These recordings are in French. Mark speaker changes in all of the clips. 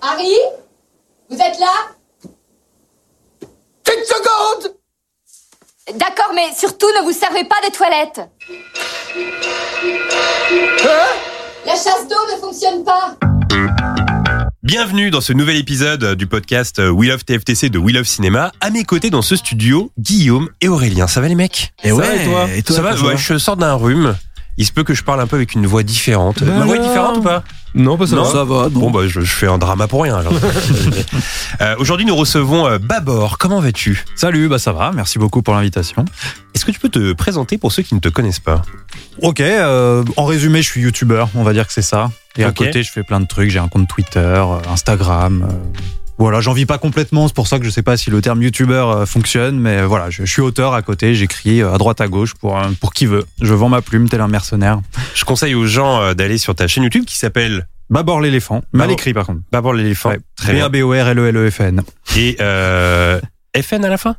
Speaker 1: Harry Vous êtes là
Speaker 2: Une seconde
Speaker 1: D'accord, mais surtout ne vous servez pas des toilettes.
Speaker 2: Hein
Speaker 1: La chasse d'eau ne fonctionne pas.
Speaker 3: Bienvenue dans ce nouvel épisode du podcast euh, We Love TFTC de We Love Cinéma. À mes côtés dans ce studio, Guillaume et Aurélien. Ça va les mecs
Speaker 4: Et
Speaker 5: Ça
Speaker 4: ouais,
Speaker 5: va, et toi
Speaker 4: et toi,
Speaker 3: Ça va
Speaker 4: comment
Speaker 3: Ouais, je sors d'un rhume. Il se peut que je parle un peu avec une voix différente.
Speaker 5: Bah
Speaker 3: Ma voix est
Speaker 5: alors
Speaker 3: différente ou pas
Speaker 5: Non, pas ça.
Speaker 3: Non,
Speaker 5: va.
Speaker 4: Ça va, non.
Speaker 3: Bon bah je, je fais un drama pour rien. alors. Euh, Aujourd'hui nous recevons euh, Babor. Comment vas-tu
Speaker 5: Salut, bah ça va, merci beaucoup pour l'invitation.
Speaker 3: Est-ce que tu peux te présenter pour ceux qui ne te connaissent pas
Speaker 5: Ok, euh, en résumé, je suis youtubeur, on va dire que c'est ça. Et
Speaker 3: Ok.
Speaker 5: à côté, je fais plein de trucs, j'ai un compte Twitter, euh, Instagram. euh, voilà, j'en vis pas complètement, c'est pour ça que je sais pas si le terme youtubeur euh, fonctionne, mais euh, voilà, je, je suis auteur à côté, j'écris euh, à droite à gauche pour, euh, pour qui veut. Je vends ma plume tel un mercenaire.
Speaker 3: Je conseille aux gens euh, d'aller sur ta chaîne YouTube qui s'appelle
Speaker 5: Babor l'éléphant, mal
Speaker 3: Babor-
Speaker 5: écrit par contre.
Speaker 3: Babor l'éléphant.
Speaker 5: Ouais.
Speaker 3: Très bien.
Speaker 5: E B-A-B-O-R-L-E-L-E-F-N.
Speaker 3: Et euh, FN à la fin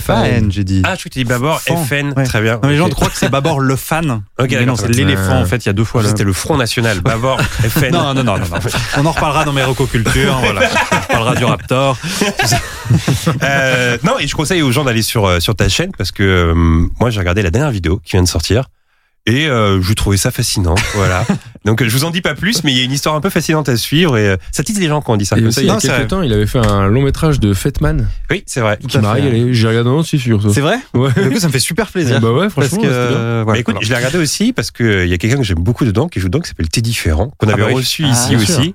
Speaker 5: F-A-N, j'ai dit.
Speaker 3: Ah je crois que tu dis Babor
Speaker 5: Fan.
Speaker 3: FN.
Speaker 5: Ouais.
Speaker 3: Très bien.
Speaker 5: Non, les gens
Speaker 3: Ok.
Speaker 5: croient que c'est Babor le fan.
Speaker 3: Ok,
Speaker 5: mais non,
Speaker 3: d'accord.
Speaker 5: c'est l'éléphant en fait, il y a deux fois le.
Speaker 3: C'était le Front National. Babor FN.
Speaker 5: Non, non, non, non, non. On en reparlera dans mes recocultures. Voilà. On parlera du Raptor.
Speaker 3: Euh, non, et je conseille aux gens d'aller sur, euh, sur ta chaîne parce que euh, moi, j'ai regardé la dernière vidéo qui vient de sortir et euh, je trouvais ça fascinant. Voilà. Donc, euh, je vous en dis pas plus, mais il y a une histoire un peu fascinante à suivre et euh, ça tisse les gens quand on dit ça.
Speaker 4: Et
Speaker 3: comme
Speaker 4: aussi,
Speaker 3: ça.
Speaker 4: il y a
Speaker 3: Non,
Speaker 4: quelques
Speaker 3: ça-
Speaker 4: temps, il avait fait un long métrage de Fetman
Speaker 3: Oui, c'est vrai.
Speaker 4: qui m'a régalé. J'ai regardé un aussi sur ça.
Speaker 5: C'est vrai
Speaker 4: Ouais.
Speaker 5: Du coup, ça me fait super plaisir.
Speaker 4: Bah ouais,
Speaker 5: Parce
Speaker 4: franchement,
Speaker 5: que.
Speaker 4: c'était bien.
Speaker 5: euh,
Speaker 3: Bah,
Speaker 5: voilà.
Speaker 3: écoute, je l'ai regardé aussi parce que euh, il y a quelqu'un que j'aime beaucoup dedans qui joue dedans qui s'appelle Teddy Ferrand qu'on
Speaker 5: Ah
Speaker 3: avait
Speaker 5: bah oui.
Speaker 3: reçu
Speaker 5: Ah,
Speaker 3: ici
Speaker 5: bien
Speaker 3: aussi.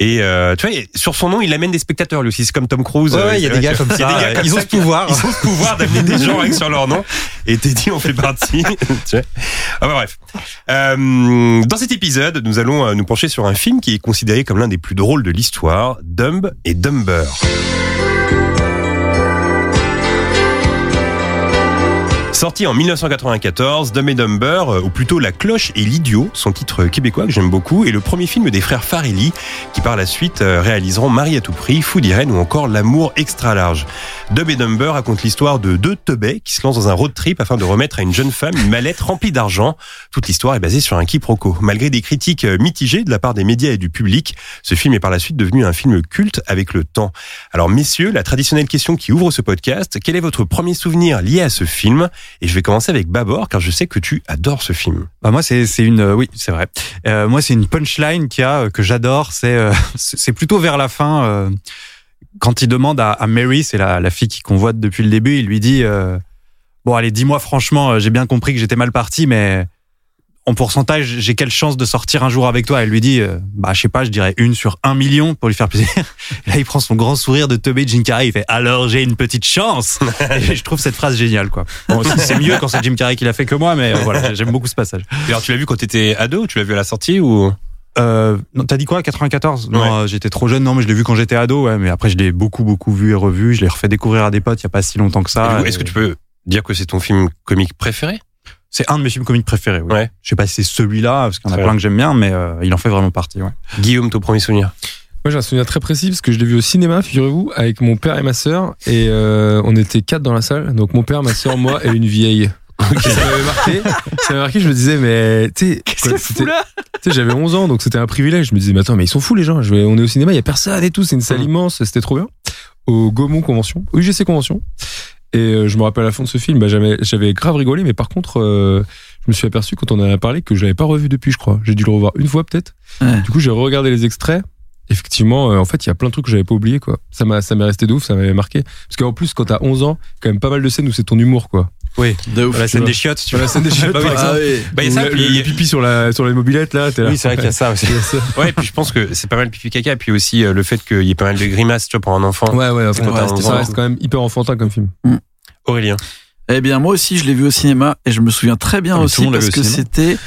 Speaker 3: Et euh, tu vois, et sur son nom, il amène des spectateurs lui aussi. C'est comme Tom Cruise.
Speaker 5: Ouais,
Speaker 3: euh,
Speaker 5: ouais, il y a
Speaker 3: c'est vrai
Speaker 5: des gars
Speaker 3: que-
Speaker 5: comme
Speaker 3: il y a
Speaker 5: ça. euh,
Speaker 3: des gars comme
Speaker 5: ils ont
Speaker 3: ça
Speaker 5: ce
Speaker 3: qui-
Speaker 5: pouvoir.
Speaker 3: Ils ont le pouvoir d'amener des gens avec sur leur nom. Et Teddy en fait partie. Tu vois. Ah bah bref. Euh, dans cet épisode, nous allons euh, nous pencher sur un film qui est considéré comme l'un des plus drôles de l'histoire, Dumb et Dumber. Sorti en 1994, Dumb et Dumber, euh, ou plutôt La cloche et l'idiot, son titre québécois que j'aime beaucoup, est le premier film des frères Farelli, qui par la suite euh, réaliseront Marie à tout prix, Fou d'Irène ou encore L'amour extra large. Dumb et Dumber raconte l'histoire de deux teubés qui se lancent dans un road trip afin de remettre à une jeune femme une mallette remplie d'argent. Toute l'histoire est basée sur un quiproquo. Malgré des critiques euh, mitigées de la part des médias et du public, ce film est par la suite devenu un film culte avec le temps. Alors messieurs, la traditionnelle question qui ouvre ce podcast, quel est votre premier souvenir lié à ce film Et je vais commencer avec Babor car je sais que tu adores ce film.
Speaker 5: Bah, moi, c'est c'est une. euh, oui, c'est vrai. Euh, moi, c'est une punchline qu'il y a, euh, que j'adore. C'est euh, c'est c'est plutôt vers la fin. euh, quand il demande à, à Mary, c'est la, la fille qui convoite depuis le début, il lui dit euh, Bon, allez, dis-moi franchement, euh, j'ai bien compris que j'étais mal parti, mais en pourcentage, j'ai quelle chance de sortir un jour avec toi Elle lui dit euh, Bah, je sais pas, je dirais une sur un million pour lui faire plaisir. Et là, il prend son grand sourire de teubé de Jim Carrey, il fait Alors, j'ai une petite chance Et Je trouve cette phrase géniale, quoi. Bon, c'est- c'est mieux quand c'est Jim Carrey qui l'a fait que moi, mais euh, voilà, j'aime beaucoup ce passage.
Speaker 3: Alors tu l'as vu quand t'étais ado ou tu l'as vu à la sortie ou
Speaker 5: Euh, non, t'as dit quoi 94 Non,
Speaker 3: Ouais.
Speaker 5: euh, j'étais trop jeune. Non, mais je l'ai vu quand j'étais ado. Ouais, mais après, je l'ai beaucoup, beaucoup vu et revu. Je l'ai refait découvrir à des potes il y a pas si longtemps que
Speaker 3: Et du
Speaker 5: ça.
Speaker 3: coup, Est-ce que tu peux dire que c'est ton film comique préféré
Speaker 5: C'est un de mes films comiques préférés. Oui.
Speaker 3: Ouais.
Speaker 5: Je sais pas si c'est celui-là parce qu'il y en a
Speaker 3: Très
Speaker 5: plein que j'aime bien, mais euh, il en fait vraiment partie. Ouais.
Speaker 3: Guillaume, ton premier souvenir
Speaker 4: Moi, j'ai un souvenir très précis parce que je l'ai vu au cinéma, figurez-vous, avec mon père et ma sœur. Et euh, on était quatre dans la salle. Donc, mon père, ma sœur, moi et une vieille. Ça m'avait marqué. Ça m'avait marqué. Je me disais, mais tu sais, quoi, c'était- tu sais, j'avais 11 ans, donc c'était un privilège. Je me disais, mais attends, mais ils sont fous les gens. Je vais- on est au cinéma, il y a personne et tout. C'est une salle immense. C'était trop bien. Au Gaumont Convention, UGC Convention. Et euh, je me rappelle à la fin de ce film, bah, j'avais- j'avais grave rigolé, mais par contre, euh, je me suis aperçu quand on en a parlé que je l'avais pas revu depuis, je crois. J'ai dû le revoir une fois peut-être.
Speaker 5: Ouais.
Speaker 4: Du coup, j'ai regardé les extraits. Effectivement, euh, en fait, il y a plein de trucs que j'avais pas oublié, quoi. Ça m'a, ça m'est resté de ouf, ça m'avait marqué. Parce qu'en plus, quand t'as 11 ans, quand même pas mal de scènes où c'est ton humour, quoi.
Speaker 5: Oui.
Speaker 4: De
Speaker 5: la scène des chiottes. Tu vois.
Speaker 4: la scène des chiottes, par exemple.
Speaker 3: Bah, il y a ça,
Speaker 4: Ou le,
Speaker 3: puis il y
Speaker 4: le
Speaker 3: a-
Speaker 4: pipi sur la, sur la mobilette, là, t'es là.
Speaker 5: Oui, c'est vrai qu'il y a ça aussi.
Speaker 4: Il y a ça.
Speaker 3: Ouais, puis je pense que c'est pas mal pipi caca, puis aussi euh, le fait qu'il y ait pas mal de grimaces, tu vois, pour un enfant.
Speaker 4: Ouais, ouais, enfin,
Speaker 3: Quand t'as
Speaker 4: ouais,
Speaker 3: 11
Speaker 4: ça
Speaker 3: ans.
Speaker 4: reste quand même hyper enfantin comme film.
Speaker 3: Aurélien.
Speaker 2: Eh bien, moi aussi, je l'ai vu au cinéma et je me souviens très bien
Speaker 3: Ah, mais tout
Speaker 2: aussi
Speaker 3: le monde l'a
Speaker 2: parce
Speaker 3: vu au
Speaker 2: que
Speaker 3: cinéma.
Speaker 2: c'était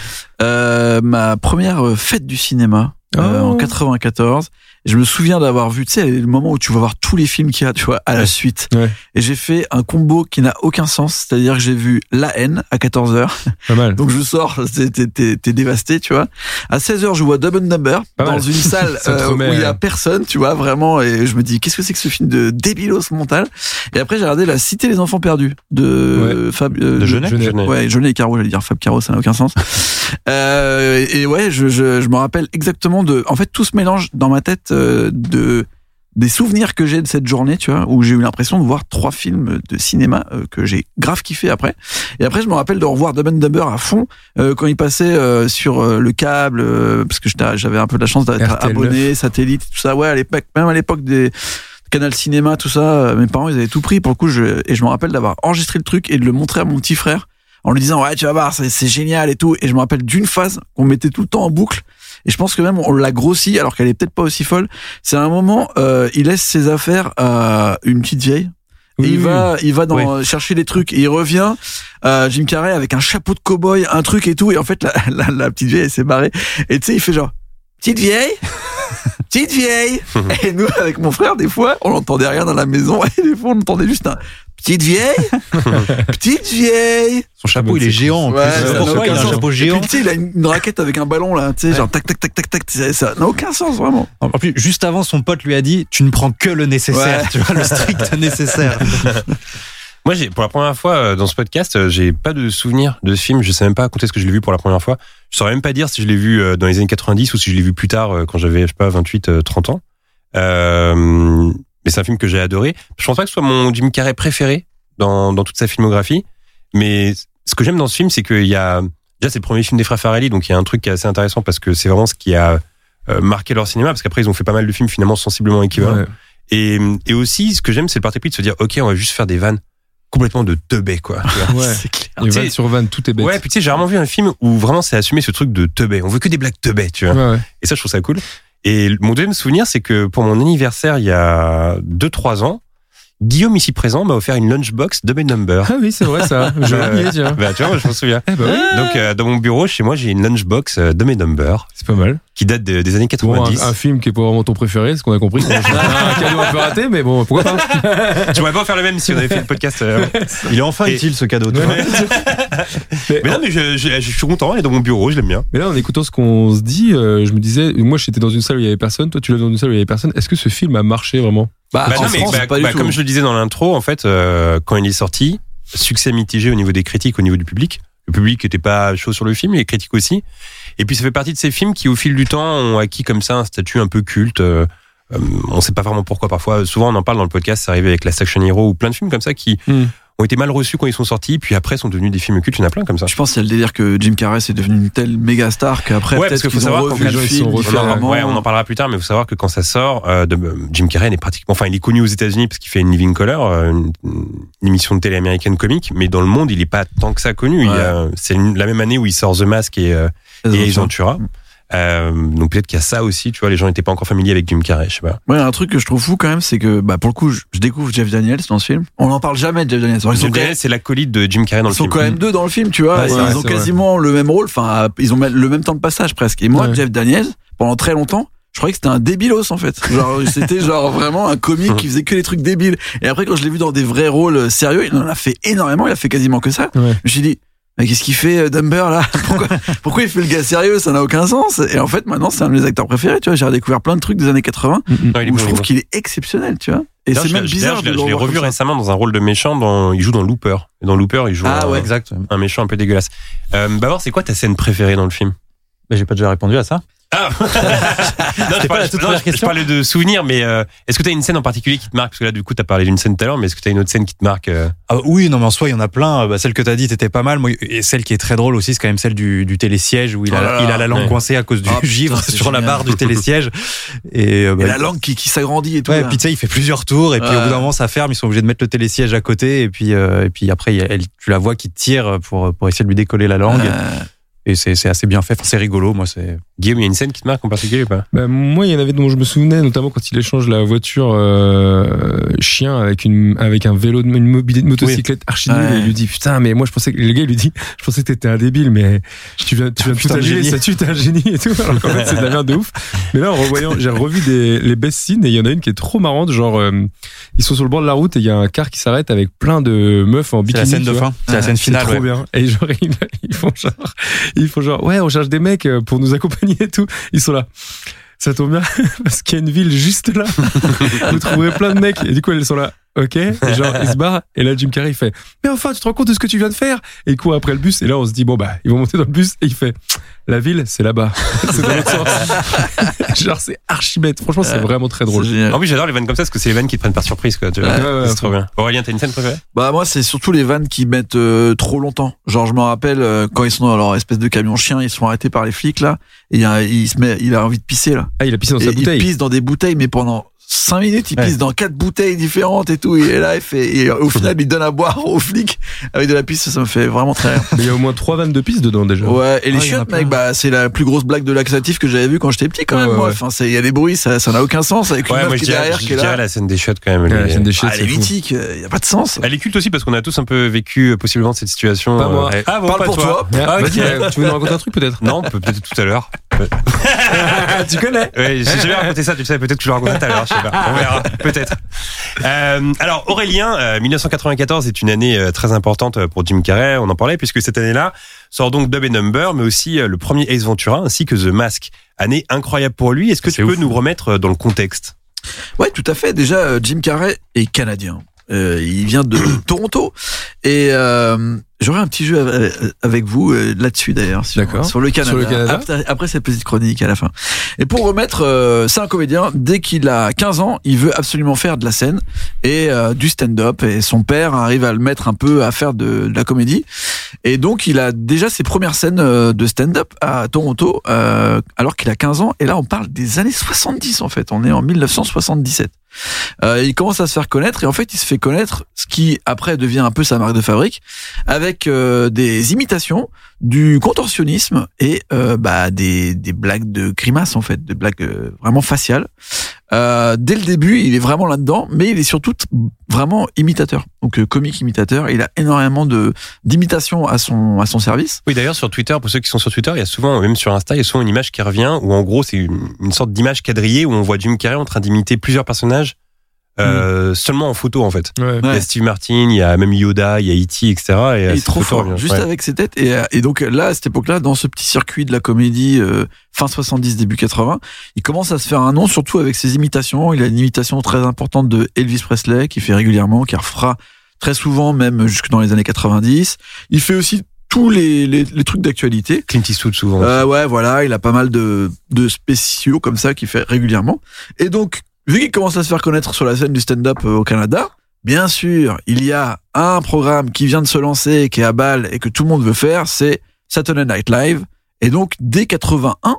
Speaker 2: euh, ma première euh, fête du cinéma euh,
Speaker 4: Oh.
Speaker 2: en 94. Et je me souviens d'avoir vu, tu sais, le moment où tu vas voir tous les films qu'il y a, tu vois, à la suite.
Speaker 4: Ouais.
Speaker 2: Et j'ai fait un combo qui n'a aucun sens, c'est-à-dire que j'ai vu La haine à 14h.
Speaker 4: Pas mal.
Speaker 2: Donc je sors, t'es- t'es- t'es t'es dévasté, tu vois. À 16h, je vois Double Number
Speaker 4: Pas
Speaker 2: dans
Speaker 4: mal.
Speaker 2: une salle
Speaker 4: Ça te
Speaker 2: euh,
Speaker 4: remet,
Speaker 2: où il y a
Speaker 4: euh,
Speaker 2: personne, tu vois, vraiment. Et je me dis, qu'est-ce que c'est que ce film de débilos mental Et après, j'ai regardé La Cité des Enfants Perdus de Fab... euh,
Speaker 3: De Jeunet
Speaker 4: Jeunet.
Speaker 2: Ouais, Jeunet et Caro, j'allais dire Fab Caro, ça n'a aucun sens. euh, et ouais, je, je, je me rappelle exactement de... En fait, tout se mélange dans ma tête euh, de des souvenirs que j'ai de cette journée, tu vois, où j'ai eu l'impression de voir trois films de cinéma euh, que j'ai grave kiffé après. Et après, je me rappelle de revoir Dumb and Dumber à fond euh, quand il passait euh, sur euh, le câble, euh, parce que j'étais- j'avais un peu de la chance d'être
Speaker 4: RTL9.
Speaker 2: abonné, satellite, tout ça. Ouais, à l'époque, même à l'époque des Canal Cinéma, tout ça, euh, mes parents, ils avaient tout pris. Pour le coup, je, et je me rappelle d'avoir enregistré le truc et de le montrer à mon petit frère en lui disant, ouais, tu vas voir, c'est c'est génial et tout. Et je me rappelle d'une phase qu'on mettait tout le temps en boucle. Et je pense que même on l'a grossi alors qu'elle est peut-être pas aussi folle. C'est à un moment, euh, il laisse ses affaires à une petite vieille.
Speaker 4: Oui,
Speaker 2: et il
Speaker 4: oui,
Speaker 2: va, il va dans,
Speaker 5: Oui.
Speaker 2: euh, chercher des trucs et il revient. Euh, Jim Carrey avec un chapeau de cow-boy, un truc et tout. Et en fait, la, la, la petite vieille, elle s'est barrée. Et tu sais, il fait genre, petite vieille, petite vieille. et nous, avec mon frère, des fois, on l'entendait rien dans la maison. Et des fois, on entendait juste un, petite vieille, petite vieille.
Speaker 4: Son
Speaker 6: chapeau, il est géant. en
Speaker 2: Ouais,
Speaker 6: plus.
Speaker 2: ça
Speaker 6: N'importe
Speaker 2: n'a
Speaker 6: quoi, il a
Speaker 2: aucun
Speaker 6: un
Speaker 2: sens.
Speaker 6: chapeau
Speaker 2: Et
Speaker 6: géant.
Speaker 2: puis, tu sais, il a une, une raquette avec un ballon là, tu sais, genre tac tac tac tac tac, tu sais, ça n'a aucun sens vraiment.
Speaker 3: Ah, bah,
Speaker 6: En plus, juste avant, son pote lui a dit Tu ne prends que le nécessaire,
Speaker 2: Ouais.
Speaker 6: tu vois, le strict nécessaire.
Speaker 3: Moi, j'ai pour la première fois euh, dans ce podcast, euh, j'ai pas de souvenir de ce film. Je sais même pas quand est-ce que je l'ai vu pour la première fois. Je saurais même pas dire si je l'ai vu euh, dans les années 90 ou si je l'ai vu plus tard euh, quand j'avais je sais pas 28 euh, 30 ans. Euh, mais c'est un film que j'ai adoré. Je pense pas que ce soit mon Jim Carrey préféré dans dans toute sa filmographie, mais ce que j'aime dans ce film, c'est qu'il y a déjà c'est le premier film des frères Farrelly, donc il y a un truc qui est assez intéressant parce que c'est vraiment ce qui a euh, marqué leur cinéma parce qu'après ils ont fait pas mal de films finalement sensiblement équivalents.
Speaker 4: Ouais.
Speaker 3: Et, et aussi, ce que j'aime, c'est le parti pris de se dire, ok, on va juste faire des vannes complètement de teubé, quoi. Tu vois.
Speaker 4: Ouais. Et
Speaker 3: Tu sais-
Speaker 4: van sur van, tout est bête.
Speaker 3: ouais, puis tu sais, j'ai rarement vu un film où vraiment c'est assumé ce truc de teubé. On veut que des blagues teubé, tu vois.
Speaker 4: Ouais, ouais.
Speaker 3: Et ça, je trouve ça cool. Et le- mon deuxième souvenir, c'est que pour mon anniversaire, il y a 2-3 ans, Guillaume, ici présent, m'a offert une lunchbox de mes numbers.
Speaker 4: Ah oui, c'est vrai ça. Je
Speaker 3: Euh,
Speaker 4: l'ai tiens.
Speaker 3: Bah, tu vois, moi, je m'en souviens.
Speaker 4: Eh bah oui,
Speaker 3: Donc, euh, dans mon bureau, chez moi, j'ai une lunchbox euh, de mes numbers
Speaker 4: c'est pas mal.
Speaker 3: qui date de- des années
Speaker 4: Bon,
Speaker 3: 90.
Speaker 4: un, un film qui est pas vraiment ton préféré, ce qu'on a compris. C'est un cadeau un peu raté, mais bon, pourquoi pas
Speaker 3: Tu pourrais pas en faire le même si on avait fait le podcast. euh,
Speaker 5: Il est enfin
Speaker 3: Et-
Speaker 5: utile ce cadeau. tu
Speaker 4: Ouais,
Speaker 5: vois.
Speaker 4: ouais.
Speaker 3: Mais non, mais je, je- je suis content, elle est dans mon bureau, je l'aime bien.
Speaker 4: Mais là, en écoutant ce qu'on se dit, euh, je me disais, moi j'étais dans une salle où il y avait personne, toi tu l'as dans une salle où il y avait personne. Est-ce que ce film a marché vraiment
Speaker 2: Bah,
Speaker 3: Bah
Speaker 2: en
Speaker 3: non, mais
Speaker 2: France,
Speaker 3: bah-
Speaker 2: pas
Speaker 3: bah
Speaker 2: du tout.
Speaker 3: comme je le disais dans l'intro, en fait, euh, quand il est sorti, succès mitigé au niveau des critiques, au niveau du public. Le public n'était pas chaud sur le film, les critiques aussi. Et puis ça fait partie de ces films qui, au fil du temps, ont acquis comme ça un statut un peu culte. euh, euh, on ne sait pas vraiment pourquoi. Parfois, souvent on en parle dans le podcast. C'est arrivé avec la Action Hero ou plein de films comme ça qui
Speaker 4: Hmm.
Speaker 3: ont été mal reçus quand ils sont sortis, puis après sont devenus des films cultes. Il y en a plein comme ça.
Speaker 2: Je pense qu'il y a le délire que Jim Carrey est devenu une telle méga star qu'après
Speaker 3: Ouais, parce qu'il
Speaker 2: peut-être
Speaker 3: faut
Speaker 2: qu'ils ont
Speaker 3: savoir
Speaker 2: revu
Speaker 3: qu'en fait,
Speaker 2: le
Speaker 4: ils
Speaker 2: film
Speaker 4: sont refaits,
Speaker 2: différemment.
Speaker 3: Ouais, on en parlera plus tard, mais il faut savoir que quand ça sort, euh, de, Jim Carrey n'est pratiquement, enfin, il est connu aux États-Unis parce qu'il fait une Living Color, euh, une, une émission de télé américaine comique, mais dans le monde, il n'est pas tant que ça connu. Il y a- C'est une- la même année où il sort The Mask et, euh, et Ace Ventura. Euh, donc peut-être qu'il y a ça aussi, tu vois, les gens n'étaient pas encore familiers avec Jim Carrey, je sais pas.
Speaker 2: Ouais, un truc que je trouve fou quand même, c'est que bah pour le coup, je, je découvre Jeff Daniels dans ce film. On n'en parle jamais de Jeff Daniels. Alors, ils sont
Speaker 3: Jim
Speaker 2: quand
Speaker 3: Carrey, c'est l'acolyte de Jim Carrey dans
Speaker 2: Ils
Speaker 3: le
Speaker 2: sont
Speaker 3: film.
Speaker 2: quand même deux dans le film, tu vois.
Speaker 4: Ouais,
Speaker 2: et
Speaker 4: c'est vrai,
Speaker 2: ils ont
Speaker 4: c'est vrai.
Speaker 2: quasiment le même rôle. Enfin, ils ont le même temps de passage presque. Et moi,
Speaker 4: Ouais.
Speaker 2: Jeff Daniels, pendant très longtemps, je croyais que c'était un débilos en fait. Genre, c'était genre vraiment un comique qui faisait que des trucs débiles. Et après, quand je l'ai vu dans des vrais rôles euh, sérieux, il en a fait énormément. Il a fait quasiment que ça.
Speaker 4: Ouais.
Speaker 2: Je me suis dit. Mais qu'est-ce qu'il fait, euh, Dumber, là pourquoi, pourquoi il fait le gars sérieux Ça n'a aucun sens. Et en fait, maintenant, c'est un de mes acteurs préférés. Tu vois, j'ai redécouvert plein de trucs des années 80
Speaker 3: Non, il est
Speaker 2: où
Speaker 3: bon,
Speaker 2: je
Speaker 3: il est
Speaker 2: trouve
Speaker 3: bon.
Speaker 2: qu'il est exceptionnel, tu vois. Et
Speaker 3: D'ailleurs,
Speaker 2: c'est
Speaker 3: je
Speaker 2: même
Speaker 3: l'ai-
Speaker 2: bizarre.
Speaker 3: d'ailleurs, je
Speaker 2: de
Speaker 3: l'ai-
Speaker 2: le
Speaker 3: je l'ai
Speaker 2: revoir
Speaker 3: revu
Speaker 2: comme ça.
Speaker 3: récemment dans un rôle de méchant, dans, il joue dans Looper. Et dans Looper, il joue
Speaker 2: Ah
Speaker 3: un,
Speaker 2: ouais.
Speaker 5: Exact. ouais.
Speaker 3: un méchant un peu dégueulasse. Euh, Bavard, c'est quoi ta scène préférée dans le film
Speaker 6: Mais j'ai pas déjà répondu à ça.
Speaker 3: Ah Non, je,
Speaker 6: pas
Speaker 3: parlais,
Speaker 6: la toute
Speaker 3: non,
Speaker 6: première
Speaker 3: je- je
Speaker 6: question.
Speaker 3: parlais de souvenirs, mais euh, est-ce que tu as une scène en particulier qui te marque Parce que là, du coup, tu as parlé d'une scène tout à l'heure, mais est-ce que tu as une autre scène qui te marque euh
Speaker 5: Ah, oui, non, mais en soi, il y en a plein. Euh, bah, celle que t'as dit, t'étais pas mal. Moi, et celle qui est très drôle aussi, c'est quand même celle du, du télésiège où il a,
Speaker 2: Oh là là.
Speaker 5: il a la langue
Speaker 3: Ouais.
Speaker 5: coincée à cause du
Speaker 2: Ah, putain,
Speaker 5: givre
Speaker 2: c'est
Speaker 5: sur la
Speaker 2: génial.
Speaker 5: barre du télésiège. Et, euh, bah,
Speaker 2: Et la langue qui, qui s'agrandit et tout.
Speaker 5: Ouais,
Speaker 2: là.
Speaker 5: puis tu sais, il fait plusieurs tours, et puis
Speaker 2: Ouais.
Speaker 5: au bout d'un moment, ça ferme, ils sont obligés de mettre le télésiège à côté, et puis, euh, et puis après, il y a- elle, tu la vois qui tire pour, pour essayer de lui décoller la langue.
Speaker 2: Euh,
Speaker 5: Et c'est c'est assez bien fait. Enfin, c'est rigolo, moi, c'est.
Speaker 3: Guillaume, il y a une scène qui te marque en particulier ou pas
Speaker 4: Bah, moi, il y en avait dont je me souvenais, notamment quand il échange la voiture euh, chien avec une avec un vélo, de- une mobili- une motocyclette archi nulle,
Speaker 2: Ouais.
Speaker 4: et Il lui dit putain, mais moi je pensais que le gars il lui dit, je pensais que t'étais un débile, mais tu viens, tu viens de tout
Speaker 5: Putain,
Speaker 4: annuler,
Speaker 5: génie.
Speaker 4: ça tue, t'es un Ah, génie et tout. Alors qu'en fait c'est de la merde de ouf. Mais là, en revoyant, j'ai revu des, les best scenes et il y en a une qui est trop marrante, genre euh, ils sont sur le bord de la route et il y a un car qui s'arrête avec plein de meufs en
Speaker 5: C'est
Speaker 4: bikini.
Speaker 5: la scène
Speaker 4: tu
Speaker 5: de
Speaker 4: vois.
Speaker 5: fin. C'est la scène finale.
Speaker 4: C'est trop
Speaker 5: ouais.
Speaker 4: bien. Et genre, ils, ils font genre, ils font genre, ouais, on cherche des mecs euh, pour nous accompagner et tout. Ils sont là. Ça tombe bien, parce qu'il y a une ville juste là. Vous trouverez plein de mecs. Et du coup, elles sont là. Ok, Et genre ils se barrent et là Jim Carrey il fait mais enfin tu te rends compte de ce que tu viens de faire et il court après le bus et là on se dit bon bah ils vont monter dans le bus et il fait la ville c'est là-bas c'est dans l'autre sens genre c'est archi bête franchement c'est vraiment très drôle
Speaker 2: C'est génial.
Speaker 3: En plus, j'adore les vannes comme ça parce que c'est les vannes qui te prennent par surprise. Quoi, tu vois.
Speaker 4: Ouais,
Speaker 2: Euh,
Speaker 4: ouais,
Speaker 3: c'est trop bien. Aurélien, t'as une scène préférée
Speaker 2: Bah moi c'est surtout les vannes qui mettent euh, trop longtemps. Genre je me rappelle euh, quand ils sont dans leur espèce de camion chien, ils sont arrêtés par les flics là et il, y a- il se met il a envie de pisser là.
Speaker 4: ah il a pissé dans
Speaker 2: Et
Speaker 4: sa
Speaker 2: il
Speaker 4: bouteille
Speaker 2: pisse dans des bouteilles mais pendant 5 minutes, il
Speaker 5: Ouais.
Speaker 2: pisse dans quatre bouteilles différentes et tout et là il fait et au final il donne à boire aux flics avec de la pisse, ça me fait vraiment très rire.
Speaker 4: mais il y a au moins trois vannes de pisse dedans déjà
Speaker 2: Ouais, et
Speaker 4: Ah, il y en
Speaker 2: les
Speaker 4: a
Speaker 2: chiottes
Speaker 4: plein.
Speaker 2: mec, bah c'est la plus grosse blague de laxatif que j'avais vue quand j'étais petit quand
Speaker 4: Ouais,
Speaker 2: même.
Speaker 4: ouais,
Speaker 2: moi.
Speaker 4: ouais.
Speaker 2: Enfin c'est il y a des bruits, ça ça n'a aucun sens avec une
Speaker 3: Ouais,
Speaker 2: meuf
Speaker 3: moi je
Speaker 2: qui est
Speaker 3: dirais,
Speaker 2: derrière
Speaker 3: je
Speaker 2: qui est
Speaker 3: dirais
Speaker 2: là.
Speaker 3: la scène des shots quand même.
Speaker 4: Ouais, la
Speaker 3: les-
Speaker 4: scène des chiottes,
Speaker 2: Ah, elle est
Speaker 4: c'est fou.
Speaker 2: mythique, euh, il y a pas de sens.
Speaker 3: Elle est culte aussi parce qu'on a tous un peu vécu euh, possiblement cette situation.
Speaker 4: Pas
Speaker 3: euh,
Speaker 4: moi.
Speaker 3: ouais. Ah bon,
Speaker 2: Parle
Speaker 3: pas
Speaker 2: pour toi.
Speaker 3: Ah, ok.
Speaker 4: Vas-y, tu veux nous raconter un truc peut-être
Speaker 3: Non, peut- peut-être tout à l'heure.
Speaker 4: tu connais
Speaker 3: Ouais, j'ai jamais raconté ça, tu le savais, peut-être que je le raconterai tout à l'heure, je sais pas. On verra, peut-être. Euh, alors, Aurélien, euh, 1994 est une année euh, très importante pour Jim Carrey, on en parlait, puisque cette année-là sort donc Dub and Number, mais aussi euh, le premier Ace Ventura, ainsi que The Mask. Année incroyable pour lui. Est-ce que
Speaker 5: C'est
Speaker 3: tu peux
Speaker 5: ouf.
Speaker 3: nous remettre euh, dans le contexte
Speaker 2: Ouais, tout à fait. Déjà, euh, Jim Carrey est canadien. Euh, il vient de Toronto. Et euh, j'aurai un petit jeu av- avec vous euh, là-dessus d'ailleurs. Sur,
Speaker 4: D'accord.
Speaker 2: Sur le Canada.
Speaker 4: Sur le Canada.
Speaker 2: Après, après cette petite chronique à la fin. Et pour remettre, euh, c'est un comédien. Dès qu'il a 15 ans, il veut absolument faire de la scène et euh, du stand-up. Et son père arrive à le mettre un peu à faire de, de la comédie. Et donc, il a déjà ses premières scènes euh, de stand-up à Toronto, euh, alors qu'il a 15 ans. Et là, on parle des années 70, en fait. On est en 1977. Euh, il commence à se faire connaître et en fait, il se fait connaître, ce qui, après, devient un peu sa marque de fabrique, avec euh, des imitations, du contorsionnisme et euh, bah, des, des blagues de grimaces, en fait, des blagues euh, vraiment faciales. Euh, dès le début, il est vraiment là-dedans, mais il est surtout t- vraiment imitateur. Donc euh, comique imitateur, il a énormément de d'imitations à son à son service.
Speaker 3: Oui, d'ailleurs, sur Twitter, pour ceux qui sont sur Twitter, il y a souvent, même sur Insta, il y a souvent une image qui revient, où en gros, c'est une, une sorte d'image quadrillée où on voit Jim Carrey en train d'imiter plusieurs personnages, euh, seulement en photo, en fait.
Speaker 4: Ouais.
Speaker 3: Il y a Steve Martin, il y a même Yoda, il y a E E.T., etc. Et euh,
Speaker 2: il
Speaker 3: c'est
Speaker 2: est trop
Speaker 3: tout le temps
Speaker 2: fort,
Speaker 3: bien.
Speaker 2: juste
Speaker 3: Ouais.
Speaker 2: avec ses têtes. Et, euh, et donc là, à cette époque-là, dans ce petit circuit de la comédie euh, fin 70, début 80, il commence à se faire un nom, surtout avec ses imitations. Il a une imitation très importante de Elvis Presley, qu'il fait régulièrement, qu'il refera très souvent, même jusque dans les années 90. Il fait aussi tous les, les, les trucs d'actualité.
Speaker 3: Clint Eastwood souvent.
Speaker 2: Euh, ouais, voilà, il a pas mal de, de spéciaux comme ça qu'il fait régulièrement. Et donc, vu qu'il commence à se faire connaître sur la scène du stand-up euh, au Canada, bien sûr, il y a un programme qui vient de se lancer, qui est à balle et que tout le monde veut faire, c'est Saturday Night Live. Et donc, dès 81,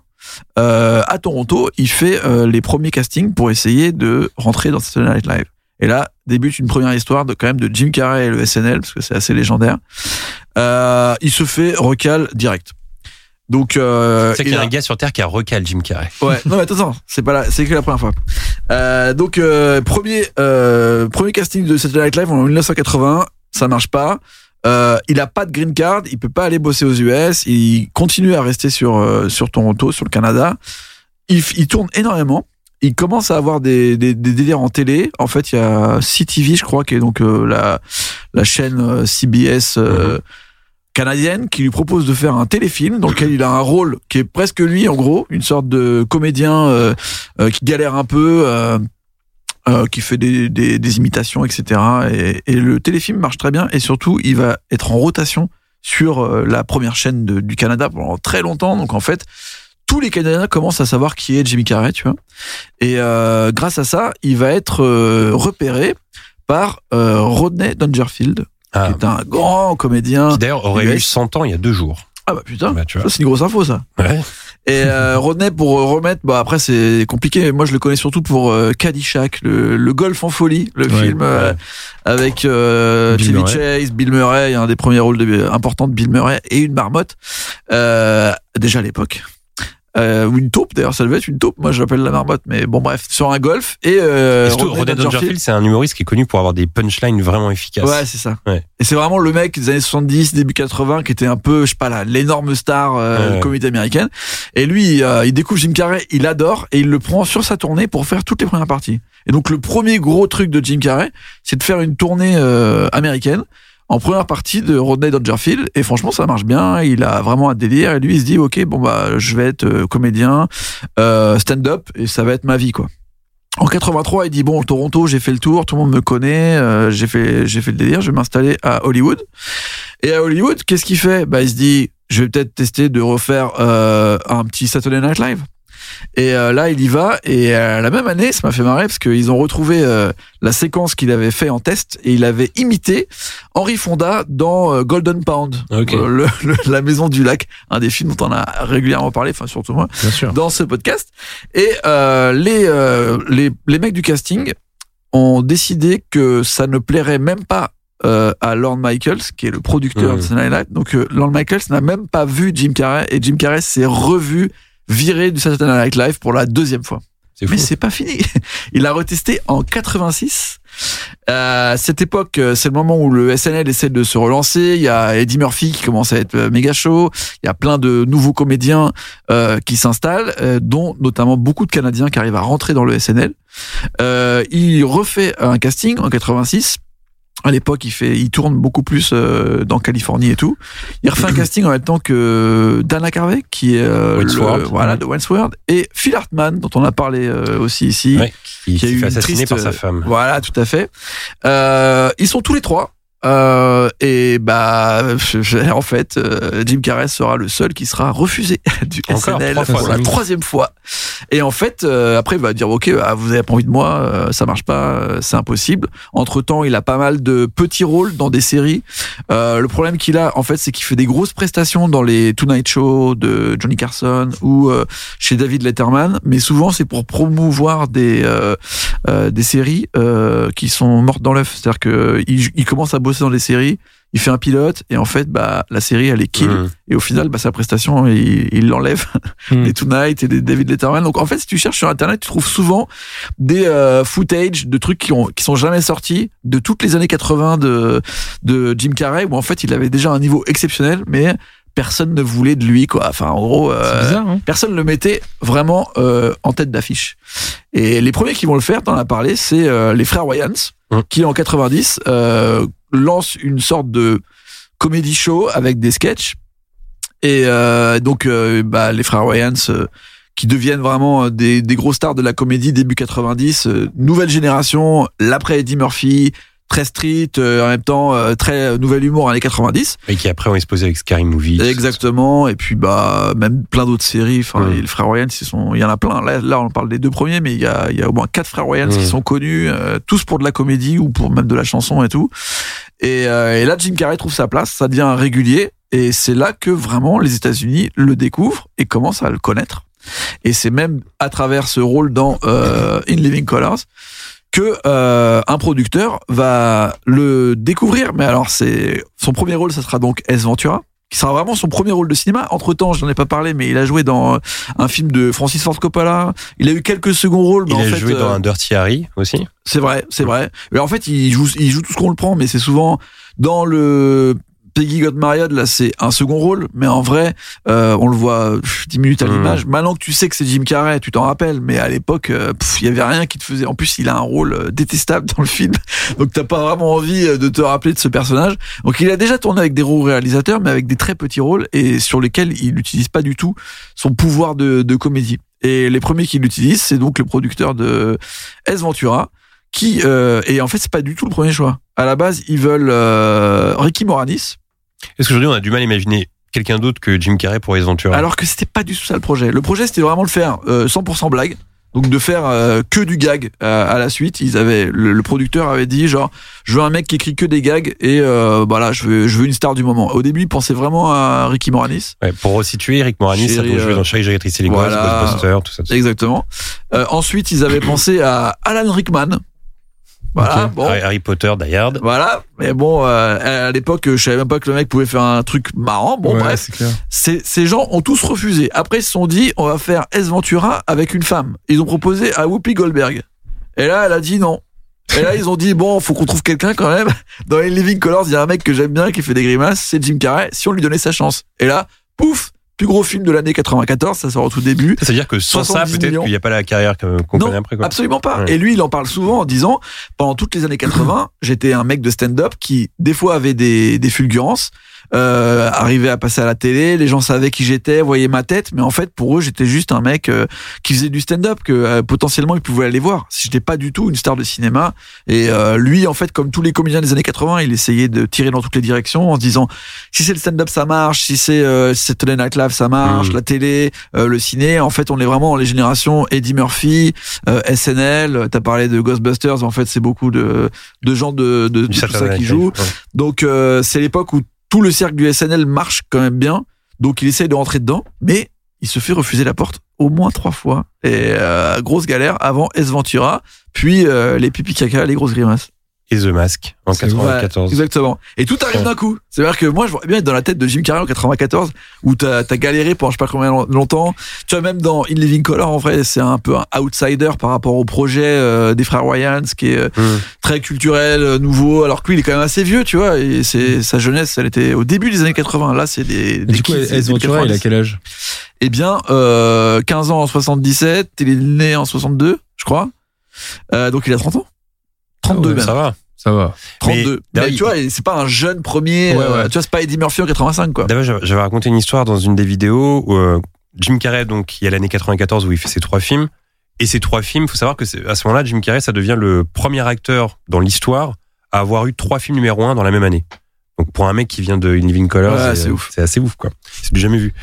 Speaker 2: euh, à Toronto, il fait euh, les premiers castings pour essayer de rentrer dans Saturday Night Live. Et là débute une première histoire de quand même de Jim Carrey et le SNL parce que c'est assez légendaire. Euh, il se fait recal direct. Donc euh,
Speaker 3: c'est qu'il
Speaker 2: il
Speaker 3: y a
Speaker 2: a-
Speaker 3: un gars sur Terre qui a recal Jim Carrey.
Speaker 2: Ouais, non mais attends, attends, c'est pas là, c'est que la première fois. Euh, donc euh, premier euh, premier casting de Saturday Night Live en 1981, ça marche pas. Euh, il a pas de green card, il peut pas aller bosser aux US, il continue à rester sur euh, sur Toronto, sur le Canada. Il, f- il tourne énormément. Il commence à avoir des, des, des délires en télé. En fait, il y a CTV, je crois, qui est donc euh, la la chaîne euh, CBS. euh, canadienne qui lui propose de faire un téléfilm dans lequel il a un rôle qui est presque lui en gros, une sorte de comédien euh, euh, qui galère un peu, euh, euh, qui fait des, des, des imitations, etc. Et, et le téléfilm marche très bien et surtout il va être en rotation sur euh, la première chaîne de- du Canada pendant très longtemps. Donc en fait, tous les Canadiens commencent à savoir qui est Jimmy Carrey, tu vois. Et euh, grâce à ça, il va être euh, repéré par euh, Rodney Dangerfield,
Speaker 3: Ah.
Speaker 2: qui est un grand comédien.
Speaker 3: Qui d'ailleurs aurait eu
Speaker 2: US.
Speaker 3: 100 ans il y a deux jours.
Speaker 2: Ah bah putain,
Speaker 3: Bah, tu vois.
Speaker 2: ça c'est une grosse info ça.
Speaker 3: Ouais.
Speaker 2: Et euh, Rodney pour euh, remettre, bah après c'est compliqué. mais Moi je le connais surtout pour euh, Caddyshack, le, le golf en folie, le
Speaker 4: Ouais,
Speaker 2: film euh, avec euh,
Speaker 4: Bill
Speaker 2: Chevy
Speaker 4: Murray.
Speaker 2: Chase, Bill Murray, un des premiers rôles de, importants de Bill Murray et une marmotte. Euh, déjà à l'époque. Euh, ou une taupe d'ailleurs, ça devait être une taupe. Moi je l'appelle la marmotte, mais bon bref, sur un golf et euh,
Speaker 3: Et surtout, Rodney Dangerfield, c'est un humoriste qui est connu pour avoir des punchlines vraiment efficaces.
Speaker 2: Ouais, c'est ça.
Speaker 3: Ouais.
Speaker 2: Et c'est vraiment le mec des années 70, début 80, qui était un peu, je sais pas là, l'énorme star euh,
Speaker 3: Ouais, ouais.
Speaker 2: comédie américaine. Et lui, euh, il découvre Jim Carrey, il adore, et il le prend sur sa tournée pour faire toutes les premières parties. Et donc le premier gros truc de Jim Carrey, c'est de faire une tournée euh, américaine en première partie de Rodney Dangerfield. Et franchement, ça marche bien. Il a vraiment un délire. Et lui, il se dit, ok, bon bah, je vais être euh, comédien, euh, stand-up, et ça va être ma vie, quoi. En 83, il dit bon, Toronto, j'ai fait le tour, tout le monde me connaît, euh, j'ai fait, j'ai fait le délire, je vais m'installer à Hollywood. Et à Hollywood, qu'est-ce qu'il fait Bah, il se dit, je vais peut-être tester de refaire euh, un petit Saturday Night Live. Et euh, là, il y va. Et euh, la même année, ça m'a fait marrer parce qu'ils ont retrouvé euh, la séquence qu'il avait fait en test et il avait imité Henry Fonda dans euh, Golden Pound,
Speaker 3: Ok.
Speaker 2: euh, le- le- la maison du lac, un des films dont on a régulièrement parlé, enfin surtout moi
Speaker 4: Bien sûr.
Speaker 2: dans ce podcast. Et euh, les, euh, les, les mecs du casting ont décidé que ça ne plairait même pas euh, à Lorne Michaels, qui est le producteur
Speaker 3: Mhm.
Speaker 2: de Saturday Night Live. Donc euh, Lorne Michaels n'a même pas vu Jim Carrey et Jim Carrey s'est revu viré du Saturday Night Live pour la deuxième fois.
Speaker 3: C'est fou.
Speaker 2: Mais c'est pas fini. Il a retesté en 86. Euh, cette époque, euh, c'est le moment où le SNL essaie de se relancer. Il y a Eddie Murphy qui commence à être euh, méga chaud. Il y a plein de nouveaux comédiens euh, qui s'installent, euh, dont notamment beaucoup de Canadiens qui arrivent à rentrer dans le SNL. Euh, il refait un casting en 86. À l'époque, il fait, il tourne beaucoup plus euh, dans Californie et tout. Il refait un casting en même temps que Dana Carvey, qui est euh,
Speaker 3: Wentworth.
Speaker 2: le- voilà de Wentworth, et Phil Hartman, dont on a parlé euh, aussi ici.
Speaker 3: Ouais, qui,
Speaker 2: qui a
Speaker 3: s'est
Speaker 2: eu
Speaker 3: fait
Speaker 2: une
Speaker 3: assassiner
Speaker 2: triste,
Speaker 3: par sa
Speaker 2: euh,
Speaker 3: femme.
Speaker 2: Voilà, tout à fait. Euh, ils sont tous les trois. Euh, et bah, je- je- en fait, euh, Jim Carrey sera le seul qui sera refusé du
Speaker 3: Encore,
Speaker 2: SNL
Speaker 3: trois fois,
Speaker 2: pour la
Speaker 3: c'est ouf.
Speaker 2: troisième fois. Et en fait, euh, après, il va dire ok, bah, vous avez pas envie de moi, euh, ça marche pas, euh, c'est impossible. Entre temps, il a pas mal de petits rôles dans des séries. Euh, le problème qu'il a, en fait, c'est qu'il fait des grosses prestations dans les Tonight Show de Johnny Carson ou euh, chez David Letterman, mais souvent c'est pour promouvoir des euh, euh, des séries euh, qui sont mortes dans l'œuf. C'est-à-dire que il, il commence à bosser dans des séries, il fait un pilote et en fait, bah la série elle est kill
Speaker 4: Hmm.
Speaker 3: Mm.
Speaker 2: et au final, bah sa prestation il il l'enlève
Speaker 4: Mm.
Speaker 2: des Tonight et des David Letterman. Donc en fait, si tu cherches sur internet, tu trouves souvent des euh, footage de trucs qui ont qui sont jamais sortis de toutes les années 80 de de Jim Carrey où en fait, il avait déjà un niveau exceptionnel mais personne ne voulait de lui quoi. Enfin en gros
Speaker 4: C'est
Speaker 2: euh,
Speaker 4: bizarre, hein
Speaker 2: personne le mettait vraiment euh, en tête d'affiche. Et les premiers qui vont le faire, t'en as parlé, c'est euh, les frères Wayans,
Speaker 3: Hum.
Speaker 2: qui en 90 euh, lancent une sorte de comédie show avec des sketchs. Et euh, donc, euh, bah, les frères Wayans, euh, qui deviennent vraiment euh, des, des gros stars de la comédie début 90, euh, nouvelle génération, l'après Eddie Murphy, très street, euh, en même temps euh, très euh, nouvel humour années 90.
Speaker 3: Et qui après ont explosé avec Scary Movie.
Speaker 2: Exactement. Et puis bah même plein d'autres séries. Enfin,
Speaker 3: Mm.
Speaker 2: les, les frères Wayans, ils sont, il y en a plein. Là, là, on parle des deux premiers, mais il y a, il y a au moins quatre frères Wayans
Speaker 3: Mm.
Speaker 2: qui sont connus, euh, tous pour de la comédie ou pour même de la chanson et tout. Et, euh, et là, Jim Carrey trouve sa place, ça devient un régulier. Et c'est là que vraiment les États-Unis le découvrent et commencent à le connaître. Et c'est même à travers ce rôle dans euh, In Living Colors que euh, un producteur va le découvrir. Mais alors, c'est son premier rôle, ça sera donc S Ventura, qui sera vraiment son premier rôle de cinéma. Entre temps, je n'en ai pas parlé, mais il a joué dans euh, un film de Francis Ford Coppola. Il a eu quelques seconds rôles, mais
Speaker 3: Il
Speaker 2: en
Speaker 3: a
Speaker 2: fait,
Speaker 3: joué dans
Speaker 2: euh,
Speaker 3: un Dirty Harry aussi.
Speaker 2: c'est vrai, c'est vrai. Mais en fait, il joue, il joue tout ce qu'on le prend, mais c'est souvent dans le Peggy Got Married, là, c'est un second rôle, mais en vrai, euh, on le voit pff, 10 minutes à
Speaker 3: Mm.
Speaker 2: l'image. Maintenant que tu sais que c'est Jim Carrey, tu t'en rappelles, mais à l'époque, euh, pff, il y avait rien qui te faisait. En plus, il a un rôle euh, détestable dans le film, donc t'as pas vraiment envie euh, de te rappeler de ce personnage. Donc, il a déjà tourné avec des rôles réalisateurs, mais avec des très petits rôles et sur lesquels il n'utilise pas du tout son pouvoir de, de comédie. Et les premiers qui l'utilisent, c'est donc le producteur de S Ventura, qui euh, et en fait c'est pas du tout le premier choix. À la base, ils veulent euh, Ricky Moranis,
Speaker 3: Est-ce qu'aujourd'hui, on a du mal à imaginer quelqu'un d'autre que Jim Carrey pour les Ventura
Speaker 2: alors que c'était pas du tout ça le projet. Le projet c'était vraiment le faire euh, 100% blague. donc de faire euh, que du gag euh, à la suite. Ils avaient le, le producteur avait dit genre je veux un mec qui écrit que des gags et euh, voilà je veux je veux une star du moment. Au début, il pensait vraiment à Ricky Moranis.
Speaker 3: Ouais, pour resituer, Eric Moranis, ça
Speaker 2: Chérie,
Speaker 3: doit jouer
Speaker 2: euh,
Speaker 3: dans Chérie, j'ai rétréci les gosses,
Speaker 2: voilà.
Speaker 3: Ghostbusters, tout ça. tout ça.
Speaker 2: Exactement. Euh, ensuite, ils avaient pensé à Alan Rickman. Voilà,
Speaker 4: Ok.
Speaker 2: bon.
Speaker 3: Harry- Harry Potter, Die Hard.
Speaker 2: Voilà, mais bon, euh, à l'époque, je savais même pas que le mec pouvait faire un truc marrant. Bon,
Speaker 4: Ouais,
Speaker 2: bref,
Speaker 4: c'est clair.
Speaker 2: Ces, ces gens ont tous refusé. Après, ils se sont dit, on va faire S Ventura avec une femme. Ils ont proposé à Whoopi Goldberg. Et là, elle a dit non. Et là, ils ont dit, bon, faut qu'on trouve quelqu'un quand même. Dans les Living Colors, il y a un mec que j'aime bien qui fait des grimaces, c'est Jim Carrey, si on lui donnait sa chance. Et là, pouf, plus gros film de l'année 94, ça sort au tout début.
Speaker 3: C'est-à-dire que sans ça,
Speaker 2: 70
Speaker 3: peut-être
Speaker 2: millions.
Speaker 3: qu'il n'y a pas la carrière que- qu'on
Speaker 2: Non,
Speaker 3: connaît après. Quoi.
Speaker 2: Absolument pas.
Speaker 3: Ouais.
Speaker 2: Et lui, il en parle souvent en disant, pendant toutes les années 80, j'étais un mec de stand-up qui, des fois, avait des, des fulgurances, euh, arrivait à passer à la télé, les gens savaient qui j'étais, voyaient ma tête, mais en fait, pour eux, j'étais juste un mec euh, qui faisait du stand-up, que euh, potentiellement, ils pouvaient aller voir. Si j'étais pas du tout une star de cinéma, et euh, lui, en fait, comme tous les comédiens des années 80, il essayait de tirer dans toutes les directions en se disant, si c'est le stand-up, ça marche, si c'est euh, Saturday Night Live, ça marche,
Speaker 3: Mhm.
Speaker 2: la télé, euh, le ciné, en fait, on est vraiment dans les générations Eddie Murphy, euh, SNL, euh, t'as parlé de Ghostbusters, en fait c'est beaucoup de, de gens de, de, de
Speaker 3: Du
Speaker 2: tout ça
Speaker 3: Saturday
Speaker 2: qui
Speaker 3: Night
Speaker 2: jouent.
Speaker 3: Live.
Speaker 2: Donc euh, c'est l'époque où tout le cercle du SNL marche quand même bien, donc il essaye de rentrer dedans, mais il se fait refuser la porte au moins trois fois. Et euh, grosse galère avant S Ventura, puis euh, les pipi caca, les grosses grimaces.
Speaker 3: Et The Mask en
Speaker 4: C'est vrai.
Speaker 2: Ouais,
Speaker 3: 94.
Speaker 2: exactement. Et tout arrive
Speaker 3: Ouais.
Speaker 2: d'un coup. C'est-à-dire que moi, je vois bien être dans la tête de Jim Carrey en 94, où t'as as galéré pendant je sais pas combien de longtemps. Tu vois, même dans In Living Color, en vrai, c'est un peu un outsider par rapport au projet euh, des frères Wayans, qui est euh,
Speaker 3: Mm.
Speaker 2: très culturel, euh, nouveau, alors que lui, il est quand même assez vieux, tu vois, et c'est sa jeunesse, elle était au début des années 80. Là, c'est des,
Speaker 4: Et
Speaker 2: des
Speaker 4: Du coup,
Speaker 2: kids, c'est
Speaker 4: S.
Speaker 2: des
Speaker 4: Ventura, il a
Speaker 2: 90.
Speaker 4: quel âge
Speaker 2: Eh bien, euh, 15 ans en 77, il est né en 62, je crois. Euh, donc, il a 30 ans.
Speaker 4: Ah
Speaker 2: 32
Speaker 4: ouais,
Speaker 2: même.
Speaker 3: Ça va.
Speaker 4: Ça va.
Speaker 2: 32.
Speaker 3: Mais-
Speaker 2: Mais tu vois, c'est pas un jeune premier.
Speaker 4: Ouais,
Speaker 2: euh,
Speaker 4: ouais.
Speaker 2: tu vois, c'est pas Eddie Murphy en 85, quoi.
Speaker 3: D'abord, j'avais j'avais raconté une histoire dans une des vidéos où euh, Jim Carrey, donc, il y a l'année 94 où il fait ses trois films. Et ces trois films, faut savoir que c'est- à ce moment-là, Jim Carrey, ça devient le premier acteur dans l'histoire à avoir eu trois films numéro un dans la même année. Donc pour un mec qui vient de In Living Color,
Speaker 2: Ouais, c'est
Speaker 3: euh,
Speaker 2: ouf.
Speaker 3: c'est assez ouf quoi. C'est du jamais vu.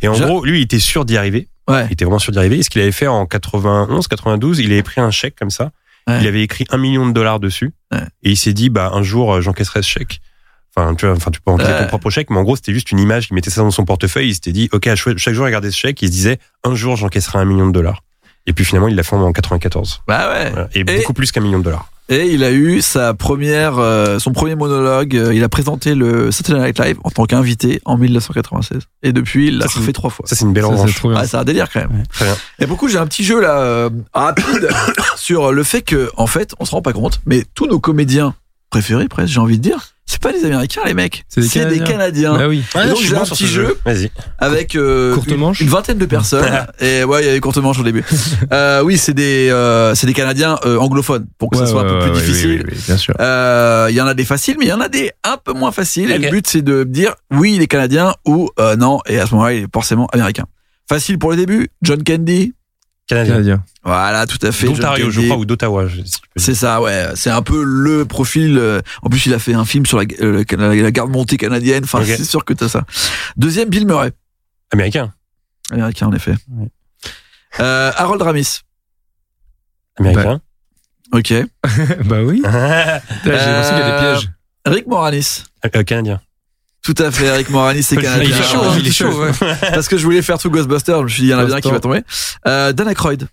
Speaker 3: Et en
Speaker 2: Je-
Speaker 3: gros, lui, il était sûr d'y arriver.
Speaker 2: Ouais.
Speaker 3: Il était vraiment sûr d'y arriver. Et ce qu'il avait fait en 91, 92, il avait pris un chèque comme ça.
Speaker 2: Ouais.
Speaker 3: Il avait écrit un million de dollars dessus.
Speaker 2: Ouais.
Speaker 3: Et il s'est dit, bah, un jour, euh, j'encaisserai ce chèque. Enfin, tu vois, enfin, tu peux encaisser ton
Speaker 2: Ouais.
Speaker 3: propre chèque, mais en gros, c'était juste une image. Il mettait ça dans son portefeuille. Il s'était dit, OK, à chaque chaque jour, il regardait ce chèque. Il se disait, un jour, j'encaisserai un million de dollars. Et puis finalement, il l'a fait en 94.
Speaker 2: Bah ouais.
Speaker 3: Voilà. Et, beaucoup plus qu'un million de dollars.
Speaker 2: Et il a eu sa première, euh, son premier monologue. euh, Il a présenté le Saturday Night Live en tant qu'invité en 1996. Et depuis, il l'a
Speaker 3: Ça, c'est-
Speaker 2: fait trois fois.
Speaker 3: Ça, c'est une belle
Speaker 4: Ça, c'est
Speaker 3: revanche.
Speaker 4: trop bien.
Speaker 2: Ah, c'est un délire quand même.
Speaker 3: Très bien.
Speaker 2: Et beaucoup, j'ai un petit jeu là euh, rapide sur le fait que, en fait, on se rend pas compte, mais tous nos comédiens préférés, presque, j'ai envie de dire, c'est pas des Américains les mecs,
Speaker 4: C'est des Canadiens.
Speaker 2: Canadiens.
Speaker 4: Bah oui.
Speaker 2: Et donc,
Speaker 3: je suis
Speaker 2: j'ai
Speaker 3: bon
Speaker 2: un
Speaker 3: sur
Speaker 2: petit
Speaker 3: ce
Speaker 2: jeu.
Speaker 3: Vas-y.
Speaker 2: avec euh,
Speaker 4: Courte
Speaker 2: une-
Speaker 4: manche
Speaker 2: une, vingtaine de personnes et ouais il y avait courte manche au début euh, oui c'est des euh, c'est des Canadiens euh, anglophones pour que
Speaker 4: Ouais,
Speaker 2: ça soit
Speaker 4: ouais,
Speaker 2: un peu
Speaker 4: ouais,
Speaker 2: plus
Speaker 4: oui, oui,
Speaker 2: difficile
Speaker 4: oui, oui, bien sûr.
Speaker 2: euh, il y en a des faciles, mais il y en a des un peu moins faciles. Et
Speaker 3: Ok.
Speaker 2: le but, c'est de dire oui, il est canadien ou euh, non. Et à ce moment-là, il est forcément américain. Facile pour le début, John Candy.
Speaker 3: Canadien.
Speaker 4: Canadien.
Speaker 2: Voilà, tout à fait. John
Speaker 3: D'Ontario, je
Speaker 2: Candy.
Speaker 3: crois, ou d'Ottawa. je- si tu peux dire.
Speaker 2: C'est ça, ouais. C'est un peu le profil. euh, En plus, il a fait un film sur la, euh, la- la garde montée canadienne. Enfin,
Speaker 3: Ok.
Speaker 2: c'est sûr que t'as ça. Deuxième, Bill Murray.
Speaker 3: Américain.
Speaker 2: Américain, en effet. Euh, Harold Ramis.
Speaker 3: Américain.
Speaker 2: Ok. Euh,
Speaker 4: bah oui. Putain, J'ai l'impression qu'il y a des pièges.
Speaker 2: Rick Moranis.
Speaker 3: Euh, Canadien.
Speaker 2: Tout à fait, Rick Moranis, c'est canadien.
Speaker 3: Il est chaud, hein, il est chaud. ouais.
Speaker 2: Parce que je voulais faire tout Ghostbusters, je me suis dit, il y en a bien qui va tomber. Euh, Dan Aykroyd.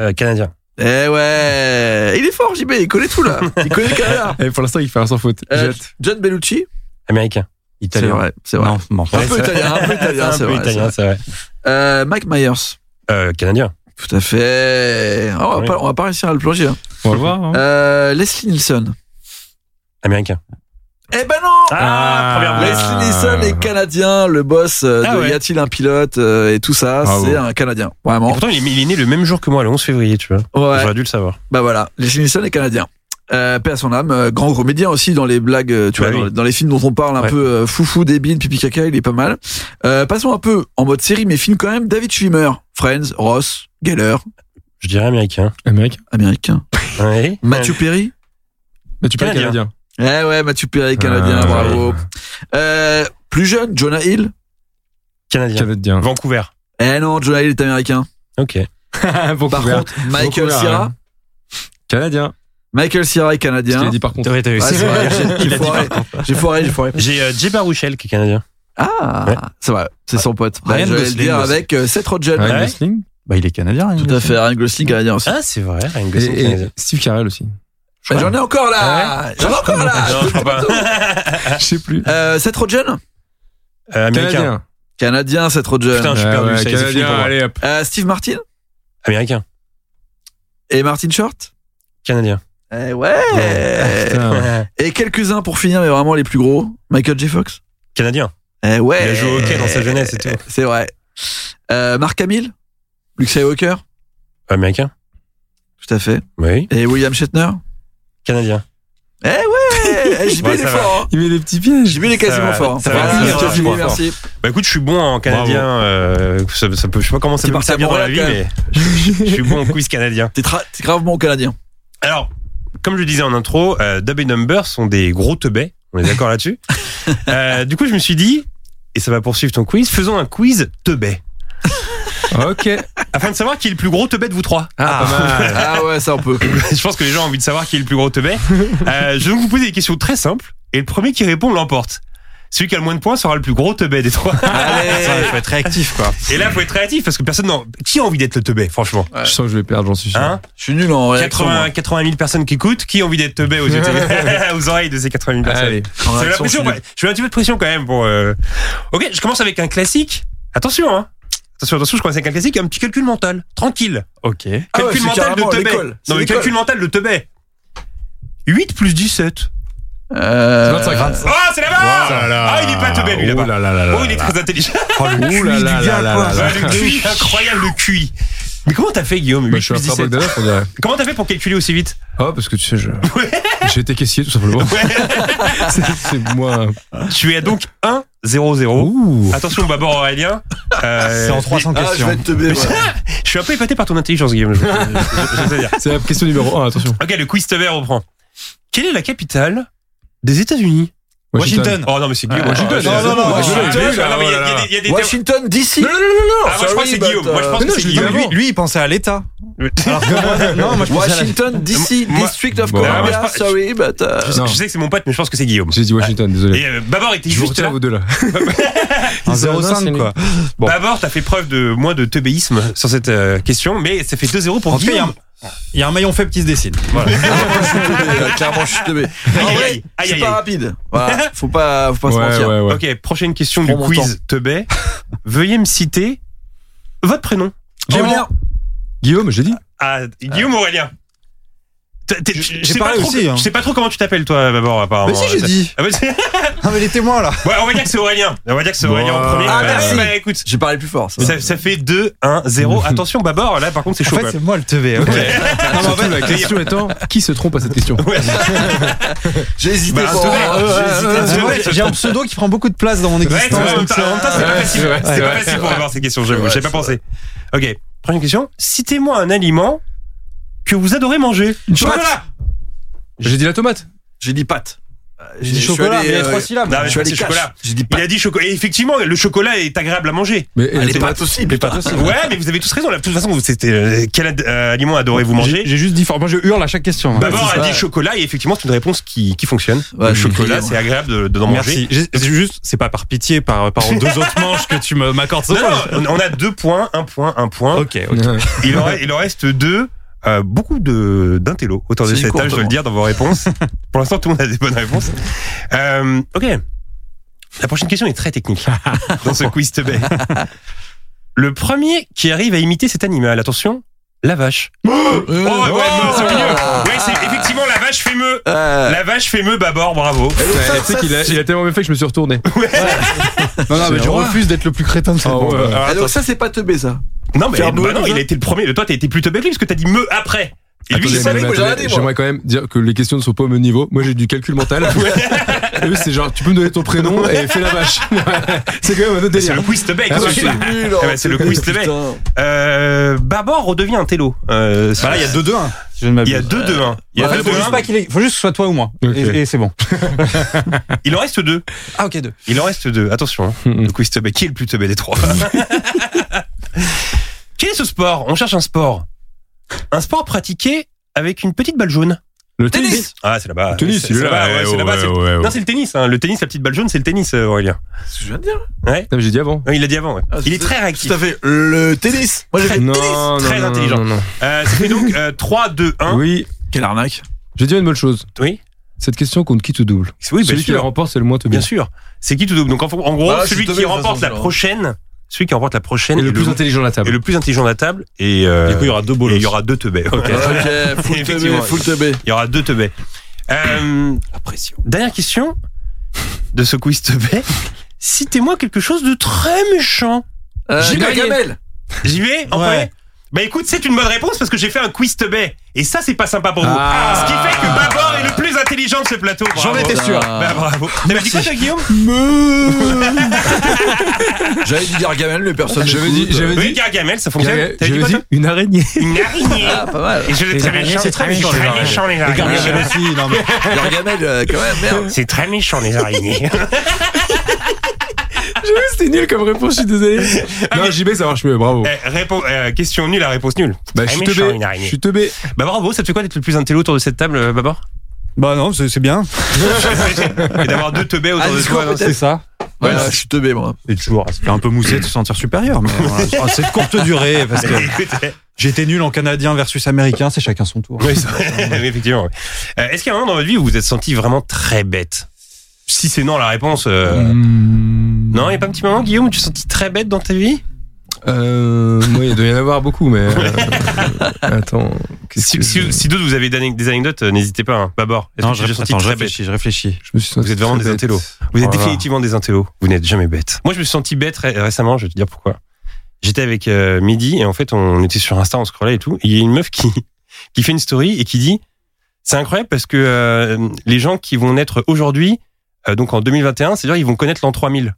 Speaker 3: Euh, Canadien.
Speaker 2: Eh ouais, il est fort, JB, il connaît tout là. Il connaît le Canada.
Speaker 4: Et Eh, pour l'instant, il fait un sans faute.
Speaker 2: Euh,
Speaker 4: Jette.
Speaker 2: John Bellucci.
Speaker 3: Américain.
Speaker 2: C'est
Speaker 3: Italien.
Speaker 2: vrai, c'est vrai.
Speaker 5: Non, bon.
Speaker 2: Un peu italien, un peu italien, c'est
Speaker 3: un peu
Speaker 2: vrai. c'est
Speaker 3: italien,
Speaker 2: vrai.
Speaker 3: c'est vrai.
Speaker 2: Euh, Mike Myers.
Speaker 3: Euh, Canadien.
Speaker 2: Tout à fait. Ah, on, va
Speaker 3: Oui.
Speaker 2: pas, on va pas réussir à le plonger. hein.
Speaker 4: On va voir. hein.
Speaker 2: Euh, Leslie Nielsen.
Speaker 3: Américain.
Speaker 2: Eh ben non
Speaker 3: Ah, première blague.
Speaker 2: Leslie Nielsen est canadien, le boss euh,
Speaker 3: Ah
Speaker 2: de
Speaker 3: ouais.
Speaker 2: Y a-t-il un pilote euh, et tout ça,
Speaker 4: Bravo.
Speaker 2: c'est un canadien.
Speaker 3: Et
Speaker 2: Vraiment.
Speaker 3: pourtant, il est, il est né le même jour que moi, le 11 février, tu vois.
Speaker 2: Ouais.
Speaker 3: J'aurais dû le savoir.
Speaker 2: Bah voilà, Leslie Nielsen est canadien. Euh, paix à son âme, euh, grand comédien aussi dans les blagues, euh, tu
Speaker 3: Bah
Speaker 2: vois,
Speaker 3: oui.
Speaker 2: dans, dans les films dont on parle un
Speaker 3: Ouais.
Speaker 2: peu euh, foufou, débile, pipi caca, il est pas mal. Euh, passons un peu en mode série, mais film quand même, David Schwimmer, Friends, Ross, Geller,
Speaker 3: Je dirais américain.
Speaker 4: Américain.
Speaker 2: américain.
Speaker 3: Ouais.
Speaker 2: Matthew Perry
Speaker 4: Mais tu parles
Speaker 3: Canadien.
Speaker 4: canadien.
Speaker 2: Eh ouais, Matthew Perry, canadien,
Speaker 4: Ah,
Speaker 2: bravo. Euh, plus jeune, Jonah Hill
Speaker 3: Canadien.
Speaker 4: Canadien.
Speaker 3: Vancouver.
Speaker 2: Eh non, Jonah Hill est américain.
Speaker 3: Ok.
Speaker 4: Pour
Speaker 2: Par
Speaker 4: couvert.
Speaker 2: contre, Michael
Speaker 4: couvert,
Speaker 2: Cira,
Speaker 4: hein. Ah, Canadien.
Speaker 2: Michael Cira est
Speaker 4: Je te l'ai
Speaker 2: canadien.
Speaker 4: dit par contre.
Speaker 5: T'aurais
Speaker 2: Ouais,
Speaker 5: été-
Speaker 2: c'est vrai, j'ai-
Speaker 3: Il
Speaker 2: j'ai
Speaker 3: a dit
Speaker 2: foiré, j'ai foiré, j'ai foiré.
Speaker 3: J'ai euh, Jay Baruchel qui est canadien.
Speaker 2: Ah,
Speaker 3: Ouais.
Speaker 2: c'est vrai, c'est son pote. Bah,
Speaker 5: Ryan
Speaker 2: J'allais le
Speaker 5: Gosling
Speaker 2: dire
Speaker 5: aussi.
Speaker 2: avec euh, Seth Rogen.
Speaker 4: Ryan
Speaker 3: Ouais.
Speaker 4: Gosling.
Speaker 5: Bah, il est canadien.
Speaker 2: Tout à fait, Ryan Gosling canadien aussi.
Speaker 3: Ah, c'est vrai, Ryan
Speaker 4: Et,
Speaker 3: Gosling
Speaker 4: et
Speaker 3: canadien.
Speaker 4: Steve Carell aussi.
Speaker 2: Bah, J'en ai encore là J'en ai encore là
Speaker 3: Ah, Non, je crois pas.
Speaker 4: Je sais plus.
Speaker 2: euh, Seth Rogen
Speaker 3: Euh, Ah. américain.
Speaker 4: Canadien.
Speaker 2: Canadien, Seth Rogen.
Speaker 3: Putain, je suis
Speaker 4: Ouais,
Speaker 3: perdu.
Speaker 4: ouais,
Speaker 3: ça y est, c'est fini pour
Speaker 4: Canadien,
Speaker 3: moi.
Speaker 4: allez hop.
Speaker 2: Euh, Steve Martin
Speaker 3: Américain.
Speaker 2: et Martin Short
Speaker 3: Canadien.
Speaker 2: Eh
Speaker 3: Eh.
Speaker 2: ouais
Speaker 4: Putain.
Speaker 2: Et quelques-uns pour finir, mais vraiment les plus gros. Michael J. Fox
Speaker 3: Canadien.
Speaker 2: Eh ouais
Speaker 3: Il a joué au hockey dans sa jeunesse et tout.
Speaker 2: C'est vrai. Euh, Mark Hamill Luke Skywalker
Speaker 3: Américain.
Speaker 2: Tout à fait.
Speaker 3: Oui.
Speaker 2: Et William Shatner
Speaker 3: Canadien.
Speaker 2: Eh ouais JB
Speaker 3: Ouais,
Speaker 2: il est
Speaker 3: ça va.
Speaker 2: fort hein.
Speaker 4: Il met des petits pièges.
Speaker 2: JB il est quasiment
Speaker 3: va,
Speaker 2: fort. hein.
Speaker 3: ça va,
Speaker 2: Voilà,
Speaker 3: ça va,
Speaker 2: c'est
Speaker 3: ça va,
Speaker 2: fini,
Speaker 3: ça va.
Speaker 2: merci.
Speaker 3: Bah écoute, je suis bon en canadien. euh, ça, ça peut, je sais pas comment ça
Speaker 2: T'es
Speaker 3: peut
Speaker 2: parti à
Speaker 3: servir dans la vie,
Speaker 2: Montréal,
Speaker 3: mais je, je- je suis bon en quiz canadien.
Speaker 2: T'es tra- t'es grave bon au canadien.
Speaker 3: Alors, comme je le disais en intro, euh, Dub et Number sont des gros teubés. On est d'accord là-dessus. Euh, du coup, je me suis dit, et ça va poursuivre ton quiz, faisons un quiz teubé.
Speaker 4: Ok.
Speaker 3: Afin de savoir qui est le plus gros teubé de vous trois.
Speaker 4: Ah, pas mal.
Speaker 2: Ah ouais, ça on peut.
Speaker 3: je pense que les gens ont envie de savoir qui est le plus gros teubé. Euh, je vais vous poser des questions très simples et le premier qui répond l'emporte. Celui qui a le moins de points sera le plus gros teubé des trois.
Speaker 5: Ouais,
Speaker 2: Allez
Speaker 5: faut être réactif, quoi.
Speaker 3: Et là, faut être réactif parce que personne n'en- qui a envie d'être le teubé, franchement.
Speaker 4: Je sens que je vais perdre, j'en suis sûr.
Speaker 3: Hein
Speaker 2: Je suis nul en réaction.
Speaker 3: 80, 80 000 personnes qui écoutent, qui a envie d'être teubé aux, yeux de- aux oreilles de ces 80 000 personnes
Speaker 4: Allez.
Speaker 2: moi. En
Speaker 3: Ça met la
Speaker 2: réaction, je suis
Speaker 3: pression,
Speaker 2: nul.
Speaker 3: ouais. Je mets un petit peu de pression quand même pour. euh, Ok, je commence avec un classique. Attention, hein. Attention, attention, je commence avec un classique, un petit calcul mental. Tranquille.
Speaker 5: Ok.
Speaker 2: Ah ouais,
Speaker 3: Calcul
Speaker 2: c'est
Speaker 3: mental de
Speaker 2: carrément
Speaker 3: teubé.
Speaker 2: l'école. C'est
Speaker 3: Non, mais
Speaker 2: l'école.
Speaker 3: calcul mental de teubé. 8 plus 17.
Speaker 2: Euh,
Speaker 4: 25, 25.
Speaker 3: Oh, c'est là-bas Ah, il est pas teubé, lui,
Speaker 4: Oh
Speaker 3: là-bas.
Speaker 4: là là là là
Speaker 3: Oh, il est
Speaker 4: là.
Speaker 3: très intelligent.
Speaker 5: Oh, le
Speaker 4: Ouh
Speaker 5: cul
Speaker 4: là
Speaker 5: du
Speaker 4: là
Speaker 5: gars,
Speaker 4: là
Speaker 5: quoi.
Speaker 4: là là.
Speaker 3: Ouais, le QI, incroyable, le QI. Mais comment t'as fait, Guillaume 8
Speaker 4: Bah, je suis un
Speaker 3: plus
Speaker 4: frère
Speaker 3: 17
Speaker 4: Bogdanov, on dirait.
Speaker 3: Comment t'as fait pour calculer aussi vite
Speaker 4: Ah, parce que tu sais, je. J'ai été caissier, tout simplement. C'est- C'est moi.
Speaker 3: Tu es à donc 1-0-0.
Speaker 4: Ouh.
Speaker 3: Attention, Babor Aurélien. Euh,
Speaker 5: C'est en 300
Speaker 2: Ah, je
Speaker 5: questions.
Speaker 2: vais être teubé. ouais.
Speaker 3: Je suis un peu épaté par ton intelligence, Guillaume. Je, je- je- je sais dire.
Speaker 4: C'est la question numéro 1, attention.
Speaker 3: Ok, le quiz Tever reprend. Quelle est la capitale des États-Unis
Speaker 5: Washington.
Speaker 3: Oh non, mais c'est Guillaume.
Speaker 2: Ah,
Speaker 3: Washington.
Speaker 2: ah, non, non, non, Washington.
Speaker 3: Ah, non, mais il y a- il y a des- il y a des termes-
Speaker 2: Washington DC
Speaker 3: Non, non, non, non, Ah, moi, je
Speaker 2: Sorry,
Speaker 3: crois que c'est
Speaker 2: but,
Speaker 3: Guillaume. Moi, je
Speaker 2: euh,
Speaker 3: pense
Speaker 4: mais non,
Speaker 3: que c'est
Speaker 4: j'ai dit
Speaker 3: Guillaume.
Speaker 4: avant.
Speaker 5: Lui, lui, il pensait à l'État.
Speaker 3: Alors,
Speaker 5: Non, moi, je pensais à la-
Speaker 2: Washington DC,
Speaker 3: Moi-
Speaker 2: District of
Speaker 4: Bon,
Speaker 2: Columbia.
Speaker 3: moi, je-
Speaker 2: sorry, but. euh,
Speaker 3: Je, je sais que c'est mon pote, mais je pense que c'est Guillaume.
Speaker 4: J'ai dit Washington, désolé.
Speaker 3: Et euh, Babor était
Speaker 4: Je vous
Speaker 3: juste
Speaker 4: retiens
Speaker 3: là.
Speaker 4: vous deux là.
Speaker 5: Un
Speaker 4: Non, c'est
Speaker 5: 0,5, quoi. Bon.
Speaker 3: Babor, t'as fait preuve de moins de teubéisme sur cette euh, question, mais ça fait 2-0 pour
Speaker 5: En tout cas, il y a
Speaker 3: Guillaume.
Speaker 5: un- il y a un maillon faible qui se dessine. Voilà.
Speaker 2: teubé, euh, Clairement, je suis teubé.
Speaker 3: Aïe,
Speaker 2: En
Speaker 3: aïe,
Speaker 2: vrai,
Speaker 3: aïe,
Speaker 2: je suis
Speaker 3: aïe,
Speaker 2: pas
Speaker 3: aïe.
Speaker 2: rapide. Voilà, faut pas, faut pas se
Speaker 4: Ouais,
Speaker 2: mentir.
Speaker 4: ouais, ouais.
Speaker 3: Ok, prochaine question
Speaker 2: Je
Speaker 3: du
Speaker 2: prends mon
Speaker 3: quiz Teubé. Veuillez me citer votre prénom.
Speaker 2: Aurélien.
Speaker 4: Guillaume, j'ai dit.
Speaker 3: Ah, Guillaume Aurélien. T'as- t'es- Je sais pas
Speaker 5: parlé
Speaker 3: trop-
Speaker 5: aussi, hein.
Speaker 3: je sais pas trop comment tu t'appelles toi d'abord apparemment.
Speaker 5: Mais si, j'ai
Speaker 3: Ça-
Speaker 5: dit.
Speaker 3: Ah, bah, c'est-
Speaker 5: Ah, mais les témoins, là.
Speaker 3: ouais, on va dire que c'est Aurélien. On va dire que c'est
Speaker 4: Bon.
Speaker 3: Aurélien en premier.
Speaker 2: Ah,
Speaker 3: Bah,
Speaker 2: merci.
Speaker 3: bah, écoute,
Speaker 2: J'ai parlé plus fort. ça.
Speaker 3: ça, ça fait 2, 1, 0. Attention, Babor, là par contre c'est
Speaker 5: En
Speaker 3: chaud.
Speaker 5: fait, c'est moi le TV. ok.
Speaker 4: Non, mais en fait, hein. la
Speaker 3: c'est-à-dire-
Speaker 4: question étant, qui se trompe à cette question
Speaker 3: quand même. Ouais.
Speaker 2: J'ai hésité.
Speaker 3: Bah,
Speaker 2: pour-
Speaker 3: teubé.
Speaker 2: euh, euh,
Speaker 3: J'ai hésité.
Speaker 2: euh,
Speaker 3: C'est
Speaker 5: J'ai-
Speaker 3: vrai,
Speaker 5: J'ai un pseudo qui prend beaucoup de place dans mon
Speaker 3: Ouais, c'est
Speaker 5: existence.
Speaker 3: vrai, en même
Speaker 5: donc
Speaker 3: temps, en même temps,
Speaker 5: ça-
Speaker 3: c'est pas
Speaker 4: Ouais,
Speaker 3: facile.
Speaker 4: c'est vrai,
Speaker 3: C'est
Speaker 4: c'est
Speaker 3: pas
Speaker 4: vrai,
Speaker 3: facile
Speaker 4: c'est
Speaker 3: pour
Speaker 4: vrai.
Speaker 3: avoir ces questions, j'avoue.
Speaker 2: Ouais,
Speaker 3: J'ai pas
Speaker 2: c'est
Speaker 3: pensé. Ok, première question. Citez-moi un aliment que vous adorez manger. Chocolat
Speaker 4: J'ai dit la tomate.
Speaker 2: J'ai dit pâte.
Speaker 5: J'ai dit chocolat, mais il y a trois syllabes.
Speaker 3: Non, mais
Speaker 2: Je
Speaker 3: je
Speaker 2: suis
Speaker 3: crois que
Speaker 2: allé
Speaker 3: c'est
Speaker 2: cash.
Speaker 3: chocolat.
Speaker 2: J'ai dit
Speaker 3: Il
Speaker 2: pâte.
Speaker 3: a dit chocolat. Et effectivement, le chocolat est agréable à manger.
Speaker 4: Mais
Speaker 2: Ah,
Speaker 4: la
Speaker 2: Les
Speaker 4: tomate-
Speaker 2: pâtes aussi. putain.
Speaker 3: Ouais, mais vous avez tous raison. là. De toute façon, c'était euh, quel ad- euh, aliment adorez-vous manger
Speaker 5: J'ai j'ai juste dit fort. Moi, je hurle à chaque question. hein.
Speaker 3: Babor a
Speaker 2: Ouais.
Speaker 3: dit chocolat et effectivement, c'est une réponse qui, qui fonctionne.
Speaker 2: Ouais,
Speaker 3: le
Speaker 2: je
Speaker 3: chocolat,
Speaker 2: suis
Speaker 3: c'est agréable de, de en manger.
Speaker 5: Merci. J'ai- C'est juste, c'est pas par pitié, par, par aux deux autres manches que tu me- m'accordes ce
Speaker 3: Non,
Speaker 5: point.
Speaker 3: non, on- on a deux points, un point, un point.
Speaker 5: Ok, ok.
Speaker 4: Ouais.
Speaker 3: Il, en, il en reste deux. Euh, beaucoup de d'intello autour de
Speaker 2: C'est
Speaker 3: cette
Speaker 2: court,
Speaker 3: table, je veux le dire
Speaker 2: vraiment.
Speaker 3: dans vos réponses. Pour l'instant, tout le monde a des bonnes réponses. Euh, ok. La prochaine question est très technique dans ce quiz teubé. Le premier qui arrive à imiter cet animal, attention, la vache.
Speaker 2: Euh,
Speaker 3: Oh, ouais,
Speaker 2: oh,
Speaker 3: ouais, c'est mieux.
Speaker 2: ah.
Speaker 3: Ouais, c'est effectivement la vache fémeux.
Speaker 2: Euh,
Speaker 3: La vache fémeux, Babor, bravo.
Speaker 4: Ouais, Tu sais qu'il a, il a tellement bien fait que je me suis retourné.
Speaker 5: Non, non, mais
Speaker 4: C'est
Speaker 5: je
Speaker 4: vrai.
Speaker 5: refuse d'être le plus crétin de cette
Speaker 4: Ah,
Speaker 5: bande.
Speaker 4: ouais.
Speaker 3: Alors,
Speaker 2: ah,
Speaker 3: attends,
Speaker 2: donc ça c'est pas teubé ça.
Speaker 3: non, mais
Speaker 2: faire
Speaker 3: bah
Speaker 2: me,
Speaker 3: non,
Speaker 2: déjà
Speaker 3: il a été le premier. Toi, t'as été plutôt bête parce que t'as dit me après. Et lui, il
Speaker 4: Attendez,
Speaker 3: savait
Speaker 4: mais
Speaker 3: que
Speaker 4: attendez,
Speaker 3: j'avais
Speaker 2: dit, moi.
Speaker 4: J'aimerais quand même dire que les questions ne sont pas au même niveau. Moi, j'ai du calcul mental. Eux, c'est genre, tu peux me donner ton prénom et fais la vache. c'est quand même un autre
Speaker 3: C'est le
Speaker 4: délire.
Speaker 3: quiz teubé.
Speaker 4: Ah,
Speaker 3: qu'est-ce
Speaker 4: bah,
Speaker 3: que tu
Speaker 4: c'est
Speaker 3: fais
Speaker 2: Nul,
Speaker 3: Eh
Speaker 2: hein.
Speaker 3: ben, c'est le quiz teubé.
Speaker 2: Putain.
Speaker 3: Euh, Babor redevient un télo. Euh,
Speaker 5: Bah là, il y a 2-2-1. si Je
Speaker 3: Il
Speaker 5: ne
Speaker 3: y
Speaker 5: m'abuse.
Speaker 3: a deux, deux, un. Il y a
Speaker 5: En fait,
Speaker 3: deux,
Speaker 5: faut
Speaker 3: deux,
Speaker 5: juste
Speaker 3: un.
Speaker 5: Bah, pas qu'il ait- faut juste que ce soit toi ou moi.
Speaker 4: Ok.
Speaker 5: Et, et c'est bon.
Speaker 3: Il en reste deux.
Speaker 5: Ah, ok, deux.
Speaker 4: Mm,
Speaker 3: Il en reste deux. Attention, hein. le quiz teubé. Qui est le plus teubé des trois Quel est ce sport On cherche un sport. Un sport pratiqué avec une petite balle jaune.
Speaker 4: Le
Speaker 3: Ah, c'est là-bas.
Speaker 4: Tennis,
Speaker 3: c'est
Speaker 4: il est
Speaker 3: c'est là-bas.
Speaker 4: là,
Speaker 3: ouais,
Speaker 4: Eh, oh, ouais,
Speaker 3: c'est là-bas,
Speaker 4: ouais,
Speaker 3: c'est-
Speaker 4: ouais, ouais.
Speaker 3: Non, c'est le tennis. hein. Le tennis, la petite balle jaune, c'est le tennis, euh, Aurélien.
Speaker 2: C'est ce que je viens de dire.
Speaker 4: Non, Ah, mais j'ai dit avant.
Speaker 3: Non, il l'a dit avant. ouais.
Speaker 2: Ah,
Speaker 3: il est,
Speaker 2: c'est-
Speaker 3: très réactif.
Speaker 2: Tout à fait. Le tennis. Moi, j'ai fait
Speaker 4: Non,
Speaker 2: tennis.
Speaker 4: non,
Speaker 3: très
Speaker 4: non, non,
Speaker 3: intelligent.
Speaker 4: non, non.
Speaker 3: Euh, ça fait donc euh, 3, 2, 1.
Speaker 4: Oui,
Speaker 2: Quelle arnaque.
Speaker 4: je vais dire une bonne chose.
Speaker 3: Oui.
Speaker 4: Cette question compte qui tout double
Speaker 3: Oui, bien
Speaker 4: Celui qui la
Speaker 3: sûr.
Speaker 4: remporte, c'est le moins tout
Speaker 3: Bien sûr. C'est qui tout double Donc, en, en gros,
Speaker 2: Bah, je suis
Speaker 3: celui
Speaker 2: tombé
Speaker 3: qui
Speaker 2: de toute
Speaker 3: remporte
Speaker 2: façon,
Speaker 3: la
Speaker 2: genre.
Speaker 3: prochaine, celui qui remporte la prochaine
Speaker 4: Et le
Speaker 3: est
Speaker 4: plus intelligent de la table.
Speaker 3: est le plus intelligent de la table. Et, euh,
Speaker 7: Du coup, il y aura deux
Speaker 3: et
Speaker 7: bolos.
Speaker 3: il y aura deux teubés.
Speaker 2: Ok, full
Speaker 3: Effectivement.
Speaker 2: TB, full TB.
Speaker 3: Il y aura deux teubés. Euh,
Speaker 2: La pression.
Speaker 3: Dernière question de ce quiz teubé. Citez-moi quelque chose de très méchant.
Speaker 2: J'ai
Speaker 3: Gagné.
Speaker 2: Gamel.
Speaker 3: J'y vais employé Bah écoute, c'est une bonne réponse parce que j'ai fait un quiz teubé. Et ça, c'est pas sympa pour vous.
Speaker 4: Ah.
Speaker 3: Ce qui fait que Babor est le plus intelligent de ce plateau.
Speaker 6: J'en
Speaker 3: Bravo.
Speaker 6: étais sûr.
Speaker 3: Bah bravo.
Speaker 4: Ah.
Speaker 3: T'avais dit quoi, toi, Guillaume
Speaker 2: J'avais dit Gargamel, mais personne.
Speaker 4: J'avais
Speaker 2: n'écoute.
Speaker 4: dit, j'avais
Speaker 3: Oui,
Speaker 4: dit,
Speaker 3: Gargamel, ça fonctionne.
Speaker 4: j'avais
Speaker 3: T'avais dit
Speaker 4: j'avais
Speaker 3: quoi,
Speaker 4: dit
Speaker 3: toi
Speaker 4: une araignée.
Speaker 3: Une araignée.
Speaker 2: Ah, pas mal.
Speaker 3: Et je l'ai
Speaker 4: Les
Speaker 3: très
Speaker 4: araignées,
Speaker 3: méchant.
Speaker 4: c'est très
Speaker 3: C'est
Speaker 4: méchant, les
Speaker 3: très
Speaker 4: araignées.
Speaker 3: méchant, les araignées.
Speaker 6: aussi, non, mais-
Speaker 2: Gargamel, euh, quand même, merde.
Speaker 3: C'est très méchant, les araignées.
Speaker 4: J'avoue, c'était nul comme réponse, je suis désolé. Non, JB, ça marche mieux, bravo.
Speaker 3: Ah, Eh, répo- euh, Question nulle à réponse nulle.
Speaker 4: Bah, je
Speaker 3: Très
Speaker 4: suis
Speaker 3: méchant,
Speaker 4: teubé.
Speaker 3: une araignée.
Speaker 4: Je suis teubé.
Speaker 3: Bah bravo, ça te fait quoi d'être le plus intello autour de cette table, euh, Babor
Speaker 5: Bah non, c'est c'est bien.
Speaker 3: Et d'avoir deux teubés autour
Speaker 2: Ah,
Speaker 3: de
Speaker 2: dis-moi,
Speaker 3: toi. non,
Speaker 2: peut-être.
Speaker 3: c'est-
Speaker 5: ça.
Speaker 2: Ouais, je suis teubé, moi.
Speaker 5: Et toujours, ça fait un peu mousser de se sentir supérieur. Mais voilà. Ah, c'est de courte durée parce que
Speaker 3: Écoutez,
Speaker 5: j'étais nul en canadien versus américain, c'est chacun son tour.
Speaker 3: oui, ça- oui, effectivement. oui. Euh, Est-ce qu'il y a un moment dans votre vie où vous vous êtes senti vraiment très bête Si c'est non la réponse,
Speaker 5: Mm.
Speaker 3: euh,
Speaker 4: hmm.
Speaker 3: non, il n'y a pas un petit moment, Guillaume, où tu t'es senti très bête dans ta vie
Speaker 4: Euh, moi, il doit y en avoir beaucoup, mais. euh, attends. qu'est-ce
Speaker 3: Si,
Speaker 4: que
Speaker 3: si- si d'autres vous avez d'ane- des anecdotes, euh, n'hésitez pas. hein. Babor, est-ce
Speaker 5: Non,
Speaker 3: que tu
Speaker 5: je
Speaker 3: t'es
Speaker 5: réfléchis,
Speaker 3: senti
Speaker 5: attends, je
Speaker 3: très bête
Speaker 5: réfléchis, je réfléchis.
Speaker 4: Je me suis senti
Speaker 3: Vous êtes vraiment
Speaker 4: très
Speaker 3: des
Speaker 4: bête. Oh
Speaker 3: intellos. Vous êtes
Speaker 4: Voilà.
Speaker 3: définitivement des intellos. Vous n'êtes jamais bête. Moi, je me suis senti bête ré- récemment. Je vais te dire pourquoi. J'étais avec euh, Midi et en fait, on était sur Insta, on scrollait et tout. Et il y a une meuf qui qui fait une story et qui dit c'est incroyable parce que euh, les gens qui vont naître aujourd'hui, euh, donc en 2021, c'est-à-dire ils vont connaître l'an 3000.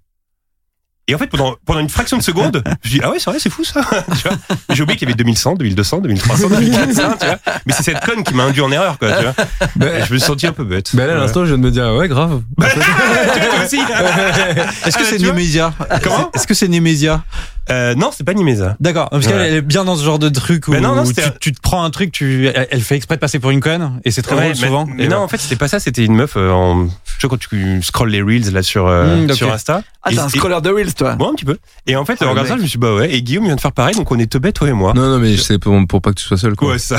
Speaker 3: Et en fait, pendant, pendant une fraction de seconde, je dis ah ouais c'est vrai c'est fou ça. tu vois J'ai oublié qu'il y avait 2100, 2200, 2300, 2400. tu vois Mais c'est cette conne qui m'a induit en erreur quoi. Tu vois Et
Speaker 4: Bah,
Speaker 3: je me suis senti un peu bête.
Speaker 4: bah là, à l'instant, je viens de me dire, ouais, grave.
Speaker 3: Ouais. Tu vois, toi aussi.
Speaker 5: Est-ce que
Speaker 3: Ah,
Speaker 5: c'est
Speaker 3: tu vois
Speaker 5: Némésia
Speaker 3: Comment
Speaker 5: Est-ce que c'est Némésia
Speaker 3: Euh, non, c'est pas Nimeza.
Speaker 5: D'accord, parce
Speaker 3: Ouais.
Speaker 5: qu'elle elle est bien dans ce genre de truc où
Speaker 3: Mais non, non,
Speaker 5: tu,
Speaker 3: c'était-
Speaker 5: tu te prends un truc, tu, elle, elle fait exprès de passer pour une conne et c'est très
Speaker 3: Ouais,
Speaker 5: drôle
Speaker 3: mais,
Speaker 5: souvent.
Speaker 3: mais
Speaker 5: Et
Speaker 3: non,
Speaker 5: ouais.
Speaker 3: en fait, c'était pas ça. C'était une meuf euh, en. Tu sais, quand tu scrolles les reels là sur, euh,
Speaker 5: Mm, ok.
Speaker 3: sur Insta.
Speaker 2: Ah,
Speaker 3: Et-
Speaker 2: t'es un
Speaker 3: et-
Speaker 2: scroller de Wills, toi.
Speaker 3: Bon, un petit peu. Et en fait,
Speaker 2: Ah,
Speaker 3: en regardant
Speaker 2: mec.
Speaker 3: ça, je me suis dit, bah ouais, et Guillaume vient de faire pareil, donc on est teubé, toi et moi.
Speaker 4: Non, non, mais c'est pour, pour pas que tu sois seul, quoi.
Speaker 3: Quoi, ça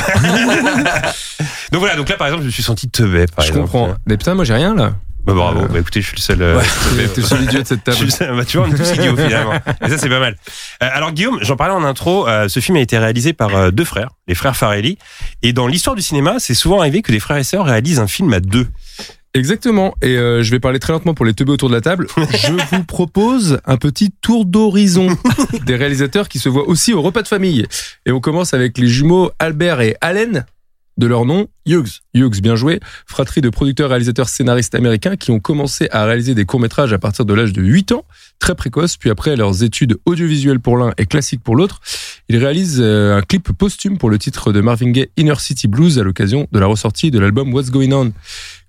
Speaker 3: Donc voilà, donc là, par exemple, je me suis senti teubé, par
Speaker 4: je
Speaker 3: exemple.
Speaker 4: comprends. Mais putain, moi, j'ai rien, là.
Speaker 3: Bah bravo,
Speaker 4: Euh.
Speaker 3: bah écoutez, je suis le seul. euh, teubé.
Speaker 4: T'es le seul idiot de cette
Speaker 3: Je suis
Speaker 4: table.
Speaker 3: le seul- bah, tu vois, on est tous idiots finalement. Et ça, c'est pas mal. Euh, alors, Guillaume, j'en parlais en intro. euh, ce film a été réalisé par euh, deux frères, les frères Farelli. Et dans l'histoire du cinéma, c'est souvent arrivé que des frères et sœurs réalisent un film à deux.
Speaker 4: Exactement. Et euh, je vais parler très lentement pour les teubés autour de la table. Je vous propose un petit tour d'horizon des réalisateurs qui se voient aussi au repas de famille. Et on commence avec les jumeaux Albert et Allen, de leur nom,
Speaker 2: Hughes.
Speaker 4: Hughes, bien joué, fratrie de producteurs, réalisateurs, scénaristes américains qui ont commencé à réaliser des courts-métrages à partir de l'âge de 8 ans, très précoce, puis après leurs études audiovisuelles pour l'un et classiques pour l'autre, ils réalisent euh, un clip posthume pour le titre de Marvin Gaye Inner City Blues à l'occasion de la ressortie de l'album What's Going On,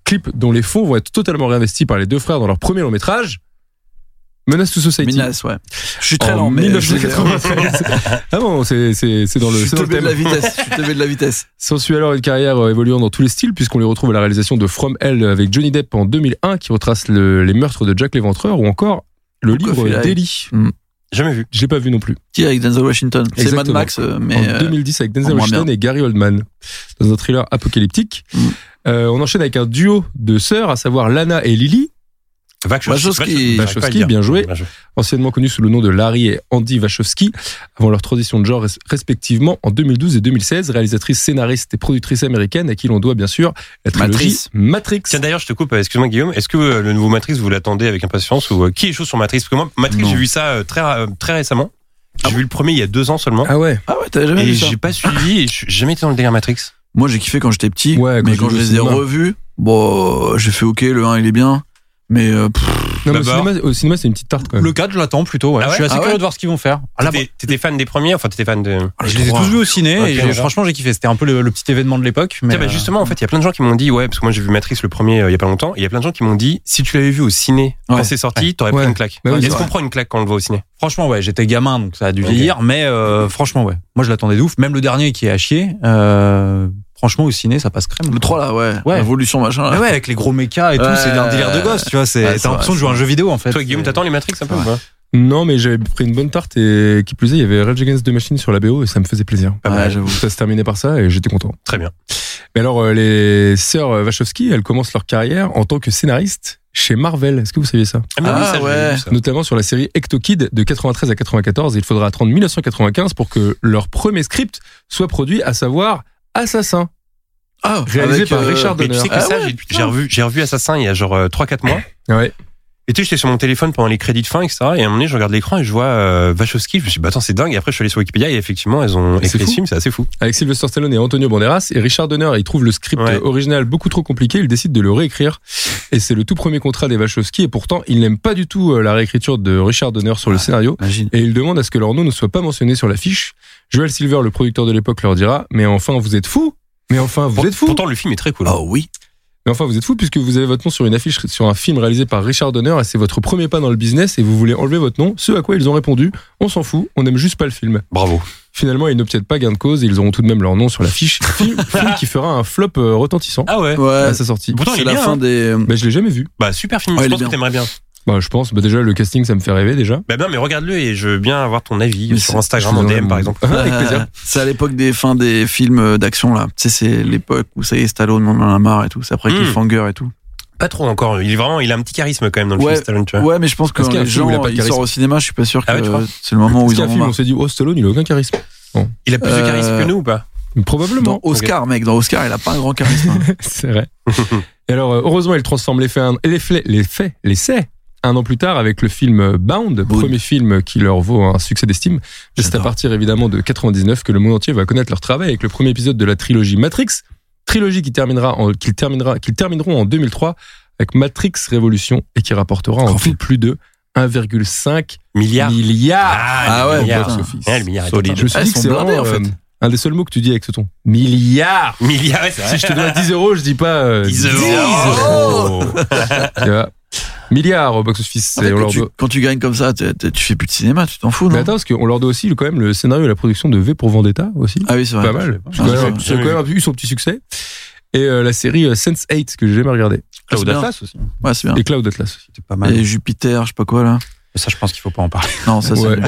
Speaker 4: clip dont les fonds vont être totalement réinvestis par les deux frères dans leur premier long-métrage, Menace to Society.
Speaker 2: Menace, ouais. Je suis très
Speaker 4: En
Speaker 2: lent, mais. euh,
Speaker 4: 1993. ah bon, c'est c'est- c'est dans le
Speaker 2: Je suis
Speaker 4: c'est dans le
Speaker 2: teubé de
Speaker 4: thème.
Speaker 2: la vitesse. Je suis teubé de la vitesse.
Speaker 4: S'ensuit alors une carrière euh, évoluant dans tous les styles, puisqu'on les retrouve à la réalisation de From Hell avec Johnny Depp en 2001, qui retrace le- les meurtres de Jack l'Éventreur, ou encore le
Speaker 2: Pourquoi
Speaker 4: livre
Speaker 2: fait la-
Speaker 4: Daily.
Speaker 3: Jamais vu.
Speaker 4: Je l'ai pas vu non plus.
Speaker 2: Qui avec Denzel Washington C'est Mad
Speaker 4: Exactement.
Speaker 2: Max, euh, mais.
Speaker 4: en
Speaker 2: euh,
Speaker 4: 2010 avec
Speaker 2: en
Speaker 4: Denzel
Speaker 2: moins
Speaker 4: Washington
Speaker 2: bien.
Speaker 4: et Gary Oldman, dans un thriller apocalyptique.
Speaker 2: Mm.
Speaker 4: Euh, on enchaîne avec un duo de sœurs, à savoir Lana et Lily,
Speaker 2: Wachowski.
Speaker 3: J'arrive pas à le
Speaker 4: Wachowski,
Speaker 3: dire.
Speaker 4: bien joué. anciennement connus sous le nom de Larry et Andy Wachowski, avant leur transition de genre res- respectivement en 2012 et 2016, réalisatrice, scénariste et productrice américaine, à qui l'on doit bien sûr la trilogie Matrix.
Speaker 3: Tiens, d'ailleurs, je te coupe, euh, excuse-moi Guillaume, est-ce que euh, le nouveau Matrix, vous l'attendez avec impatience ou euh, qui est chaud sur Matrix Parce que moi, Matrix,
Speaker 2: Non.
Speaker 3: j'ai vu ça euh, très, ra- euh, très récemment. J'ai vu le premier il y a deux ans seulement.
Speaker 4: Ah ouais
Speaker 2: Ah ouais, t'avais jamais
Speaker 3: et
Speaker 2: vu ça
Speaker 3: j'ai pas suivi et je suis jamais été dans le délire Matrix.
Speaker 2: Moi, j'ai kiffé quand j'étais petit,
Speaker 4: Ouais, quand
Speaker 2: mais
Speaker 4: j'ai
Speaker 2: quand
Speaker 4: vu
Speaker 2: je
Speaker 4: au
Speaker 2: les ai
Speaker 4: cinéma.
Speaker 2: revus, bon, j'ai fait OK, le 1 il est bien, Mais euh, pff,
Speaker 4: Non, mais au
Speaker 3: D'abord.
Speaker 4: cinéma, au cinéma, c'est une petite tarte quand même.
Speaker 5: Le 4, je l'attends plutôt. euh. ouais.
Speaker 3: Ah ouais
Speaker 5: je suis assez
Speaker 2: Ah ouais
Speaker 5: curieux de voir ce qu'ils vont faire. Ah, là,
Speaker 3: T'étais t'étais fan des premiers, enfin t'étais fan de.
Speaker 2: le
Speaker 5: je les ai
Speaker 2: trois.
Speaker 5: tous vus au ciné
Speaker 3: Ok,
Speaker 5: et
Speaker 3: d'accord.
Speaker 5: franchement, j'ai kiffé. C'était un peu le, le petit événement de l'époque. mais,
Speaker 3: Tiens, bah,
Speaker 5: euh,
Speaker 3: justement, en fait, il y a plein de gens qui m'ont dit, ouais, parce que moi j'ai vu Matrix le premier euh, il y a pas longtemps, et il y a plein de gens qui m'ont dit, si tu l'avais vu au ciné quand
Speaker 2: Ouais.
Speaker 3: c'est sorti, t'aurais pris
Speaker 4: Ouais.
Speaker 3: une claque.
Speaker 4: Bah oui, c'est
Speaker 3: Est-ce
Speaker 4: vrai.
Speaker 3: qu'on prend une claque quand on le voit au ciné
Speaker 5: Franchement, ouais, j'étais gamin, donc ça a dû
Speaker 3: Ok.
Speaker 5: vieillir. Mais euh, franchement, ouais, moi je l'attendais de ouf. Même le dernier qui est à chier, euh, franchement, au ciné, ça passe crème.
Speaker 2: le 3 là, ouais.
Speaker 5: Ouais.
Speaker 2: L'évolution, machin.
Speaker 5: Mais
Speaker 2: Là.
Speaker 5: ouais, avec les gros mechas et tout,
Speaker 2: Ouais.
Speaker 5: c'est un délire de gosse, tu vois. C'est,
Speaker 2: Ouais,
Speaker 5: t'as
Speaker 2: c'est
Speaker 5: l'impression
Speaker 2: vrai,
Speaker 5: de jouer à un jeu vidéo en fait.
Speaker 3: Toi, Guillaume,
Speaker 5: C'est-
Speaker 3: t'attends les Matrix un peu
Speaker 5: Ouais.
Speaker 3: ou pas
Speaker 4: Non, mais j'avais pris une bonne tarte et qui plus est, il y avait Rage Against the Machine sur la BO et ça me faisait plaisir.
Speaker 2: Ouais,
Speaker 4: mal.
Speaker 2: Ah, j'avoue.
Speaker 4: Ça se terminait par ça et j'étais content.
Speaker 3: Très bien.
Speaker 4: Mais alors, euh, les sœurs Wachowski, elles commencent leur carrière en tant que scénaristes chez Marvel. Est-ce que vous saviez ça
Speaker 3: mais
Speaker 2: Ah,
Speaker 3: oui, ça, je l'ai
Speaker 2: ouais.
Speaker 3: vu, ça.
Speaker 4: Notamment sur la série Ecto Kid de 93 à 94. Il faudra attendre 1995 pour que leur premier script soit produit, à savoir Assassin,
Speaker 2: Ah,
Speaker 4: réalisé
Speaker 2: avec,
Speaker 4: par
Speaker 2: euh,
Speaker 4: Richard
Speaker 3: Mais
Speaker 4: Donner.
Speaker 3: tu sais que
Speaker 2: Ah
Speaker 3: ça,
Speaker 2: ouais,
Speaker 3: j'ai-
Speaker 2: putain.
Speaker 3: j'ai revu, j'ai revu Assassin il y a genre 3-4 mois.
Speaker 4: Ouais.
Speaker 3: Et tu sais, j'étais sur mon téléphone pendant les crédits de fin, etc. Et à un moment donné, je regarde l'écran et je vois euh, Wachowski. Je me suis dit, bah attends, c'est dingue. Et après, je suis allé sur Wikipédia et effectivement, elles ont
Speaker 4: C'est
Speaker 3: écrit le
Speaker 4: fou.
Speaker 3: film, c'est assez fou.
Speaker 4: Avec Sylvester Stallone et Antonio Banderas et Richard Donner, il trouve le script
Speaker 3: Ouais.
Speaker 4: original beaucoup trop compliqué, il décide de le réécrire et c'est le tout premier contrat des Wachowski et pourtant il n'aime pas du tout euh, la réécriture de Richard Donner sur le scénario
Speaker 2: Imagine.
Speaker 4: et il demande à ce que leur nom ne soit pas mentionné sur l'affiche. Joel Silver, le producteur de l'époque, leur dira mais enfin vous êtes fous mais enfin vous
Speaker 3: Pour-
Speaker 4: êtes fous
Speaker 3: Pourtant, le film est très cool.
Speaker 2: Oh oui.
Speaker 4: mais enfin, vous êtes fou puisque vous avez votre nom sur une affiche sur un film réalisé par Richard Donner et c'est votre premier pas dans le business et vous voulez enlever votre nom. Ce à quoi ils ont répondu on s'en fout, on n'aime juste pas le film.
Speaker 3: Bravo.
Speaker 4: Finalement, ils n'obtiennent pas gain de cause et ils auront tout de même leur nom sur l'affiche. film, film qui fera un flop euh, retentissant
Speaker 3: Ah ouais.
Speaker 2: Ouais.
Speaker 4: à sa sortie.
Speaker 3: Pourtant, il est
Speaker 2: C'est la
Speaker 3: bien,
Speaker 2: fin
Speaker 3: hein.
Speaker 2: des.
Speaker 4: Bah, je l'ai jamais vu.
Speaker 3: Bah super film.
Speaker 2: Ouais,
Speaker 3: je
Speaker 2: il est
Speaker 3: pense que
Speaker 2: bien.
Speaker 3: t'aimerais bien.
Speaker 4: Bah, je pense. Bah, déjà, le casting, ça me fait rêver déjà.
Speaker 3: Bah bien, mais regarde-le et je veux bien avoir ton avis
Speaker 2: Mais
Speaker 3: sur
Speaker 2: c'est-
Speaker 3: Instagram
Speaker 4: Je
Speaker 3: en
Speaker 4: vous
Speaker 3: DM
Speaker 4: en-
Speaker 3: par exemple.
Speaker 4: Avec plaisir.
Speaker 2: C'est à l'époque des fins des films euh, d'action là. Tu sais, c'est l'époque où ça y est, Stallone, on en a marre et tout. C'est après
Speaker 3: Mm.
Speaker 2: Cliffhanger et tout.
Speaker 3: Pas trop encore. Il est vraiment, il a un petit charisme quand même dans le
Speaker 2: Ouais.
Speaker 3: film Stallone, tu vois.
Speaker 2: Ouais, mais je pense que
Speaker 4: Est-ce qu'il y a un
Speaker 2: les
Speaker 4: film où
Speaker 2: gens,
Speaker 4: il a pas de
Speaker 2: ils
Speaker 4: charisme
Speaker 2: sortent au cinéma, je suis pas sûr que
Speaker 3: Ah ouais, tu crois
Speaker 2: c'est le moment où
Speaker 4: Parce
Speaker 2: ils
Speaker 4: qu'un
Speaker 2: en ont
Speaker 4: film,
Speaker 2: marre.
Speaker 4: on s'est dit, oh, Stallone, il a aucun charisme.
Speaker 3: Il a plus de charisme
Speaker 2: Euh,
Speaker 3: que nous ou pas
Speaker 4: Probablement.
Speaker 2: Dans Oscar, mec, dans Oscar, il a pas un grand charisme. hein.
Speaker 4: C'est vrai. Et alors, euh, heureusement, il transforme les faits, en- les faits, les faits, l'essai. Un an plus tard, avec le film euh, Bound,
Speaker 2: Bound.
Speaker 4: premier film qui leur vaut un succès d'estime. Et C'est à
Speaker 2: J'adore.
Speaker 4: partir évidemment de 99 que le monde entier va connaître leur travail avec le premier épisode de la trilogie Matrix, trilogie qui terminera, en- qu'ils terminera, qu'ils termineront en 2003 avec Matrix Révolution et qui rapportera en
Speaker 2: Enfin.
Speaker 4: tout plus de 1,5
Speaker 3: Milliard.
Speaker 4: milliard.
Speaker 3: Ah,
Speaker 2: Ah
Speaker 3: le
Speaker 2: ouais,
Speaker 3: milliard.
Speaker 2: putain.
Speaker 4: box-office.
Speaker 3: Ouais, le milliard. est
Speaker 2: Solide.
Speaker 4: Je me suis
Speaker 2: Ah,
Speaker 4: dit
Speaker 2: ils
Speaker 4: que
Speaker 2: sont
Speaker 4: c'est
Speaker 2: blindés,
Speaker 4: vraiment
Speaker 2: en fait.
Speaker 4: euh, un des seuls mots que tu dis avec ce ton. Milliard.
Speaker 3: énorme. Milliard, ouais, c'est vrai.
Speaker 4: Si je te dois 10 euros, je dis pas euh,
Speaker 3: 10 euros.
Speaker 4: Tu vois. Milliards au box-office.
Speaker 2: En
Speaker 4: et
Speaker 2: fait,
Speaker 4: on
Speaker 2: quand,
Speaker 4: leur
Speaker 2: tu,
Speaker 4: doit-
Speaker 2: quand tu gagnes comme ça, t'es- t'es- tu fais plus de cinéma, tu t'en fous,
Speaker 4: Mais
Speaker 2: non
Speaker 4: attends, parce qu'on leur doit aussi le- quand même le scénario et la production de V pour Vendetta aussi.
Speaker 2: Ah oui, c'est vrai.
Speaker 4: pas mal.
Speaker 2: je sais
Speaker 4: Ils ont
Speaker 2: pas.
Speaker 4: quand
Speaker 2: Ah,
Speaker 4: même-
Speaker 3: j'ai
Speaker 4: ils ont
Speaker 3: jamais
Speaker 4: quand même eu son petit succès. Et euh, la série euh, Sense8 que j'ai jamais regardée.
Speaker 2: Ah, c'est bien.
Speaker 5: aussi.
Speaker 2: Ouais, c'est bien.
Speaker 4: Et Cloud Atlas aussi.
Speaker 5: C'était pas mal.
Speaker 2: Et Jupiter, je sais pas quoi là.
Speaker 5: Ça, je pense qu'il faut pas en parler.
Speaker 2: Non, ça c'est.
Speaker 4: Ouais.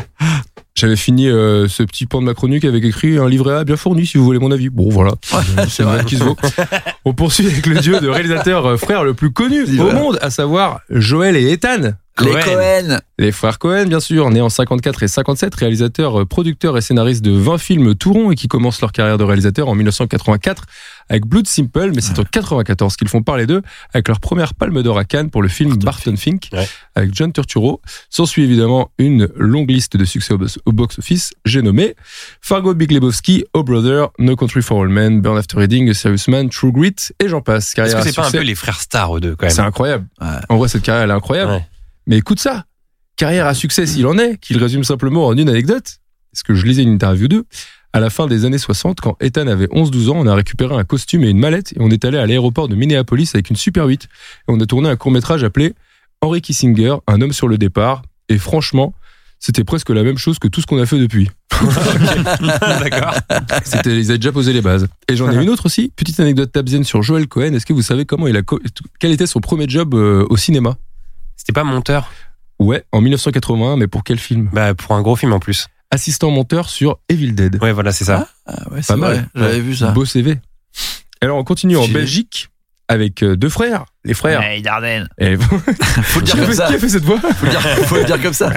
Speaker 4: J'avais fini euh, ce petit pan de ma chronique avec écrit un livret A bien fourni si vous voulez mon avis. Bon voilà, c'est
Speaker 2: vrai.
Speaker 4: vrai qui se vaut. On poursuit avec le duo de réalisateurs euh, frères le plus connu au
Speaker 2: Livret A.
Speaker 4: monde, à savoir Joël et Ethan.
Speaker 2: Les
Speaker 3: Cohen.
Speaker 2: Cohen.
Speaker 4: Les frères Cohen, bien sûr, nés en 54 et 57, réalisateurs, euh, producteurs et scénaristes de 20 films tout rond et qui commencent leur carrière de réalisateur en 1984 avec Blood Simple, mais c'est en 94 qu'ils font parler d'eux avec leur première palme d'or à Cannes pour le film Barton, Fink
Speaker 3: Ouais.
Speaker 4: avec John Turturro. S'ensuit évidemment une longue liste de succès au, box- au box-office. J'ai nommé Fargo Big Lebowski, Oh Brother, No Country for All Men, Burn After Reading, The Serious Man, True Grit et j'en passe.
Speaker 3: Est-ce
Speaker 4: Carrière
Speaker 3: que
Speaker 4: à
Speaker 3: c'est pas un
Speaker 4: succès.
Speaker 3: peu les frères stars eux deux quand même
Speaker 4: C'est incroyable.
Speaker 2: Ouais.
Speaker 4: En vrai, cette carrière, elle est incroyable.
Speaker 3: Ouais.
Speaker 4: Mais écoute ça. Carrière à succès s'il en est, qu'il résume simplement en une anecdote. Parce que je lisais une interview d'eux. À la fin des années 60, quand Ethan avait 11-12 ans, on a récupéré un costume et une mallette et on est allé à l'aéroport de Minneapolis avec une Super 8. Et on a tourné un court-métrage appelé Henry Kissinger, un homme sur le départ. Et franchement, c'était presque la même chose que tout ce qu'on a fait depuis.
Speaker 3: D'accord.
Speaker 4: C'était, ils avaient déjà posé les bases. Et j'en ai une autre aussi, petite anecdote tabzienne sur Joel Cohen. Est-ce que vous savez comment il a, co- quel était son premier job euh, au cinéma
Speaker 3: C'était pas monteur.
Speaker 4: Ouais, en 1981, mais pour quel film
Speaker 3: Bah pour un gros film en plus.
Speaker 4: Assistant monteur sur Evil Dead.
Speaker 3: Ouais, voilà, c'est ça.
Speaker 2: Ah ouais, c'est
Speaker 4: Pas mal.
Speaker 2: vrai. J'avais vu ça.
Speaker 4: Beau CV. Alors on continue en
Speaker 2: Ah. Stylé.
Speaker 4: Belgique avec euh, deux frères, les frères.
Speaker 2: Hey, Dardenne.
Speaker 4: Et-
Speaker 2: Faut le
Speaker 4: qui,
Speaker 2: dire
Speaker 4: a
Speaker 2: comme
Speaker 4: fait,
Speaker 2: ça.
Speaker 4: qui a fait cette voix
Speaker 2: Faut le dire- faut le dire comme ça.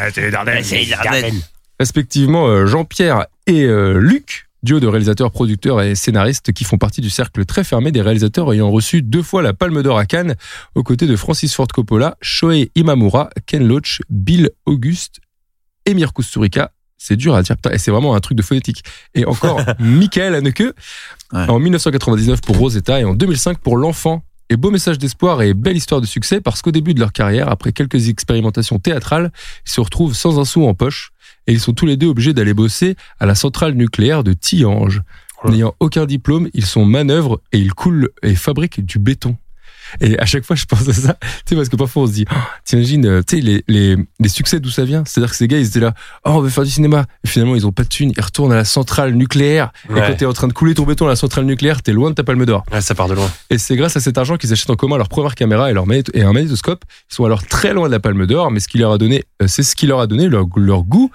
Speaker 4: Respectivement euh, Jean-Pierre et euh, Luc, duo de réalisateurs, producteurs et scénaristes qui font partie du cercle très fermé des réalisateurs ayant reçu deux fois la Palme d'Or à Cannes aux côtés de Francis Ford Coppola, Shoei Imamura, Ken Loach, Bill Auguste, Emir Kusturica. C'est dur à dire, putain, et c'est vraiment un truc de phonétique. Et encore, Michael Haneke,
Speaker 2: Ouais.
Speaker 4: en 1999 pour Rosetta et en 2005 pour L'Enfant, Et beau message d'espoir et belle histoire de succès parce qu'au début de leur carrière, après quelques expérimentations théâtrales, ils se retrouvent sans un sou en poche et ils sont tous les deux obligés d'aller bosser à la centrale nucléaire de Tillange.
Speaker 3: Oh là.
Speaker 4: N'ayant aucun diplôme, ils sont manœuvres et ils coulent et fabriquent du béton. Et à chaque fois, je pense à ça, tu sais, parce que parfois on se dit, Oh, t'imagines, euh, tu sais, les, les, les succès d'où ça vient C'est-à-dire que ces gars, ils étaient là, oh, on veut faire du cinéma. Et finalement, ils ont pas de thunes, ils retournent à la centrale nucléaire. Et
Speaker 3: Ouais.
Speaker 4: quand t'es en train de couler ton béton à la centrale nucléaire, t'es loin de ta palme d'or.
Speaker 3: Ouais, ça part de loin.
Speaker 4: Et c'est grâce à cet argent qu'ils achètent en commun leur première caméra et, leur magnéto- et un magnétoscope. Ils sont alors très loin de la palme d'or, mais ce qui leur a donné, euh, c'est ce qui leur a donné leur, leur goût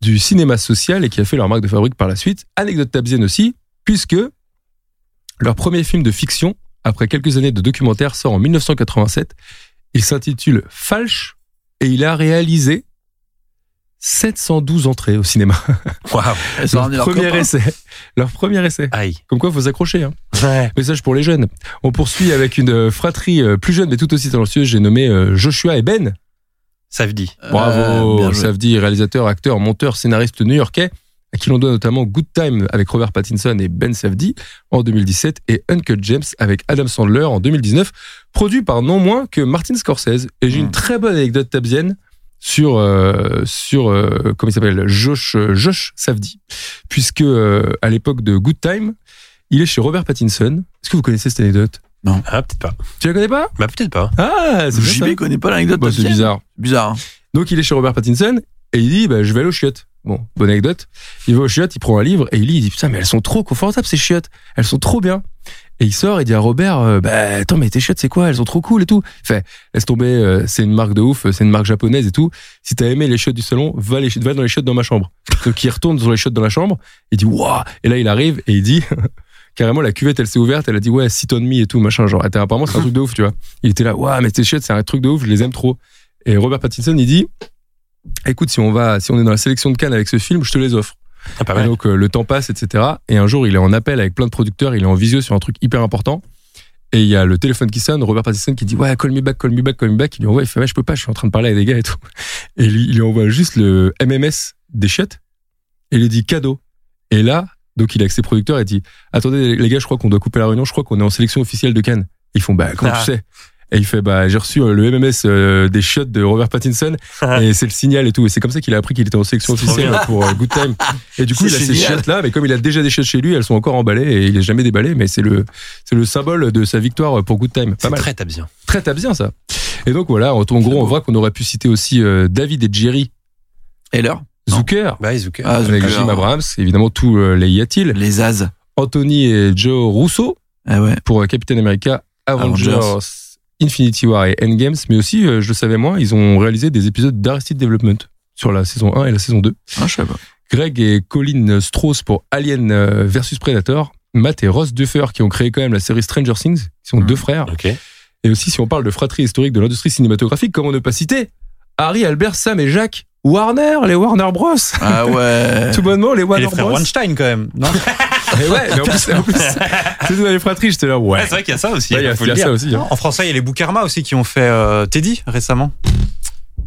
Speaker 4: du cinéma social et qui a fait leur marque de fabrique par la suite. Anecdote tabzienne aussi, puisque leur premier film de fiction, après quelques années de documentaire, sort en 1987. Il s'intitule Falche et il a réalisé 712 entrées au cinéma.
Speaker 3: Waouh.
Speaker 2: Ils ont ramené
Speaker 4: leur
Speaker 2: leurs
Speaker 4: premier
Speaker 2: copains.
Speaker 4: essai. Leur premier essai.
Speaker 3: Aïe.
Speaker 4: Comme quoi, faut s'accrocher. Hein.
Speaker 3: Ouais.
Speaker 4: Message pour les jeunes. On poursuit avec une euh, fratrie euh, plus jeune mais tout aussi talentueuse. J'ai nommé euh, Joshua et Ben.
Speaker 3: Ça veut dit.
Speaker 2: Euh,
Speaker 4: Bravo,
Speaker 2: bien joué.
Speaker 4: Savdi, réalisateur, acteur, monteur, scénariste new-yorkais, à qui l'on doit notamment Good Time avec Robert Pattinson et Ben Savdi en 2017 et Uncut James avec Adam Sandler en 2019, produit par non moins que Martin Scorsese. Et j'ai une très bonne anecdote tabzienne sur euh, sur euh, comment il s'appelle Josh euh, Josh Savdi, puisque euh, à l'époque de Good Time, il est chez Robert Pattinson. Est-ce que vous connaissez cette anecdote
Speaker 3: Ah, peut-être pas.
Speaker 4: Tu la connais pas
Speaker 3: Bah, peut-être pas.
Speaker 4: Ah, c'est bien ça.
Speaker 2: JB connaît pas l'anecdote.
Speaker 4: Bah,
Speaker 2: de
Speaker 4: c'est
Speaker 2: Pierre.
Speaker 4: bizarre.
Speaker 2: Bizarre. hein.
Speaker 4: Donc il est chez Robert Pattinson et il dit bah, je vais aller aux chiottes. Bon, bonne anecdote. Il va aux chiottes, il prend un livre et il lit, il dit putain mais elles sont trop confortables ces chiottes, elles sont trop bien. Et il sort et dit à Robert euh, bah attends mais tes chiottes c'est quoi Elles sont trop cool et tout. Fait laisse tomber, euh, c'est une marque de ouf, c'est une marque japonaise et tout. Si t'as aimé les chiottes du salon, va les va dans les chiottes dans ma chambre. Donc il retourne sur les chiottes dans la chambre, il dit waouh et là il arrive et il dit carrément la cuvette elle s'est ouverte, elle a dit ouais sit on me et tout machin genre Attends, apparemment c'est un truc de ouf tu vois. Il était là waouh mais tes chiottes c'est un truc de ouf, je les aime trop. Et Robert Pattinson, il dit Écoute, si on, va, si on est dans la sélection de Cannes avec ce film, je te les offre.
Speaker 3: Ah, pas
Speaker 4: Et
Speaker 3: mal.
Speaker 4: donc, euh, le temps passe, etc. Et un jour, il est en appel avec plein de producteurs, il est en visio sur un truc hyper important. Et il y a le téléphone qui sonne, Robert Pattinson qui dit Ouais, call me back, call me back, call me back. Il lui envoie Il fait Ouais, je peux pas, je suis en train de parler avec des gars et tout. Et lui- il lui envoie juste le MMS des chiottes et il lui dit cadeau. Et là, donc il est avec ses producteurs et dit Attendez, les gars, je crois qu'on doit couper la réunion, je crois qu'on est en sélection officielle de Cannes. Ils font Bah, comment
Speaker 3: Ah.
Speaker 4: tu sais Et il fait Bah, j'ai reçu euh, le MMS euh, des chiottes de Robert Pattinson et c'est le signal et tout. Et c'est comme ça qu'il a appris qu'il était en sélection
Speaker 3: Ah. C'est trop
Speaker 4: officielle pour euh, Good Time. Et du coup, il
Speaker 2: C'est
Speaker 4: a ces
Speaker 2: génial.
Speaker 4: chiottes-là, mais comme il a déjà des chiottes chez lui, elles sont encore emballées et il les a jamais déballées, mais c'est le, c'est le symbole de sa victoire pour Good Time. Pas
Speaker 3: C'est
Speaker 4: mal.
Speaker 3: très tabzien.
Speaker 4: Très tabzien, ça. Et donc, voilà, en, en gros, on voit qu'on aurait pu citer aussi euh, David et Jerry
Speaker 2: Et l'heure Non.
Speaker 4: Zucker.
Speaker 3: Bah, Zucker.
Speaker 2: Ah,
Speaker 4: avec
Speaker 2: Zucker.
Speaker 4: Jim Abrams, évidemment, tous euh, les y a-t-il.
Speaker 2: Les As.
Speaker 4: Anthony et Joe Russo
Speaker 2: Ah ouais.
Speaker 4: pour euh, Captain America, Avengers,
Speaker 2: Avengers.
Speaker 4: Infinity War et Endgames, mais aussi, euh, je le savais moins, ils ont réalisé des épisodes d'Arrested Development sur la saison 1 et la saison 2.
Speaker 2: Ah, je sais pas.
Speaker 4: Greg et Colin Strauss pour Alien euh, versus Predator, Matt et Ross Duffer qui ont créé quand même la série Stranger Things, qui sont deux frères.
Speaker 3: Ok.
Speaker 4: Et aussi, si on parle de fratrie historique de l'industrie cinématographique, comment ne pas citer Harry, Albert, Sam et Jacques Warner, les Warner Bros.
Speaker 2: Ah ouais.
Speaker 4: Tout bonnement, les
Speaker 6: Et
Speaker 4: Warner
Speaker 6: les frères
Speaker 4: Bros.
Speaker 6: Weinstein, quand même. Non
Speaker 4: Et ouais, mais en plus, en plus c'est dans les fratries, j'étais là, ouais.
Speaker 3: Ouais, c'est vrai qu'il Bah, y a ça aussi.
Speaker 4: Ouais, Il y a,
Speaker 3: faut
Speaker 4: il y a
Speaker 3: le dire.
Speaker 4: ça aussi. hein.
Speaker 6: en français, il y a les Boukarma aussi qui ont fait euh, Teddy récemment.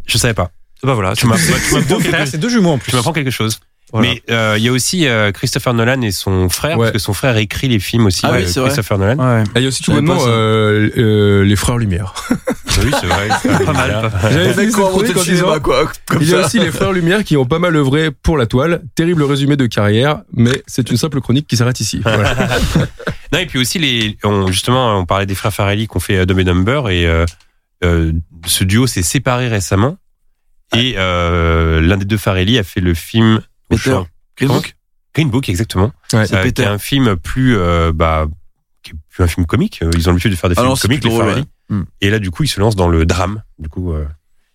Speaker 3: Je savais pas.
Speaker 6: Bah voilà,
Speaker 3: Tu m'as- tu m'apprends
Speaker 6: c'est deux
Speaker 3: quelque-
Speaker 6: frères, c'est deux jumeaux en plus.
Speaker 3: Tu m'apprends quelque chose.
Speaker 6: Voilà.
Speaker 3: Mais euh, il y a aussi euh, Christopher Nolan et son frère,
Speaker 4: Ouais.
Speaker 3: parce que son frère écrit les films aussi.
Speaker 2: Ah oui,
Speaker 3: euh,
Speaker 2: c'est vrai.
Speaker 3: Christopher Nolan.
Speaker 6: Ouais.
Speaker 4: Et il y a aussi tout
Speaker 2: savais
Speaker 4: bonnement
Speaker 2: pas ça.
Speaker 4: euh, euh, les frères Lumière.
Speaker 3: Oui, c'est vrai.
Speaker 6: Pas mal.
Speaker 4: J'avais
Speaker 2: Mec,
Speaker 4: fait
Speaker 2: quoi, raconter le cinéma, quoi. Comme
Speaker 4: Il y a
Speaker 2: ça.
Speaker 4: aussi les Frères Lumière qui ont pas mal œuvré pour la toile. Terrible résumé de carrière, mais c'est une simple chronique qui s'arrête ici. Voilà.
Speaker 3: Non, et puis aussi, les, on- justement, on parlait des frères Farelli qu'on fait euh, Dumb et Dumber, et euh, euh, ce duo s'est séparé récemment. Et euh, l'un des deux Farelli a fait le film
Speaker 2: Peter.
Speaker 3: Comment
Speaker 2: Green
Speaker 5: Hein
Speaker 2: Book.
Speaker 3: Green Book, exactement.
Speaker 4: Ouais.
Speaker 3: Euh, qui est un film plus, euh, bah, qui est plus un film comique. Euh, Ils ont l'habitude de faire des
Speaker 2: Ah
Speaker 3: films
Speaker 2: non, c'est
Speaker 3: comiques,
Speaker 2: plus
Speaker 3: les
Speaker 2: drôle,
Speaker 3: Farelli.
Speaker 2: ouais. Hmm.
Speaker 3: Et là, du coup, ils se lancent dans le drame. Du coup, euh,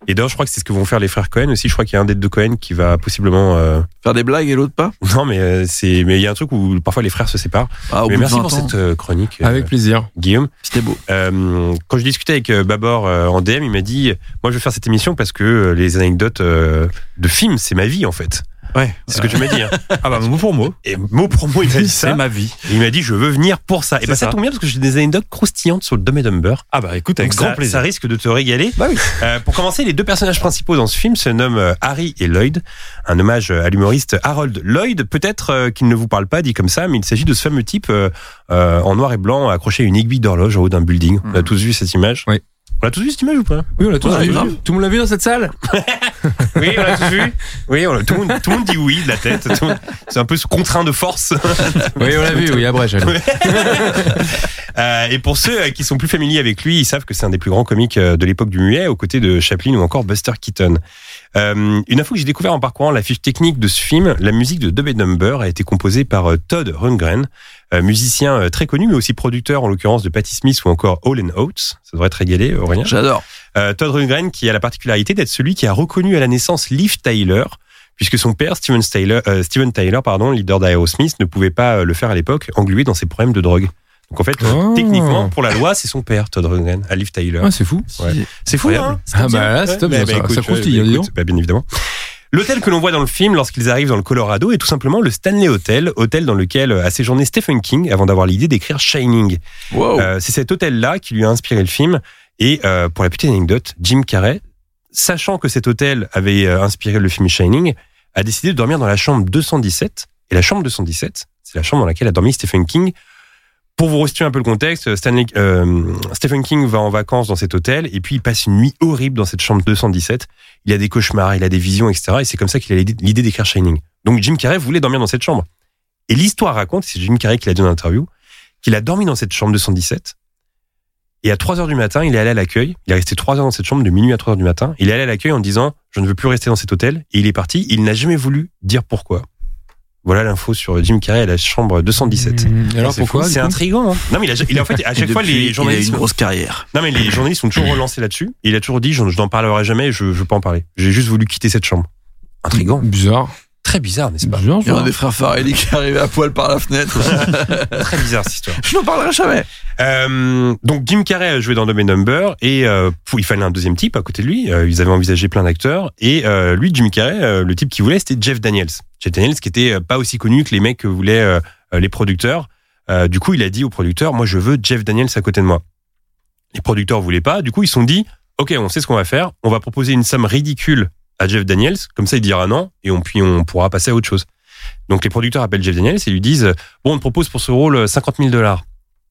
Speaker 3: et d'ailleurs, je crois que c'est ce que vont faire les frères Cohen aussi. Je crois qu'il y a un des deux Cohen qui va possiblement. euh,
Speaker 2: Faire des blagues et l'autre pas.
Speaker 3: Non, mais euh, c'est. Mais il y a un truc où parfois les frères se séparent.
Speaker 2: Ah, au
Speaker 3: mais
Speaker 2: bout
Speaker 3: merci
Speaker 2: de 20
Speaker 3: pour
Speaker 2: ans,
Speaker 3: cette euh, chronique, euh,
Speaker 4: Avec plaisir.
Speaker 3: Guillaume.
Speaker 2: c'était beau.
Speaker 3: Euh, quand je discutais avec euh, Babor euh, en DM, il m'a dit Moi, je veux faire cette émission parce que euh, les anecdotes euh, de films, c'est ma vie, en fait.
Speaker 5: Ouais.
Speaker 3: C'est ce que tu m'as dit. hein.
Speaker 5: Ah bah, mot pour mot.
Speaker 3: Et mot pour mot, il m'a dit
Speaker 5: C'est
Speaker 3: ça.
Speaker 5: ma vie.
Speaker 3: Et Il m'a dit, je veux venir pour ça. Et
Speaker 5: C'est
Speaker 3: bah, ça,
Speaker 5: ça.
Speaker 3: tombe bien parce que j'ai des anecdotes croustillantes sur le Dumb et Dumber.
Speaker 5: Ah bah, écoute, avec
Speaker 3: Donc
Speaker 5: grand
Speaker 3: ça,
Speaker 5: plaisir.
Speaker 3: ça risque de te régaler. Euh, pour commencer, les deux personnages principaux dans ce film se nomment euh, Harry et Lloyd. Un hommage euh, à l'humoriste Harold Lloyd. Peut-être euh, qu'il ne vous parle pas dit comme ça, mais il s'agit de ce fameux type euh, euh, en noir et blanc accroché à une aiguille d'horloge en haut d'un building.
Speaker 5: Hmm.
Speaker 3: On a tous vu cette image.
Speaker 4: Oui.
Speaker 3: On a tous vu cette image ou pas
Speaker 4: Oui, on l'a tous
Speaker 2: Ouais,
Speaker 4: vu.
Speaker 2: grave.
Speaker 4: Tout le monde l'a vu dans cette salle
Speaker 3: Oui, on l'a tous vu. Oui, on l'a- tout, le monde, tout le monde dit oui de la tête. Tout le monde- C'est un peu ce contraint de force.
Speaker 4: Oui, on l'a vu, oui, à Brèche. allez.
Speaker 3: Euh, et pour ceux euh, qui sont plus familiers avec lui, ils savent que c'est un des plus grands comiques euh, de l'époque du muet, aux côtés de Chaplin ou encore Buster Keaton. Euh, une info que j'ai découvert en parcourant la fiche technique de ce film, la musique de Dub Number a été composée par euh, Todd Rundgren, euh, musicien euh, très connu, mais aussi producteur en l'occurrence de Patti Smith ou encore All and Oates. Ça devrait te régaler, Aurélien.
Speaker 2: J'adore.
Speaker 3: Euh, Todd Rundgren qui a la particularité d'être celui qui a reconnu à la naissance Liv Tyler puisque son père Steven Tyler, euh, Steven Tyler pardon, leader d'Aerosmith ne pouvait pas euh, le faire à l'époque englué dans ses problèmes de drogue. Donc en fait euh,
Speaker 4: Oh.
Speaker 3: techniquement pour la loi c'est son père Todd Rundgren, à Liv Tyler.
Speaker 4: Ah, c'est fou.
Speaker 3: Ouais. C'est fou,
Speaker 5: Incroyable.
Speaker 3: hein
Speaker 4: Ah bah là, c'est top, ça- ça- ça croustille,
Speaker 3: ouais,
Speaker 4: dis
Speaker 3: écoute, bah, bien évidemment. L'hôtel que l'on voit dans le film lorsqu'ils arrivent dans le Colorado est tout simplement le Stanley Hotel, hôtel dans lequel euh, a séjourné Stephen King avant d'avoir l'idée d'écrire Shining.
Speaker 2: Wow.
Speaker 3: Euh, c'est cet hôtel-là qui lui a inspiré le film. Et euh, pour la petite anecdote, Jim Carrey, sachant que cet hôtel avait euh, inspiré le film Shining, a décidé de dormir dans la chambre 217. Et la chambre 217, c'est la chambre dans laquelle a dormi Stephen King. Pour vous restituer un peu le contexte, Stanley- euh, Stephen King va en vacances dans cet hôtel et puis il passe une nuit horrible dans cette chambre 217. Il a des cauchemars, il a des visions, etc. Et c'est comme ça qu'il a l'idée l'idée d'écrire Shining. Donc Jim Carrey voulait dormir dans cette chambre. Et l'histoire raconte, c'est Jim Carrey qui l'a dit dans l'interview, qu'il a dormi dans cette chambre 217. Et à 3 heures du matin, il est allé à l'accueil. Il est resté 3 heures dans cette chambre de minuit à 3 heures du matin. Il est allé à l'accueil en disant Je ne veux plus rester dans cet hôtel. Et il est parti. Il n'a jamais voulu dire pourquoi. Voilà l'info sur Jim Carrey à la chambre 217.
Speaker 4: Mmh, Alors
Speaker 3: C'est
Speaker 4: pourquoi
Speaker 3: fou,
Speaker 4: du
Speaker 3: C'est
Speaker 4: coup
Speaker 3: intriguant. hein. non, mais il a, il a- en fait, à
Speaker 2: Et
Speaker 3: chaque fois,
Speaker 2: depuis,
Speaker 3: les
Speaker 2: Il a
Speaker 3: journalistes.
Speaker 2: une grosse carrière.
Speaker 3: Non, mais les journalistes sont toujours relancés là-dessus. Et il a toujours dit Je, je n'en parlerai jamais. Je ne veux pas en parler. J'ai juste voulu quitter cette chambre. Intriguant.
Speaker 4: Bizarre.
Speaker 3: Très bizarre, n'est-ce pas
Speaker 4: Bizarre,
Speaker 2: Il y en a
Speaker 4: ça.
Speaker 2: des frères Farelli qui arrivaient à poil par la fenêtre.
Speaker 3: Très bizarre cette histoire.
Speaker 2: Je n'en parlerai jamais.
Speaker 3: Euh, donc Jim Carrey a joué dans Dumb and Number et euh, pour- il fallait un deuxième type à côté de lui. Euh, ils avaient envisagé plein d'acteurs et euh, lui, Jim Carrey, euh, le type qu'il voulait, c'était Jeff Daniels. Jeff Daniels qui était euh, pas aussi connu que les mecs que voulaient euh, euh, les producteurs. Euh, du coup, il a dit au producteur, moi je veux Jeff Daniels à côté de moi. Les producteurs voulaient pas. Du coup, ils se sont dit, ok, on sait ce qu'on va faire. On va proposer une somme ridicule à Jeff Daniels. Comme ça, il dira non et on, puis on pourra passer à autre chose. Donc les producteurs appellent Jeff Daniels et lui disent, bon, on te propose pour ce rôle 50 000 dollars.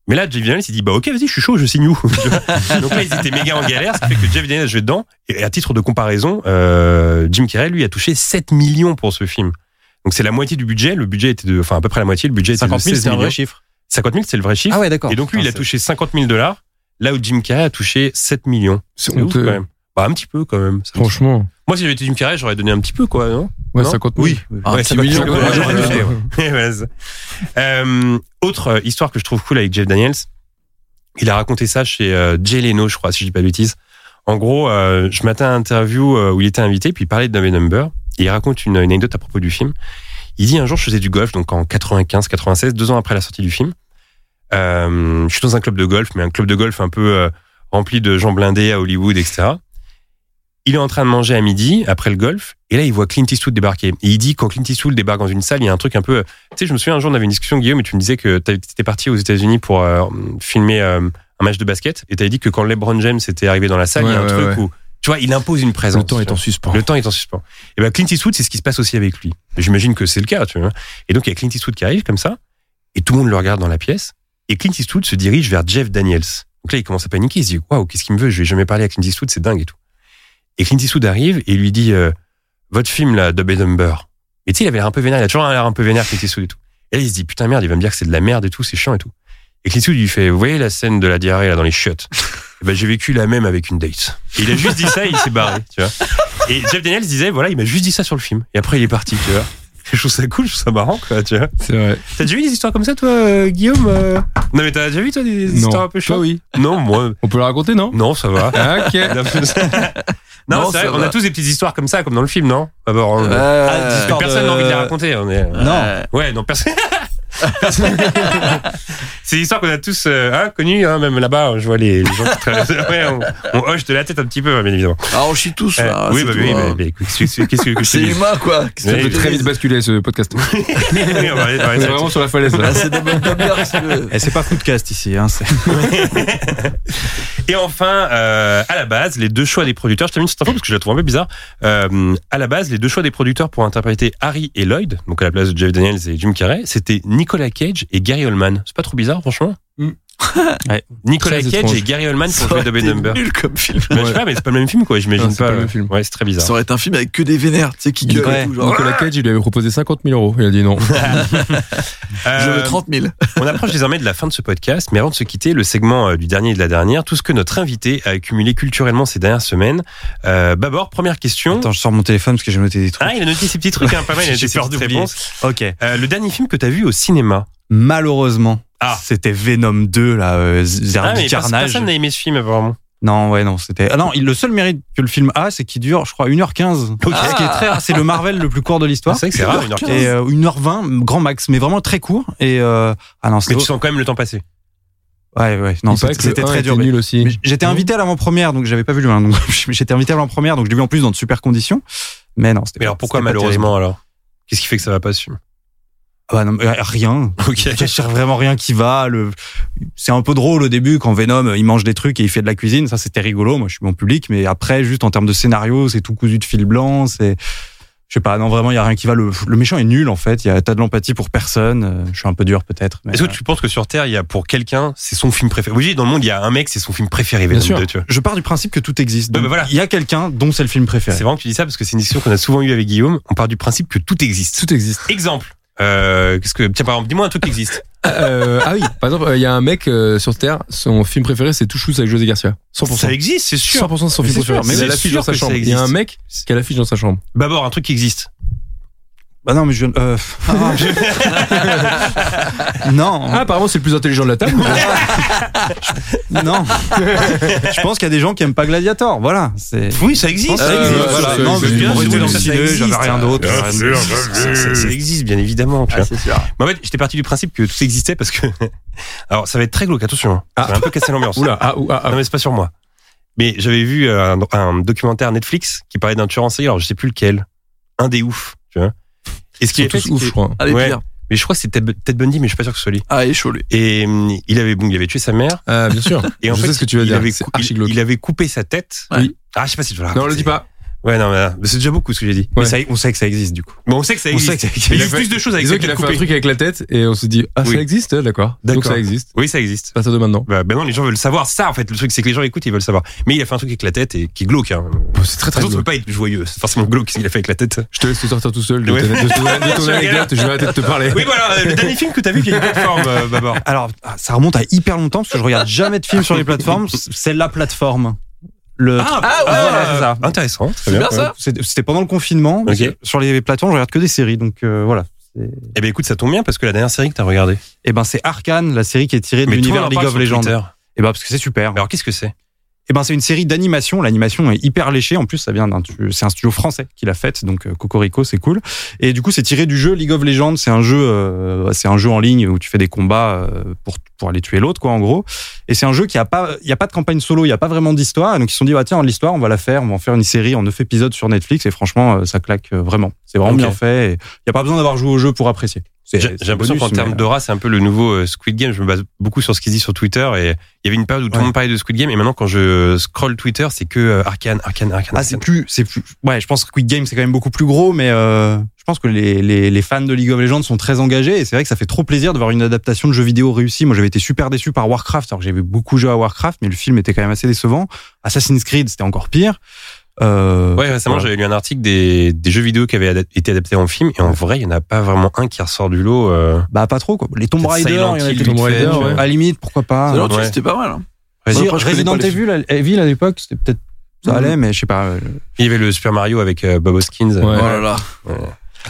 Speaker 3: Mais là, Jeff Daniels, il dit, bah ok, vas-y, je suis chaud, je signe où Tu vois Donc là, ils étaient méga en galère, ce qui fait que Jeff Daniels jouait dedans. Et à titre de comparaison, euh, Jim Carrey, lui, a touché 7 millions pour ce film. Donc c'est la moitié du budget, le budget était de, enfin à peu près la moitié, le budget était
Speaker 6: 50
Speaker 3: de
Speaker 6: 000,
Speaker 3: 16
Speaker 6: c'est un
Speaker 3: millions.
Speaker 6: vrai chiffre.
Speaker 3: 50 000, c'est le vrai chiffre.
Speaker 6: Ah ouais, d'accord.
Speaker 3: et donc lui, il a
Speaker 6: Putain,
Speaker 3: touché 50 000 dollars, là où Jim Carrey a touché 7 millions.
Speaker 4: C'est
Speaker 3: C'est ouf quand
Speaker 4: honteux.
Speaker 3: même. Bah un petit peu quand même. Ça me-
Speaker 4: Franchement.
Speaker 3: Moi, si j'avais été Jim Carrey, j'aurais donné un petit peu quoi, non
Speaker 4: Ouais,
Speaker 3: Non
Speaker 4: 50 000.
Speaker 2: Ah,
Speaker 3: Ouais,
Speaker 2: petit
Speaker 3: 50
Speaker 2: million,
Speaker 3: 000,
Speaker 2: quoi.
Speaker 3: j'aurais
Speaker 2: Ouais.
Speaker 3: donné, ouais. Et voilà, c'est- Euh, autre euh, histoire que je trouve cool avec Jeff Daniels, il a raconté ça chez euh, Jay Leno, je crois, si je dis pas de bêtises. En gros, euh, je m'attends à une interview euh, où il était invité, puis il parlait de Dumb and Number, et il raconte une, une anecdote à propos du film. Il dit un jour, je faisais du golf, donc en 95-96, deux ans après la sortie du film. Euh, je suis dans un club de golf, mais un club de golf un peu euh, rempli de gens blindés à Hollywood, etc. Il est en train de manger à midi, après le golf, et là, il voit Clint Eastwood débarquer. Et il dit, quand Clint Eastwood débarque dans une salle, il y a un truc un peu... euh, Tu sais, je me souviens, un jour, on avait une discussion, Guillaume, et tu me disais que t'avais- t'étais parti aux États-Unis pour euh, filmer euh, un match de basket, et t'avais dit que quand LeBron James était arrivé dans la salle, il y a un
Speaker 4: Ouais, ouais,
Speaker 3: truc où... Tu vois, il impose une présence.
Speaker 4: Le temps
Speaker 3: tu
Speaker 4: est en suspens.
Speaker 3: le temps est en suspens. Et ben Clint Eastwood, c'est ce qui se passe aussi avec lui. J'imagine que c'est le cas, tu vois. Et donc il y a Clint Eastwood qui arrive comme ça, et tout le monde le regarde dans la pièce, et Clint Eastwood se dirige vers Jeff Daniels. Donc là, il commence à paniquer, il se dit waouh, qu'est-ce qu'il me veut Je vais jamais parler à Clint Eastwood, c'est dingue et tout. Et Clint Eastwood arrive et lui dit euh, votre film là, Dub and Dumber. Mais tu sais, il avait l'air un peu vénère, il a toujours l'air un peu vénère Clint Eastwood et tout. Et là, il se dit putain merde, il va me dire que c'est de la merde et tout, c'est chiant et tout. Et Clint Eastwood lui fait vous voyez la scène de la diarrhée là dans les chiottes. Eh ben, j'ai vécu la même avec une date. Et il a juste dit ça et il s'est barré, tu vois. Et Jeff Daniels disait, voilà, il m'a juste dit ça sur le film. Et après, il est parti, tu vois. Je trouve ça cool, je trouve ça marrant, quoi, tu vois.
Speaker 4: C'est vrai.
Speaker 3: T'as déjà vu des histoires comme ça, toi, euh, Guillaume euh Non, mais t'as déjà vu, toi, des des
Speaker 4: Non.
Speaker 3: histoires un peu
Speaker 4: Toi,
Speaker 3: chaudes
Speaker 4: oui.
Speaker 3: Non, moi,
Speaker 4: On peut le raconter, non
Speaker 3: non, ça va.
Speaker 4: Ah, Ok.
Speaker 3: non,
Speaker 2: Non,
Speaker 3: c'est
Speaker 2: ça
Speaker 3: vrai, on a
Speaker 2: va.
Speaker 3: tous des petites histoires comme ça, comme dans le film, non D'abord, on-
Speaker 2: Ouais.
Speaker 6: Ah, dis-toi.
Speaker 3: personne n'a
Speaker 6: de-
Speaker 3: envie de les raconter. On est...
Speaker 6: Non.
Speaker 3: Ouais, non, personne. C'est une histoire qu'on a tous euh, hein, connue, hein, même là-bas. Je vois les, les gens qui traversent. Ouais, on, on hoche de la tête un petit peu, hein, bien évidemment.
Speaker 2: Alors, on chie tous.
Speaker 3: Euh,
Speaker 2: hein,
Speaker 3: oui,
Speaker 2: c'est
Speaker 3: bah,
Speaker 2: tout,
Speaker 3: oui,
Speaker 2: hein.
Speaker 3: bah, bah, écoute, qu'est-ce que- qu'est-ce que
Speaker 2: C'est
Speaker 3: je te dis
Speaker 2: humain, quoi.
Speaker 4: Ça
Speaker 3: Oui,
Speaker 4: peut très vite basculer ce podcast.
Speaker 3: Oui, on va aller- on va
Speaker 4: On
Speaker 3: aller
Speaker 4: est
Speaker 3: sur-
Speaker 4: vraiment sur la falaise là.
Speaker 2: Là, c'est des bonnes tableurs, si tu veux.
Speaker 5: Et Eh, c'est pas Foodcast ici. Hein, c'est-
Speaker 3: Et enfin, euh, à la base, les deux choix des producteurs. Je termine cette info parce que je la trouve un peu bizarre. Euh, à la base, les deux choix des producteurs pour interpréter Harry et Lloyd, donc à la place de Jeff Daniels et Jim Carrey, c'était Nicolas Cage et Gary Oldman. C'est pas trop bizarre, franchement. Ouais. Nicolas
Speaker 4: Très
Speaker 3: Cage
Speaker 4: étrange.
Speaker 3: et Gary Oldman pour
Speaker 2: Ça
Speaker 3: jouer
Speaker 2: aurait
Speaker 3: Double
Speaker 2: été
Speaker 3: Number.
Speaker 2: nul comme film.
Speaker 3: Ben, Je sais pas, mais c'est pas le même film, quoi. J'imagine
Speaker 4: Non,
Speaker 3: pas.
Speaker 4: c'est pas le
Speaker 3: euh,
Speaker 4: même film.
Speaker 3: Ouais, c'est très bizarre.
Speaker 2: Ça aurait été un film avec que des vénères, tu sais, qui gueulent et
Speaker 5: Ouais.
Speaker 2: tout. Genre,
Speaker 4: Nicolas
Speaker 3: Ah
Speaker 4: Cage, il lui avait proposé 50 000 euros. Il a dit non.
Speaker 3: Euh,
Speaker 2: ah, je veux 30 000.
Speaker 3: On approche désormais de la fin de ce podcast, mais avant de se quitter, le segment euh, du dernier et de la dernière, tout ce que notre invité a accumulé culturellement ces dernières semaines. Euh, D'abord, première question.
Speaker 5: Attends, je sors mon téléphone parce que j'ai noté des trucs.
Speaker 3: Ah, il a noté ces petits trucs, hein, pas mal. Il a noté
Speaker 5: J'ai
Speaker 3: ses
Speaker 5: peur
Speaker 3: petites
Speaker 5: d'oublier.
Speaker 3: réponses.
Speaker 5: Ok.
Speaker 3: Euh, le dernier film que t'as vu au cinéma.
Speaker 5: Malheureusement,
Speaker 3: Ah.
Speaker 5: c'était Venom 2, là, euh, Zerbi
Speaker 3: Ah, mais pers-
Speaker 5: Carnage.
Speaker 3: personne n'a aimé ce film, apparemment.
Speaker 5: Non, ouais, non, c'était. Ah non, il- le seul mérite que le film a, c'est qu'il dure, je crois, 1h15. Ce qui est très rare. C'est le Marvel le plus court de
Speaker 3: C'est
Speaker 5: l'histoire.
Speaker 3: vrai que Ah, c'est rare, une heure
Speaker 5: Et
Speaker 3: quinze.
Speaker 5: euh, 1h20, grand max, mais vraiment très court. Et euh, ah non,
Speaker 3: Mais
Speaker 5: c'était.
Speaker 3: tu sens quand même le temps passer.
Speaker 5: Ouais, ouais, non,
Speaker 4: Il paraît
Speaker 5: c'était
Speaker 4: que
Speaker 5: c'était
Speaker 4: le un
Speaker 5: très
Speaker 4: était
Speaker 5: dur. mais-
Speaker 4: nul aussi.
Speaker 5: mais J'étais invité à l'avant-première, donc j'avais pas vu le un, donc J'étais invité à l'avant-première, donc je l'ai vu en plus dans de super conditions. Mais non, c'était.
Speaker 3: Mais
Speaker 5: pas-
Speaker 3: alors pourquoi
Speaker 5: c'était pas terrible.
Speaker 3: malheureusement alors Qu'est-ce qui fait que ça va pas ce film
Speaker 5: Ah bah non, mais, euh, Rien.
Speaker 3: Ok.
Speaker 5: Il y a vraiment rien qui va. Le... C'est un peu drôle au début quand Venom il mange des trucs et il fait de la cuisine. Ça c'était rigolo. Moi je suis bon public, mais après juste en termes de scénario, c'est tout cousu de fil blanc. C'est je sais pas, non vraiment il y a rien qui va. Le, le méchant est nul en fait. Il y a t'as de l'empathie pour personne. Euh, Je suis un peu dur peut-être. mais,
Speaker 3: Est-ce que
Speaker 5: euh,
Speaker 3: tu penses que sur Terre, il y a pour quelqu'un, c'est son film préféré Oui, dans le monde, il y a un mec, c'est son film préféré. Venom
Speaker 4: Bien sûr.
Speaker 3: 2, tu vois.
Speaker 5: euh, Je pars du principe que tout existe.
Speaker 3: Ouais,
Speaker 5: Donc,
Speaker 3: bah voilà.
Speaker 5: Il y a quelqu'un dont c'est le film
Speaker 3: C'est
Speaker 5: préféré.
Speaker 3: vraiment que tu dis ça parce que c'est une discussion qu'on a souvent eue avec Guillaume. On part du principe que tout existe.
Speaker 4: Tout existe.
Speaker 3: Exemple. Euh, qu'est-ce que tiens par exemple dis-moi un truc qui existe
Speaker 4: Euh, ah oui, par exemple, euh, il y a un mec euh, sur Terre, son film préféré c'est Two Shoes avec José Garcia. 100%.
Speaker 3: ça existe c'est sûr
Speaker 4: 100% de son
Speaker 3: Mais
Speaker 4: film
Speaker 3: c'est sûr,
Speaker 4: préféré.
Speaker 3: mais
Speaker 4: il a
Speaker 3: c'est
Speaker 4: l'affiche
Speaker 3: sûr
Speaker 4: dans sa
Speaker 3: que ça
Speaker 4: chambre. Il y a un
Speaker 3: existe.
Speaker 4: mec qui a l'affiche dans sa chambre.
Speaker 3: d'abord un truc qui existe
Speaker 5: Bah non mais je euh, ah, je- non.
Speaker 4: Ah, apparemment, c'est le plus intelligent de la table.
Speaker 5: Non. je pense qu'il y a des gens qui aiment pas Gladiator. Voilà. C'est.
Speaker 3: oui Oh, ça existe
Speaker 2: ça existe.
Speaker 3: voilà.
Speaker 4: Ça, ça
Speaker 3: Non, mais
Speaker 4: existe.
Speaker 3: bien sûr,
Speaker 4: Restez
Speaker 3: oui,
Speaker 4: dans
Speaker 3: ça,
Speaker 4: le
Speaker 3: ça
Speaker 5: ciné,
Speaker 3: existe.
Speaker 5: j'avais rien d'autre.
Speaker 3: Bien sûr, bien sûr. ça, ça existe bien évidemment tu vois.
Speaker 2: c'est sûr.
Speaker 3: Mais en fait j'étais parti du principe que tout existait parce que alors ça va être très glauque attention hein. ça va un peu casser l'ambiance
Speaker 4: Oula, ah, ou- ah, ah.
Speaker 3: non mais c'est pas sur moi mais j'avais vu euh, un, un documentaire Netflix qui parlait d'un tueur en série alors je sais plus lequel un des oufs tu vois et ce qui
Speaker 4: Ils sont
Speaker 3: est
Speaker 4: tous ouf, je crois.
Speaker 2: Allez,
Speaker 3: Ouais.
Speaker 2: pire.
Speaker 3: mais je crois que c'est Ted Ted Bundy mais je suis pas sûr que ce soit lui
Speaker 2: Ah, il est chaud, lui.
Speaker 3: et hum, il avait bon, il avait tué sa mère
Speaker 4: Ah, bien sûr.
Speaker 3: Et en
Speaker 4: je
Speaker 3: fait,
Speaker 4: sais ce que tu vas
Speaker 3: il
Speaker 4: dire.
Speaker 3: avait,
Speaker 4: C'est
Speaker 3: cou-
Speaker 4: archi
Speaker 3: il,
Speaker 4: glauque.
Speaker 3: il avait coupé sa tête.
Speaker 4: Oui.
Speaker 3: Ah, je sais pas si je dois
Speaker 4: Non, le dis pas.
Speaker 3: Ouais, non, mais euh, c'est déjà beaucoup ce que j'ai dit.
Speaker 4: Ouais.
Speaker 3: Mais ça-
Speaker 5: On sait que ça existe du coup.
Speaker 3: mais on sait que ça
Speaker 5: On sait
Speaker 3: existe.
Speaker 5: que ça existe.
Speaker 3: Mais Il
Speaker 4: Il a
Speaker 3: existe
Speaker 4: fait-
Speaker 3: plus de choses avec
Speaker 4: Disons
Speaker 3: la
Speaker 4: qu'il a
Speaker 3: tête
Speaker 4: fait un
Speaker 3: coupée.
Speaker 4: truc avec la tête et on se dit, ah,
Speaker 3: Oui.
Speaker 4: ça existe, d'accord. Donc
Speaker 3: D'accord.
Speaker 4: ça existe.
Speaker 3: Oui, ça existe.
Speaker 4: À partir de maintenant.
Speaker 3: Bah, ben non, les gens veulent le savoir. Ça, en fait, le truc, c'est que les gens écoutent, ils veulent le savoir. Mais il a fait un truc avec la tête et qui est glauque. Hein.
Speaker 4: C'est très
Speaker 3: Par
Speaker 4: très
Speaker 3: contre, on peut
Speaker 4: glauque.
Speaker 3: pas être joyeux. C'est forcément glauque ce qu'il a fait avec la tête.
Speaker 4: Je te laisse te sortir tout seul de,
Speaker 3: Ouais.
Speaker 4: ta- de ton- de ton
Speaker 3: Je
Speaker 4: anecdote.
Speaker 3: regarde.
Speaker 4: Je vais arrêter de te parler.
Speaker 5: bah.
Speaker 3: Oui, voilà, euh, le dernier film que t'as vu qui est une plateforme, euh, Babar.
Speaker 5: Alors, ah, ça remonte à hyper longtemps parce que je regarde jamais de films sur les plateformes. C'est la plateforme. Le
Speaker 2: Ah, ouais,
Speaker 5: voilà, c'est ça.
Speaker 3: Intéressant. Très
Speaker 2: c'est
Speaker 3: bien.
Speaker 2: bien ça.
Speaker 5: C'était c'était pendant le confinement. parce
Speaker 3: Ok.
Speaker 5: que Sur les plateformes, je regarde que des séries. Donc euh, voilà. C'est-
Speaker 3: Eh ben écoute, ça tombe bien parce que la dernière série que t'as regardée.
Speaker 5: Eh ben, c'est Arcane, la série qui est tirée de
Speaker 3: tout le monde
Speaker 5: l'univers
Speaker 3: en
Speaker 5: League
Speaker 3: parle
Speaker 5: of
Speaker 3: sur
Speaker 5: Legends.
Speaker 3: Twitter.
Speaker 5: Eh ben, parce que c'est super.
Speaker 3: Mais alors, qu'est-ce que c'est
Speaker 5: Eh ben, c'est une série d'animation. L'animation est hyper léchée. En plus, ça vient d'un, tu- c'est un studio français qui l'a faite. Donc, euh, Cocorico, c'est cool. Et du coup, c'est tiré du jeu League of Legends. C'est un jeu, euh, c'est un jeu en ligne où tu fais des combats euh, pour, pour aller tuer l'autre, quoi, en gros. Et c'est un jeu qui a pas, il y a pas de campagne solo. Il y a pas vraiment d'histoire. Et Donc, ils se sont dit, bah, tiens, l'histoire, on va la faire. On va en faire une série en neuf épisodes sur Netflix. Et franchement, euh, ça claque euh, vraiment. C'est vraiment
Speaker 3: Ok.
Speaker 5: bien fait. et Il y a pas besoin d'avoir joué au jeu pour apprécier. C'est-
Speaker 3: J'ai j'ai
Speaker 5: c'est
Speaker 3: l'impression
Speaker 5: bonus,
Speaker 3: qu'en
Speaker 5: mais,
Speaker 3: termes
Speaker 5: euh,
Speaker 3: d'aura, c'est un peu le nouveau euh, Squid Game. Je me base beaucoup sur ce qu'il dit sur Twitter. Et il y avait une période où tout le
Speaker 5: Ouais.
Speaker 3: monde parlait de Squid Game. Et maintenant, quand je scroll Twitter, c'est que euh, Arkane, Arkane, Arkane.
Speaker 5: Ah, c'est plus, c'est plus. Ouais, je pense que Quick Game c'est quand même beaucoup plus gros, mais euh, je pense que les, les, les fans de League of Legends sont très engagés et c'est vrai que ça fait trop plaisir de voir une adaptation de jeu vidéo réussie. Moi, j'avais été super déçu par Warcraft, alors que j'avais beaucoup joué à Warcraft, mais le film était quand même assez décevant. Assassin's Creed, c'était encore pire. Euh,
Speaker 3: Ouais, récemment,
Speaker 5: voilà.
Speaker 3: j'avais lu un article des, des jeux vidéo qui avaient ada- été adaptés en film. Et en vrai, il n'y en a pas vraiment un qui ressort du lot. euh.
Speaker 5: Bah pas trop quoi. Les Tomb
Speaker 3: Peut-être
Speaker 5: Raider, il y
Speaker 3: Silent
Speaker 5: en a
Speaker 3: Hill,
Speaker 5: qui-
Speaker 4: Tomb Raider,
Speaker 5: à
Speaker 4: ouais.
Speaker 5: la limite, pourquoi pas.
Speaker 2: C'est l'autre,
Speaker 3: ouais.
Speaker 2: c'était pas mal. hein.
Speaker 3: Vas-y,
Speaker 2: Moi, après, je connais
Speaker 5: Resident
Speaker 2: pas les films.
Speaker 5: Evil,
Speaker 4: Eh,
Speaker 5: Evil à l'époque, c'était peut-être ça allait, mais je sais pas. euh,
Speaker 3: Il y avait le Super Mario avec euh, Bob Hoskins.
Speaker 4: Ouais.
Speaker 2: Oh là là.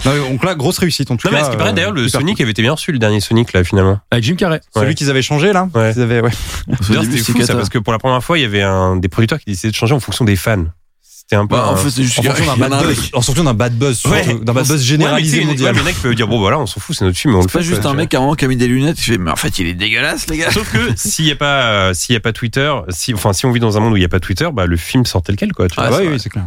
Speaker 5: Non, mais donc là, grosse réussite en tout
Speaker 3: Non,
Speaker 5: cas.
Speaker 3: mais à ce qui paraît,
Speaker 5: euh,
Speaker 3: d'ailleurs, le
Speaker 5: hyper
Speaker 3: Sonic avait été bien reçu, le dernier Sonic, là, finalement.
Speaker 4: Avec Jim Carrey.
Speaker 5: cool. celui qu'ils avaient changé là.
Speaker 3: Ouais.
Speaker 5: Ils avaient, ouais.
Speaker 2: Au
Speaker 3: D'ailleurs,
Speaker 2: début,
Speaker 3: c'était
Speaker 2: c'est
Speaker 3: fou, ça,
Speaker 2: cata.
Speaker 3: parce que pour la première fois, il y avait un des producteurs qui décidaient de changer en fonction des fans. C'était un peu.
Speaker 2: Bah,
Speaker 3: un-
Speaker 2: en fait, c'est juste
Speaker 6: En
Speaker 2: qu'il y
Speaker 6: fonction d'un
Speaker 2: en a
Speaker 6: bad
Speaker 2: un
Speaker 6: buzz. En fonction d'un bad buzz, surtout,
Speaker 3: Ouais.
Speaker 6: d'un bad buzz
Speaker 3: Ouais,
Speaker 6: généralisé
Speaker 3: mais tu sais,
Speaker 6: mondial.
Speaker 3: Ouais, mais le mec peut dire bon voilà, on s'en fout, c'est notre film, mais on le
Speaker 2: C'est pas
Speaker 3: fait,
Speaker 2: juste
Speaker 3: quoi,
Speaker 2: un
Speaker 3: tu
Speaker 2: mec avant qui a mis des lunettes, il fait, mais en fait, il est dégueulasse, les gars.
Speaker 3: Sauf que s'il n'y a pas, euh, s'il y a pas Twitter, si, enfin, si on vit dans un monde où il n'y a pas Twitter, bah, le film sort tel quel, quoi. tu vois.
Speaker 2: Ah,
Speaker 5: Ouais,
Speaker 2: c'est
Speaker 5: oui,
Speaker 2: vrai.
Speaker 5: c'est clair.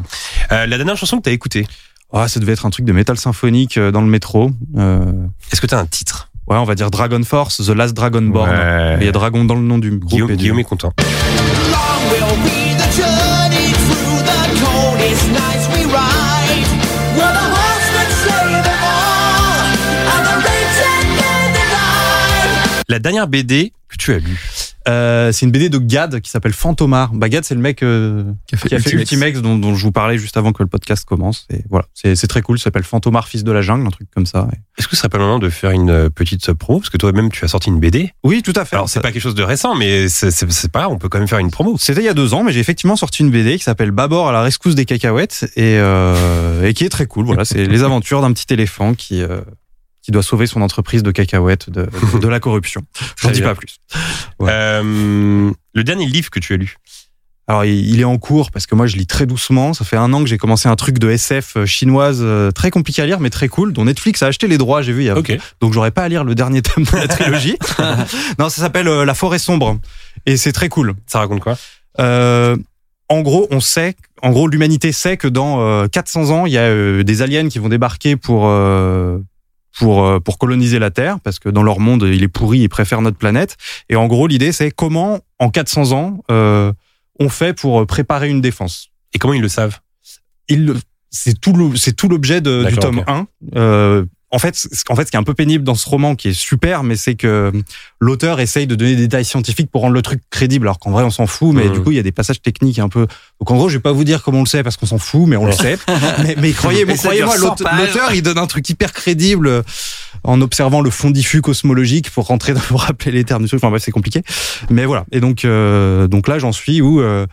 Speaker 3: Euh, la dernière chanson que t'as écoutée,
Speaker 5: Ah, ça devait être un truc de métal symphonique euh, dans le métro. Euh,
Speaker 3: est-ce que t'as un titre
Speaker 5: ouais, on va dire Dragon Force, The Last Dragonborn.
Speaker 3: Ouais.
Speaker 5: Il y a Dragon dans le nom du groupe.
Speaker 3: Guillaume,
Speaker 5: et du-
Speaker 3: Guillaume est content.
Speaker 7: Long will be the journey through the coldest nights we ride. We're the horse that slay them all, and the raging and the light.
Speaker 3: La dernière BD que tu as lue.
Speaker 5: Euh, c'est une BD de Gad qui s'appelle Fantomar. Bah, Gad, c'est le mec euh, qui a fait Ultimex, dont, dont je vous parlais juste avant que le podcast commence. Et voilà, c'est c'est très cool. Ça s'appelle Fantomar, fils de la jungle, un truc comme ça. Et-
Speaker 3: Est-ce que ce serait pas le moment de faire une euh, petite euh, promo Parce que toi-même, tu as sorti une BD.
Speaker 5: Oui, tout à fait.
Speaker 3: Alors, c'est
Speaker 5: Ça-
Speaker 3: pas quelque chose de récent, mais c'est- c'est c'est pas grave, on peut quand même faire une promo.
Speaker 5: C'était il y a deux ans, mais j'ai effectivement sorti une BD qui s'appelle Babor à la rescousse des cacahuètes et, euh, et qui est très cool. Voilà, c'est les aventures d'un petit éléphant qui euh, qui doit sauver son entreprise de cacahuètes de, de, de la corruption. J'en
Speaker 3: Très
Speaker 5: dis
Speaker 3: bien.
Speaker 5: pas plus. Ouais.
Speaker 3: Euh, le dernier livre que tu as lu.
Speaker 5: Alors il il est en cours parce que moi je lis très doucement. Ça fait un an que j'ai commencé un truc de SF chinoise euh, très compliqué à lire mais très cool dont Netflix a acheté les droits. J'ai vu il y a donc j'aurais pas à lire le dernier tome de la trilogie. non, ça s'appelle euh, La forêt sombre et c'est très cool.
Speaker 3: Ça raconte quoi
Speaker 5: Euh, en gros, on sait, en gros, l'humanité sait que dans euh, 400 ans, il y a euh, des aliens qui vont débarquer pour euh, pour euh, pour coloniser la Terre, parce que dans leur monde, il est pourri, ils préfèrent notre planète. Et en gros, l'idée, c'est comment, en 400 ans, euh, on fait pour euh, préparer une défense.
Speaker 3: Et comment ils le savent
Speaker 5: Il le- c'est tout le- c'est tout l'objet de- du
Speaker 3: D'accord,
Speaker 5: tome
Speaker 3: ok.
Speaker 5: 1. Euh, en fait, ce- en fait, ce qui est un peu pénible dans ce roman, qui est super, mais c'est que euh, l'auteur essaye de donner des détails scientifiques pour rendre le truc crédible, alors qu'en vrai, on s'en fout. Mais
Speaker 3: Mhm.
Speaker 5: du coup, il y a des passages techniques un peu. Donc, en gros, je vais pas vous dire comment on le sait parce qu'on s'en fout, mais on le sait. Mais, mais croyez-moi,
Speaker 2: Et ça
Speaker 5: croyez-moi,
Speaker 2: dure 100
Speaker 5: l'aute-
Speaker 2: pages.
Speaker 5: l'auteur, il donne un truc hyper crédible euh, en observant le fond diffus cosmologique pour rentrer, dans, pour rappeler les termes du truc. Enfin bref, c'est compliqué. Mais voilà. Et donc, euh, donc là, j'en suis où. euh,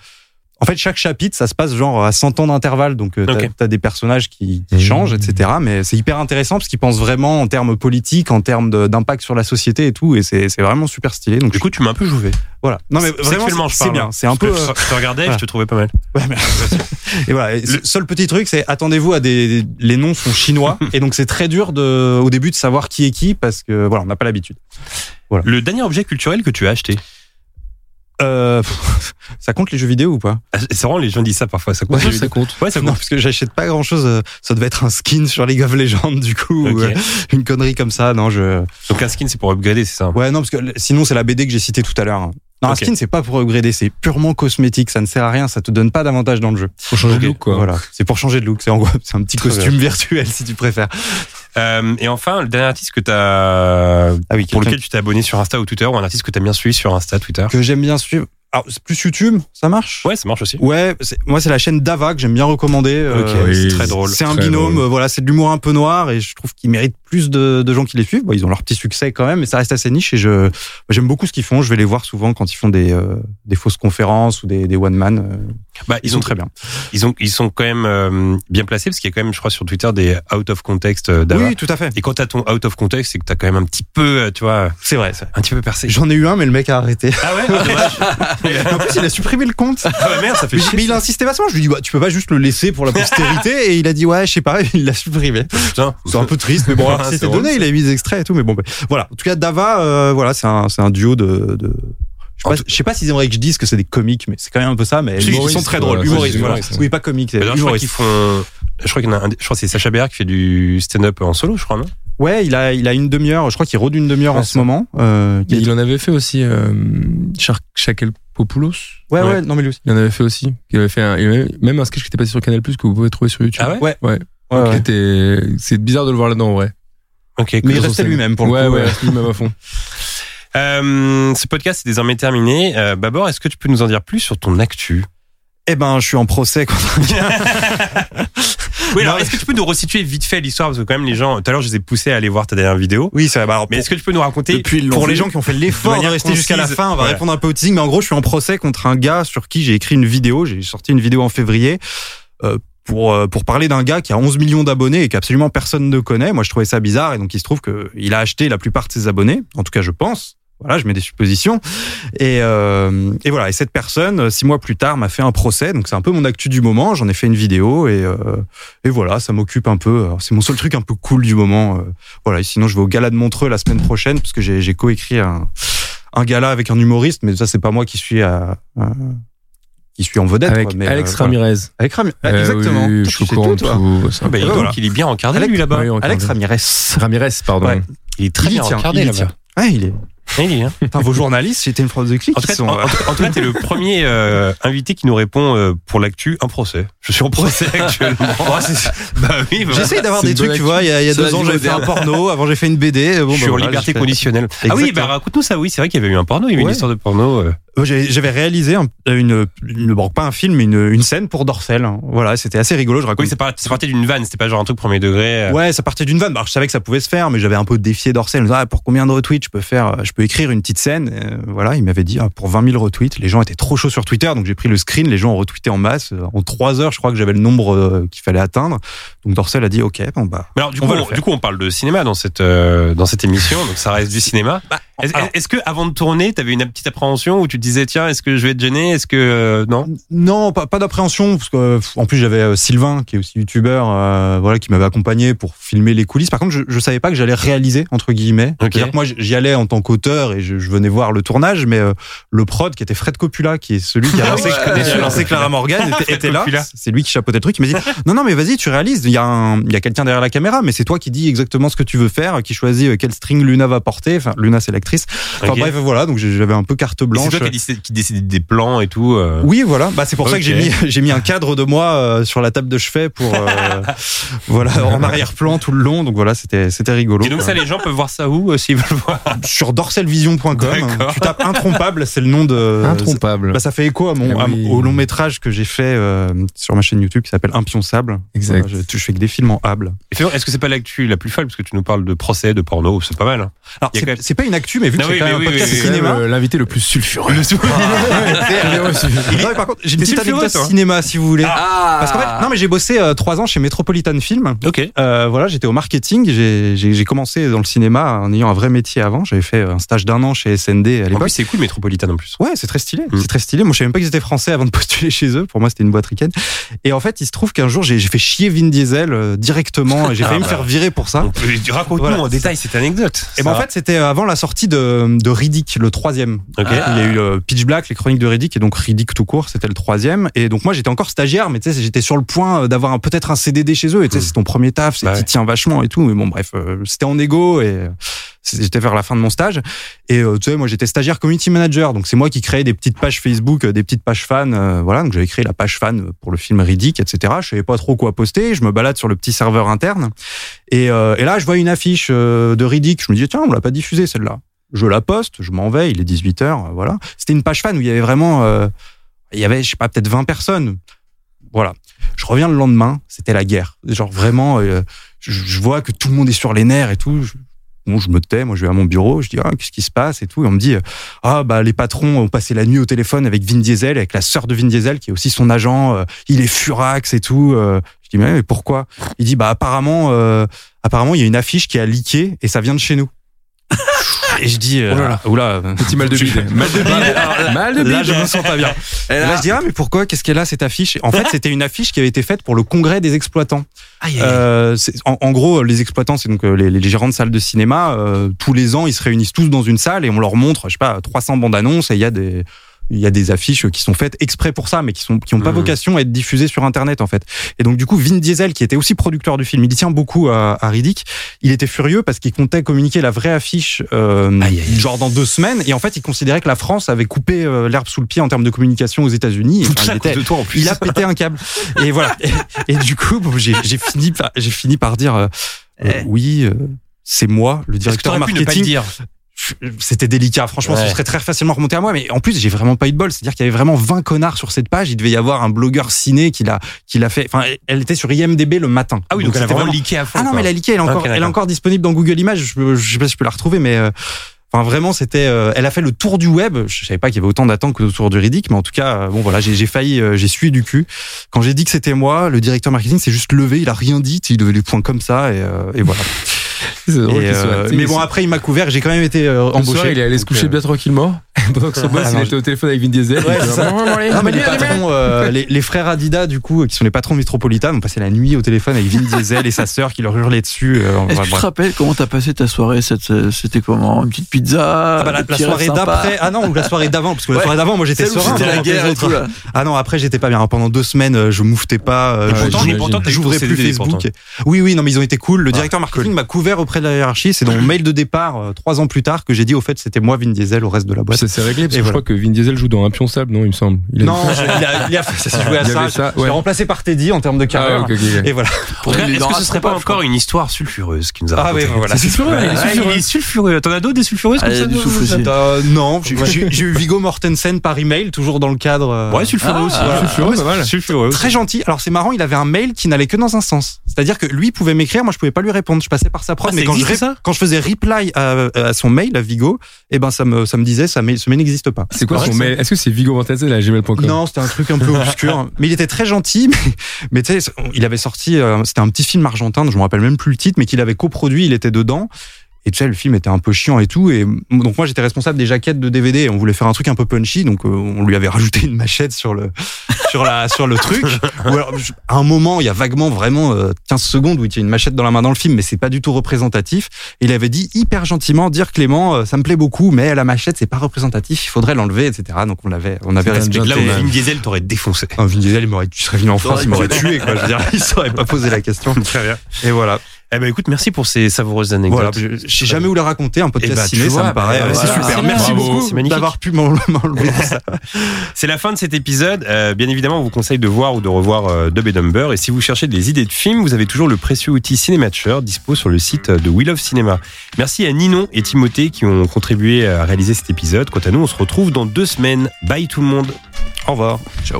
Speaker 5: en fait, chaque chapitre, ça se passe genre à 100 ans d'intervalle, donc euh, t'as
Speaker 3: Ok.
Speaker 5: t'as des personnages qui, qui changent, etc. Mais c'est hyper intéressant parce qu'ils pensent vraiment en termes politiques, en termes de- d'impact sur la société et tout, et c'est c'est vraiment super stylé. Donc
Speaker 3: Du coup, tu m'as un peu joué.
Speaker 5: voilà. Non mais
Speaker 3: Sexuellement,
Speaker 5: vraiment,
Speaker 3: je
Speaker 5: c'est
Speaker 3: parle. hein.
Speaker 5: bien. C'est un
Speaker 3: Parce
Speaker 5: peu.
Speaker 3: que
Speaker 5: euh,
Speaker 3: Je te regardais, et je
Speaker 5: voilà.
Speaker 3: te trouvais pas mal.
Speaker 5: Et voilà. Et
Speaker 3: Le-
Speaker 5: Seul petit truc, c'est attendez-vous à des les noms sont chinois et donc c'est très dur de au début de savoir qui est qui parce que voilà on n'a pas l'habitude.
Speaker 3: Le dernier objet culturel que tu as acheté.
Speaker 5: Euh, ça compte les jeux vidéo ou pas
Speaker 3: Ah, C'est vraiment, les gens disent ça parfois. Ça compte.
Speaker 4: Ouais, ça compte.
Speaker 3: Ouais, ça
Speaker 5: Non
Speaker 3: compte.
Speaker 5: parce que j'achète pas grand chose. Ça devait être un skin sur League of Legends du coup
Speaker 3: Ok.
Speaker 5: ou euh, une connerie comme ça. Non je.
Speaker 3: Donc un skin, c'est pour upgrader, c'est ça hein.
Speaker 5: Ouais non parce que le- sinon c'est la BD que j'ai citée tout à l'heure. hein. Non, un
Speaker 3: Ok.
Speaker 5: skin, c'est pas pour upgrader, c'est purement cosmétique, ça ne sert à rien, ça te donne pas d'avantage dans le jeu.
Speaker 4: Faut changer de
Speaker 3: Ok.
Speaker 4: look, quoi.
Speaker 5: Voilà, c'est pour changer de look, c'est en gros, c'est un petit
Speaker 3: Très bien.
Speaker 5: costume virtuel si tu préfères.
Speaker 3: Euh, et enfin, le dernier artiste que t'as,
Speaker 5: Ah oui,
Speaker 3: pour
Speaker 5: quelqu'un-
Speaker 3: lequel tu t'es abonné sur Insta ou Twitter, ou un artiste que t'as bien suivi sur Insta, Twitter.
Speaker 5: que j'aime bien suivre. Ah, c'est plus YouTube, ça marche
Speaker 3: Ouais, ça marche aussi.
Speaker 5: Ouais, c'est- moi c'est la chaîne Dava que j'aime bien recommander. euh,
Speaker 3: Ok,
Speaker 4: oui,
Speaker 3: c'est
Speaker 4: c'est-
Speaker 3: très drôle.
Speaker 5: c'est un
Speaker 4: très
Speaker 5: binôme,
Speaker 4: drôle.
Speaker 5: euh, voilà, c'est de l'humour un peu noir et je trouve qu'ils méritent plus de, de gens qui les suivent. Bon, ils ont leur petit succès quand même, mais ça reste assez niche et je j'aime beaucoup ce qu'ils font. Je vais les voir souvent quand ils font des, euh, des fausses conférences ou des, des one man. euh,
Speaker 3: Bah,
Speaker 5: ils sont très bien.
Speaker 3: Ils ont, ils sont quand même euh, bien placés parce qu'il y a quand même, je crois, sur Twitter des out of context euh, d'Ava.
Speaker 5: Oui, tout à fait.
Speaker 3: Et quand t'as ton out of context, c'est que t'as quand même un petit peu, euh, tu vois,
Speaker 5: C'est vrai. c'est vrai.
Speaker 3: un petit peu percé.
Speaker 5: J'en ai eu un, mais le mec a arrêté.
Speaker 3: Ah ouais, ah, dommage.
Speaker 5: en plus, il a supprimé le compte.
Speaker 3: Ah ouais, merde, ça fait
Speaker 5: Mais, mais
Speaker 3: chier.
Speaker 5: il insistait vachement. Je lui dis, bah, tu peux pas juste le laisser pour la postérité. Et il a dit, ouais, je sais pas. Il l'a supprimé.
Speaker 3: Putain.
Speaker 5: C'est un peu triste, mais bon, alors,
Speaker 3: Ouais, Ah, c'est
Speaker 5: c'était
Speaker 3: drôle,
Speaker 5: donné, il a mis des extraits et tout, mais bon, bah, voilà. En tout cas, Dava, euh, voilà, c'est un, c'est un duo de. de- Je sais
Speaker 3: En
Speaker 5: pas,
Speaker 3: tout-
Speaker 5: je sais pas s'ils aimeraient que je dise que c'est des comiques, mais c'est quand même un peu ça. Mais
Speaker 3: Si,
Speaker 5: ils sont
Speaker 4: humoristes,
Speaker 5: très
Speaker 4: voilà,
Speaker 5: drôles,
Speaker 4: c'est
Speaker 5: humoristes.
Speaker 4: des
Speaker 5: Voilà.
Speaker 4: humoristes,
Speaker 5: Oui, pas comiques, c'est
Speaker 3: D'ailleurs, je crois qu'ils
Speaker 5: humoristes.
Speaker 3: font. Je crois qu'il y en a un, je crois que c'est Sacha Béard qui fait du stand-up en solo, je crois, non
Speaker 5: Ouais, il a, il a une demi-heure. Je crois qu'il rôde une demi-heure
Speaker 4: Ouais,
Speaker 5: en
Speaker 4: ça.
Speaker 5: ce moment. euh,
Speaker 4: Et
Speaker 5: qui-
Speaker 4: il en avait fait aussi euh, Char- Shakel Popoulos.
Speaker 5: Ouais,
Speaker 3: ouais.
Speaker 5: ouais, non mais lui aussi.
Speaker 4: Il en avait fait aussi. Il avait fait un, il avait même un sketch qui était passé sur Canal Plus que vous pouvez trouver sur YouTube.
Speaker 3: Ah ouais
Speaker 4: Ouais.
Speaker 5: Ouais,
Speaker 4: Qui
Speaker 5: ouais.
Speaker 4: était- C'est bizarre de le voir là-dedans en vrai.
Speaker 3: Ok, cool.
Speaker 5: Mais il
Speaker 4: Sur
Speaker 5: restait
Speaker 4: scène.
Speaker 5: lui-même pour le coup.
Speaker 4: ouais, Ouais,
Speaker 5: ouais.
Speaker 4: il restait lui-même à fond.
Speaker 3: Euh, ce podcast est désormais terminé. Euh, Babor, est-ce que tu peux nous en dire plus sur ton actu
Speaker 5: Eh ben, je suis en procès contre.
Speaker 3: Oui, alors est-ce que tu peux nous resituer vite fait l'histoire Parce que quand même, les gens, tout à l'heure, je les ai poussés à aller voir ta dernière vidéo.
Speaker 5: Oui, ça va. alors,
Speaker 3: Mais
Speaker 5: pour-
Speaker 3: est-ce que tu peux nous raconter
Speaker 2: Depuis, ils l'ont
Speaker 5: pour les
Speaker 2: vu.
Speaker 5: gens qui ont fait l'effort
Speaker 3: De
Speaker 5: de
Speaker 3: manière
Speaker 5: rester jusqu'à la
Speaker 3: concise.
Speaker 5: fin, on va
Speaker 3: Voilà.
Speaker 5: répondre un peu au teasing. Mais en gros, je suis en procès contre un gars sur qui j'ai écrit une vidéo. J'ai sorti une vidéo en février. euh, Pour, euh, pour parler d'un gars qui a 11 millions d'abonnés et qu'absolument personne ne connaît. Moi, je trouvais ça bizarre. Et donc, il se trouve que il a acheté la plupart de ses abonnés. En tout cas, je pense. Voilà, je mets des suppositions. Et, euh, et voilà. Et cette personne, euh, six mois plus tard, m'a fait un procès. Donc c'est un peu mon actu du moment. J'en ai fait une vidéo et, euh, et voilà, ça m'occupe un peu. Alors, C'est mon seul truc un peu cool du moment. euh, voilà. Et sinon, je vais au gala de Montreux la semaine prochaine parce que j'ai j'ai coécrit un, un gala avec un humoriste, mais ça c'est pas moi qui suis à, à- qui suis en vedette.
Speaker 4: Avec
Speaker 5: quoi, mais,
Speaker 4: Alex
Speaker 5: euh, voilà.
Speaker 4: Ramirez.
Speaker 5: Avec Ramirez.
Speaker 4: Euh,
Speaker 5: exactement.
Speaker 4: oui, oui, je
Speaker 5: Tu
Speaker 4: suis au
Speaker 5: sais
Speaker 4: courant
Speaker 5: tout,
Speaker 4: de
Speaker 5: toi.
Speaker 4: tout. ça.
Speaker 3: Ah bah, dis
Speaker 5: Ouais,
Speaker 3: donc,
Speaker 5: voilà.
Speaker 3: il est bien encardé, lui, là-bas.
Speaker 4: Ouais, on-
Speaker 5: Alex Ramirez.
Speaker 4: Ramirez, pardon.
Speaker 5: Ouais.
Speaker 3: Il est très
Speaker 5: Il y
Speaker 3: bien
Speaker 5: tient,
Speaker 3: encardé,
Speaker 5: hein. il y
Speaker 3: là-bas.
Speaker 5: Ouais, il est.
Speaker 3: Il y est, hein.
Speaker 5: Putain, vos journalistes, c'était une phrase de clic.
Speaker 3: En tout
Speaker 5: ils
Speaker 3: cas,
Speaker 5: sont,
Speaker 3: en-
Speaker 5: euh,
Speaker 3: en- en tout cas, t'es le premier euh, invité qui nous répond euh, pour l'actu un procès. Je suis en procès actuellement.
Speaker 5: Oh,
Speaker 3: bah oui, bah,
Speaker 6: J'essaye d'avoir
Speaker 4: C'est
Speaker 6: des
Speaker 4: une
Speaker 6: trucs,
Speaker 4: bonne
Speaker 6: tu vois. Il y a, il y a
Speaker 4: C'est la
Speaker 6: deux ans,
Speaker 4: vie
Speaker 6: j'avais fait un
Speaker 4: moderne.
Speaker 6: porno. Avant, j'ai fait une BD. Bon,
Speaker 3: je suis
Speaker 6: bah,
Speaker 3: en
Speaker 6: voilà,
Speaker 3: liberté
Speaker 6: j'ai fait-
Speaker 3: conditionnelle. Ah oui, bah
Speaker 6: Exactement.
Speaker 3: raconte-nous ça. Oui, c'est vrai qu'il y avait eu un porno. Il y avait une
Speaker 5: Ouais.
Speaker 3: histoire de porno. euh.
Speaker 5: Euh, J'avais j'avais réalisé un- une, une- bon, pas un film, mais une, une scène pour Dorsel. hein. Voilà, c'était assez rigolo. Je raconte.
Speaker 3: Oui, c'est pas- c'est parti d'une vanne. C'était pas genre un truc premier degré. euh.
Speaker 5: Ouais, ça partait d'une vanne. Bah, je savais que ça pouvait se faire, mais j'avais un peu défié Dorsel. en disant, Ah, pour combien de retweets je peux faire, euh, je peux écrire une petite scène Euh, Voilà, il m'avait dit ah, pour 20 000 retweets. Les gens étaient trop chauds sur Twitter, donc j'ai pris le screen. Les gens ont retweeté en masse. Euh, En trois heures, je crois que j'avais le nombre euh, qu'il fallait atteindre. Donc Dorsel a dit ok, bon bah.
Speaker 3: Mais alors, du
Speaker 5: On
Speaker 3: coup,
Speaker 5: va le
Speaker 3: on,
Speaker 5: faire.
Speaker 3: du coup, on parle de cinéma dans cette euh, dans cette émission. Donc, ça reste du cinéma. Est-ce
Speaker 5: Bah, alors-
Speaker 3: est-ce que avant de tourner, t'avais une petite appréhension où tu te disais tiens, est-ce que je vais être gêné Est-ce que euh, non
Speaker 5: Non, pas, pas d'appréhension, parce que euh, en plus j'avais euh, Sylvain, qui est aussi youtubeur, euh, voilà, qui m'avait accompagné pour filmer les coulisses. Par contre, je, je savais pas que j'allais réaliser entre guillemets.
Speaker 3: Ok.
Speaker 5: C'est-à-dire que Moi, j'y allais en tant qu'auteur et je, je venais voir le tournage, mais euh, le prod qui était Fred Coppola, qui est celui qui a
Speaker 3: Ah
Speaker 5: lancé,
Speaker 3: ouais, je connais
Speaker 5: qui a
Speaker 3: Fred
Speaker 5: lancé Clara Morgan, était, était là.
Speaker 3: Coppola.
Speaker 5: C'est lui qui chapeautait le truc. Il m'a dit non, non, mais vas-y, tu réalises. Il y a, un- il y a quelqu'un derrière la caméra, mais c'est toi qui dis exactement ce que tu veux faire, qui choisit euh, quel string Luna va porter. Enfin, Luna, c'est l'actrice. Enfin
Speaker 3: Ok.
Speaker 5: bref, voilà. Donc j'avais un peu carte
Speaker 3: Et
Speaker 5: blanche.
Speaker 3: C'est toi qui décide, qui décide des plans et tout. euh.
Speaker 5: Oui, voilà. Bah, c'est pour ça
Speaker 3: Ok.
Speaker 5: que j'ai mis, j'ai mis un cadre de moi euh, sur la table de chevet pour, euh, voilà, en arrière-plan tout le long. Donc voilà, c'était, c'était rigolo.
Speaker 3: Et donc ça,
Speaker 5: Euh,
Speaker 3: les gens peuvent voir ça où euh, s'ils veulent voir.
Speaker 5: Sur dorselvision.com,
Speaker 3: D'accord.
Speaker 5: hein. tu tapes intrompable, c'est le nom de.
Speaker 4: Intrompable.
Speaker 5: Bah, ça fait écho à mon,
Speaker 3: Eh
Speaker 4: Ah
Speaker 5: à mon-
Speaker 4: oui.
Speaker 5: au long métrage que j'ai fait euh, sur ma chaîne YouTube qui s'appelle Un pion sable.
Speaker 4: Exact.
Speaker 5: Voilà, je, je fais que des films en hable.
Speaker 3: Et Féon, Est-ce que c'est pas l'actu la plus folle parce que tu nous parles de procès, de porno, c'est pas mal. hein.
Speaker 5: Alors,
Speaker 3: Il y a
Speaker 5: c'est,
Speaker 3: quand même-
Speaker 5: c'est pas une actu, mais vu que
Speaker 3: Non,
Speaker 5: c'est
Speaker 3: oui,
Speaker 5: quand même
Speaker 3: mais
Speaker 5: un
Speaker 3: oui,
Speaker 5: podcast
Speaker 3: oui, oui, oui.
Speaker 5: cinéma.
Speaker 4: Quand même, euh, L'invité le plus sulfureux.
Speaker 5: Non, mais par contre, j'ai une
Speaker 3: T'es
Speaker 5: petite
Speaker 3: sulfureux,
Speaker 5: anecdote
Speaker 3: toi, hein.
Speaker 5: cinéma si vous voulez.
Speaker 2: Ah
Speaker 5: Parce qu'en fait, non, mais j'ai bossé euh, trois ans chez Metropolitan Film.
Speaker 3: Ok.
Speaker 5: Euh, voilà, j'étais au marketing. J'ai- J'ai j'ai commencé dans le cinéma en ayant un vrai métier avant. J'avais fait euh, un stage d'un an chez SND à
Speaker 3: En plus,
Speaker 5: l'époque.
Speaker 3: c'est cool, Métropolitane en plus.
Speaker 5: Ouais, c'est très stylé.
Speaker 3: Mm.
Speaker 5: C'est très stylé. Moi, je savais même pas qu'ils étaient français avant de postuler chez eux. Pour moi, c'était une boîte ricaine. Et en fait, il se trouve qu'un jour, j'ai j'ai fait chier Vin Diesel euh, directement. et J'ai
Speaker 3: Ah
Speaker 5: failli
Speaker 3: bah.
Speaker 5: me faire virer pour ça.
Speaker 3: On peut- Raconte-nous
Speaker 5: Voilà,
Speaker 3: en
Speaker 5: c'est
Speaker 3: détail cette anecdote.
Speaker 5: Et ben en fait, c'était avant la sortie de, de Riddick, le troisième.
Speaker 3: Ok.
Speaker 5: Il y a eu euh, Pitch Black, les chroniques de Riddick, et donc Riddick tout court, c'était le troisième. Et donc moi, j'étais encore stagiaire, mais tu sais, j'étais sur le point euh, d'avoir un- peut-être un CDD chez eux. Et tu sais, c'est ton premier taf, c'est
Speaker 3: Bah
Speaker 5: t'y
Speaker 3: ouais.
Speaker 5: tiens vachement et tout. Mais bon, bref, euh, c'était en égo et euh, c'est- j'étais vers la fin de mon stage. Et euh, tu sais, moi, j'étais stagiaire community manager, donc c'est moi qui créais des petites pages Facebook, euh, des petites pages fans. euh, voilà, donc j'avais créé la page fan pour le film Riddick, etc. Je savais pas trop quoi poster. Je me balade sur le petit serveur interne. Et, euh, et là, je vois une affiche euh, de Riddick. Je me dis, tiens, on l'a pas diffusée celle-là. Je la poste, je m'en vais, il est 18h, voilà. C'était une page fan où il y avait vraiment, euh, il y avait, je sais pas, peut-être 20 personnes. Voilà. Je reviens le lendemain, c'était la guerre. Genre vraiment, euh, je, je vois que tout le monde est sur les nerfs et tout. Je, bon, je me tais, moi je vais à mon bureau, je dis, ah, qu'est-ce qui se passe et tout. Et on me dit, euh, ah bah les patrons ont passé la nuit au téléphone avec Vin Diesel, avec la sœur de Vin Diesel qui est aussi son agent, euh, il est furax et tout. Euh, je dis, mais, mais pourquoi Il dit, bah apparemment, euh, apparemment il y a une affiche qui a leaké et ça vient de chez nous. Et je dis, euh,
Speaker 4: Oh là là.
Speaker 5: oula,
Speaker 4: Petit mal de bide. Mal de bide. Mal de
Speaker 5: là je me
Speaker 4: bide.
Speaker 5: sens pas bien.
Speaker 2: Et
Speaker 5: Et
Speaker 2: là-
Speaker 5: là, je dis, ah, mais pourquoi Qu'est-ce qu'elle a cette affiche En fait, c'était une affiche qui avait été faite pour le congrès des exploitants. Euh, c'est- en, en gros, les exploitants, c'est donc euh, les, les gérants de salles de cinéma. euh, tous les ans, ils se réunissent tous dans une salle et on leur montre, je sais pas, 300 bandes annonces et il y a des il y a des affiches qui sont faites exprès pour ça, mais qui sont qui ont pas
Speaker 3: Mhm.
Speaker 5: vocation à être diffusées sur Internet en fait. Et donc du coup, Vin Diesel, qui était aussi producteur du film, il y tient beaucoup à, à Riddick. Il était furieux parce qu'il comptait communiquer la vraie affiche euh, genre dans deux semaines. Et en fait, il considérait que la France avait coupé euh, l'herbe sous le pied en termes de communication aux États-Unis. Et, enfin, il était-
Speaker 3: toi en plus.
Speaker 5: il a pété un câble. Et voilà. Et, et du coup, bon, j'ai j'ai fini par, j'ai fini par dire euh, euh, oui, euh, c'est moi, le
Speaker 3: Est-ce que
Speaker 5: directeur
Speaker 3: t'aurais pu ne pas le
Speaker 5: marketing.
Speaker 3: dire
Speaker 5: C'était délicat. Franchement,
Speaker 3: Ouais.
Speaker 5: ce serait très facilement remonté à moi. Mais en plus, j'ai vraiment pas eu de bol. C'est-à-dire qu'il y avait vraiment 20 connards sur cette page. Il devait y avoir un blogueur ciné qui l'a, qui l'a fait. Enfin, elle était sur IMDB le matin.
Speaker 3: Ah oui, donc elle a
Speaker 5: c'était
Speaker 3: vraiment
Speaker 5: vraiment-
Speaker 3: leaké à fond.
Speaker 5: ah non,
Speaker 3: quoi.
Speaker 5: mais la Liké, elle est
Speaker 3: Ok,
Speaker 5: encore, elle est
Speaker 3: d'accord.
Speaker 5: encore disponible dans Google Images. Je, je sais pas si je peux la retrouver, mais euh, enfin vraiment, c'était. euh, elle a fait le tour du web. Je savais pas qu'il y avait autant d'attentes que autour du Riddick, mais en tout cas, euh, bon voilà, j'ai j'ai failli, euh, j'ai sué du cul. Quand j'ai dit que c'était moi, le directeur marketing s'est juste levé. Il a rien dit. Il levait les poings comme ça et, euh, et voilà.
Speaker 8: C'est drôle
Speaker 5: Et,
Speaker 8: qu'il soit-
Speaker 5: euh,
Speaker 8: tu sais,
Speaker 5: mais
Speaker 8: il-
Speaker 5: bon, après, il m'a couvert. J'ai quand même été euh,
Speaker 8: le soir,
Speaker 5: embauché.
Speaker 8: il est allé se
Speaker 5: Donc,
Speaker 8: coucher
Speaker 5: euh, Ah,
Speaker 8: bien tranquillement. Pendant que son boss, il était au téléphone avec Vin Diesel.
Speaker 5: Ouais,
Speaker 8: Il était
Speaker 5: c'est ça.
Speaker 8: vraiment, vraiment, allez,
Speaker 5: Non, mais
Speaker 8: bonne
Speaker 5: les
Speaker 8: nuit, allez, mec.
Speaker 5: patrons, euh, les, les frères Adidas, du coup, qui sont les patrons de Metropolitan, ont passé la nuit au téléphone avec Vin Diesel et sa sœur qui leur hurlaient dessus. euh, en vrai,
Speaker 2: Est-ce que tu te
Speaker 5: bref.
Speaker 2: rappelles comment t'as passé ta soirée cette, euh, C'était comment Une petite pizza
Speaker 5: Ah bah, la,
Speaker 2: un
Speaker 5: la
Speaker 2: petit
Speaker 5: soirée
Speaker 2: repas sympa
Speaker 5: d'après. Ah non, ou la soirée d'avant, parce que la
Speaker 2: Ouais.
Speaker 5: soirée d'avant, moi j'étais
Speaker 2: Celle où
Speaker 5: serein.
Speaker 2: c'était la
Speaker 5: vraiment,
Speaker 2: guerre
Speaker 5: les
Speaker 2: et
Speaker 5: autres.
Speaker 2: tout là.
Speaker 5: Ah non, après j'étais pas bien. Pendant deux semaines, euh, je mouftais pas. euh,
Speaker 3: Ah
Speaker 5: je-
Speaker 3: ouais,
Speaker 5: pourtant,
Speaker 3: j'imagine.
Speaker 5: pourtant, t'as eu
Speaker 3: J'ouvrais
Speaker 5: ton
Speaker 3: plus
Speaker 5: CD,
Speaker 3: Facebook.
Speaker 5: pourtant. Oui, oui, non, mais ils ont été cool. Le
Speaker 3: Ah,
Speaker 5: directeur marketing m'a couvert auprès de la hiérarchie. C'est dans mon mail de départ, euh, trois ans plus tard, que j'ai dit au fait c'était moi Vin Diesel au reste de la boîte.
Speaker 8: Ça s'est réglé parce
Speaker 5: Et
Speaker 8: que je crois
Speaker 5: voilà.
Speaker 8: que Vin Diesel joue dans un pion sable, non, il me semble. Il a-
Speaker 5: Non, je- il a, il a fait- ça s'est joué à
Speaker 8: Il y
Speaker 5: ça.
Speaker 8: avait ça,
Speaker 5: Je l'ai
Speaker 8: ouais.
Speaker 5: remplacé par Teddy en termes de
Speaker 8: Ah,
Speaker 5: carrière.
Speaker 8: ok, ok, ok.
Speaker 5: Et voilà.
Speaker 3: En tout cas,
Speaker 2: Il est
Speaker 3: Est-ce
Speaker 2: dans
Speaker 3: que ce
Speaker 2: Raspberry
Speaker 3: serait pas
Speaker 2: Pi, je
Speaker 3: encore une histoire sulfureuse qui nous a
Speaker 5: Ah oui,
Speaker 3: raconté
Speaker 5: voilà.
Speaker 8: C'est sûr, ouais, il est
Speaker 3: Ah,
Speaker 8: sulfureux.
Speaker 3: il est sulfureux. T'en as d'autres des sulfureuses
Speaker 2: Ah,
Speaker 3: comme
Speaker 2: il y a
Speaker 3: ça
Speaker 2: du
Speaker 3: toi
Speaker 2: souffle aussi.
Speaker 5: Euh, non, j'ai- j'ai j'ai eu Vigo Mortensen par email, toujours dans le cadre. euh,
Speaker 3: Ouais, sulfureux aussi.
Speaker 8: Ah,
Speaker 3: Voilà.
Speaker 8: sulfureux, pas mal.
Speaker 3: Sulfureux.
Speaker 5: Très gentil. Alors c'est marrant, il avait un mail qui n'allait que dans un sens. C'est-à-dire que lui pouvait m'écrire, moi je pouvais pas lui répondre. Je passais par sa prod,
Speaker 3: Ah,
Speaker 5: mais
Speaker 3: ça
Speaker 5: quand je,
Speaker 3: existe,
Speaker 5: ré-
Speaker 3: ça
Speaker 5: quand je faisais reply à, à son mail à Vigo, eh ben ça me ça me disait ça mail ce mail n'existe pas.
Speaker 8: C'est quoi
Speaker 5: Correct,
Speaker 8: son
Speaker 5: ça
Speaker 8: mail Est-ce que c'est Vigo Mortensen à gmail.com
Speaker 5: Non, c'était un truc un peu obscur. Mais il était très gentil. Mais, mais tu sais, il avait sorti, euh, c'était un petit film argentin, je me rappelle même plus le titre, mais qu'il avait coproduit, il était dedans. Et tu sais, le film était un peu chiant et tout. Et donc moi, j'étais responsable des jaquettes de DVD. Et on voulait faire un truc un peu punchy, donc euh, on lui avait rajouté une machette sur le sur la sur le truc. Ou alors, je- à un moment, il y a vaguement vraiment euh, 15 secondes où il y a une machette dans la main dans le film, mais c'est pas du tout représentatif. Et il avait dit hyper gentiment, dire Clément, euh, ça me plaît beaucoup, mais la machette c'est pas représentatif, il faudrait l'enlever, etc. Donc on l'avait on
Speaker 8: C'est
Speaker 5: avait
Speaker 8: un
Speaker 5: respecté.
Speaker 3: Là où
Speaker 8: gentil,
Speaker 3: Vin Diesel t'aurait défoncé.
Speaker 5: Un Vin Diesel, il m'aurait, tu serais venu en France, il m'aurait
Speaker 2: T'aurais
Speaker 5: tué, quoi. Je veux dire, il saurait pas posé la question.
Speaker 3: Très bien.
Speaker 5: Et voilà.
Speaker 3: Eh ben écoute, merci pour ces savoureuses anecdotes.
Speaker 5: Voilà. Je je sais jamais où la raconter, un podcast
Speaker 3: Eh ben, tu
Speaker 5: ciné,
Speaker 3: vois,
Speaker 5: ça me
Speaker 3: bah,
Speaker 5: paraît, euh,
Speaker 3: voilà.
Speaker 5: c'est super.
Speaker 3: C'est
Speaker 5: Merci
Speaker 3: magnifique. C'est
Speaker 5: beaucoup
Speaker 3: magnifique.
Speaker 5: d'avoir pu m'en- m'enlever ça.
Speaker 3: C'est la fin de cet épisode. Euh, bien évidemment, on vous conseille de voir ou de revoir euh, Dub et Dumber. Et si vous cherchez des idées de films, vous avez toujours le précieux outil Cinématcher dispo sur le site euh, de We Love Cinema. Merci à Ninon et Timothée qui ont contribué à réaliser cet épisode. Quant à nous, on se retrouve dans deux semaines. Bye tout le monde. Au revoir. Ciao.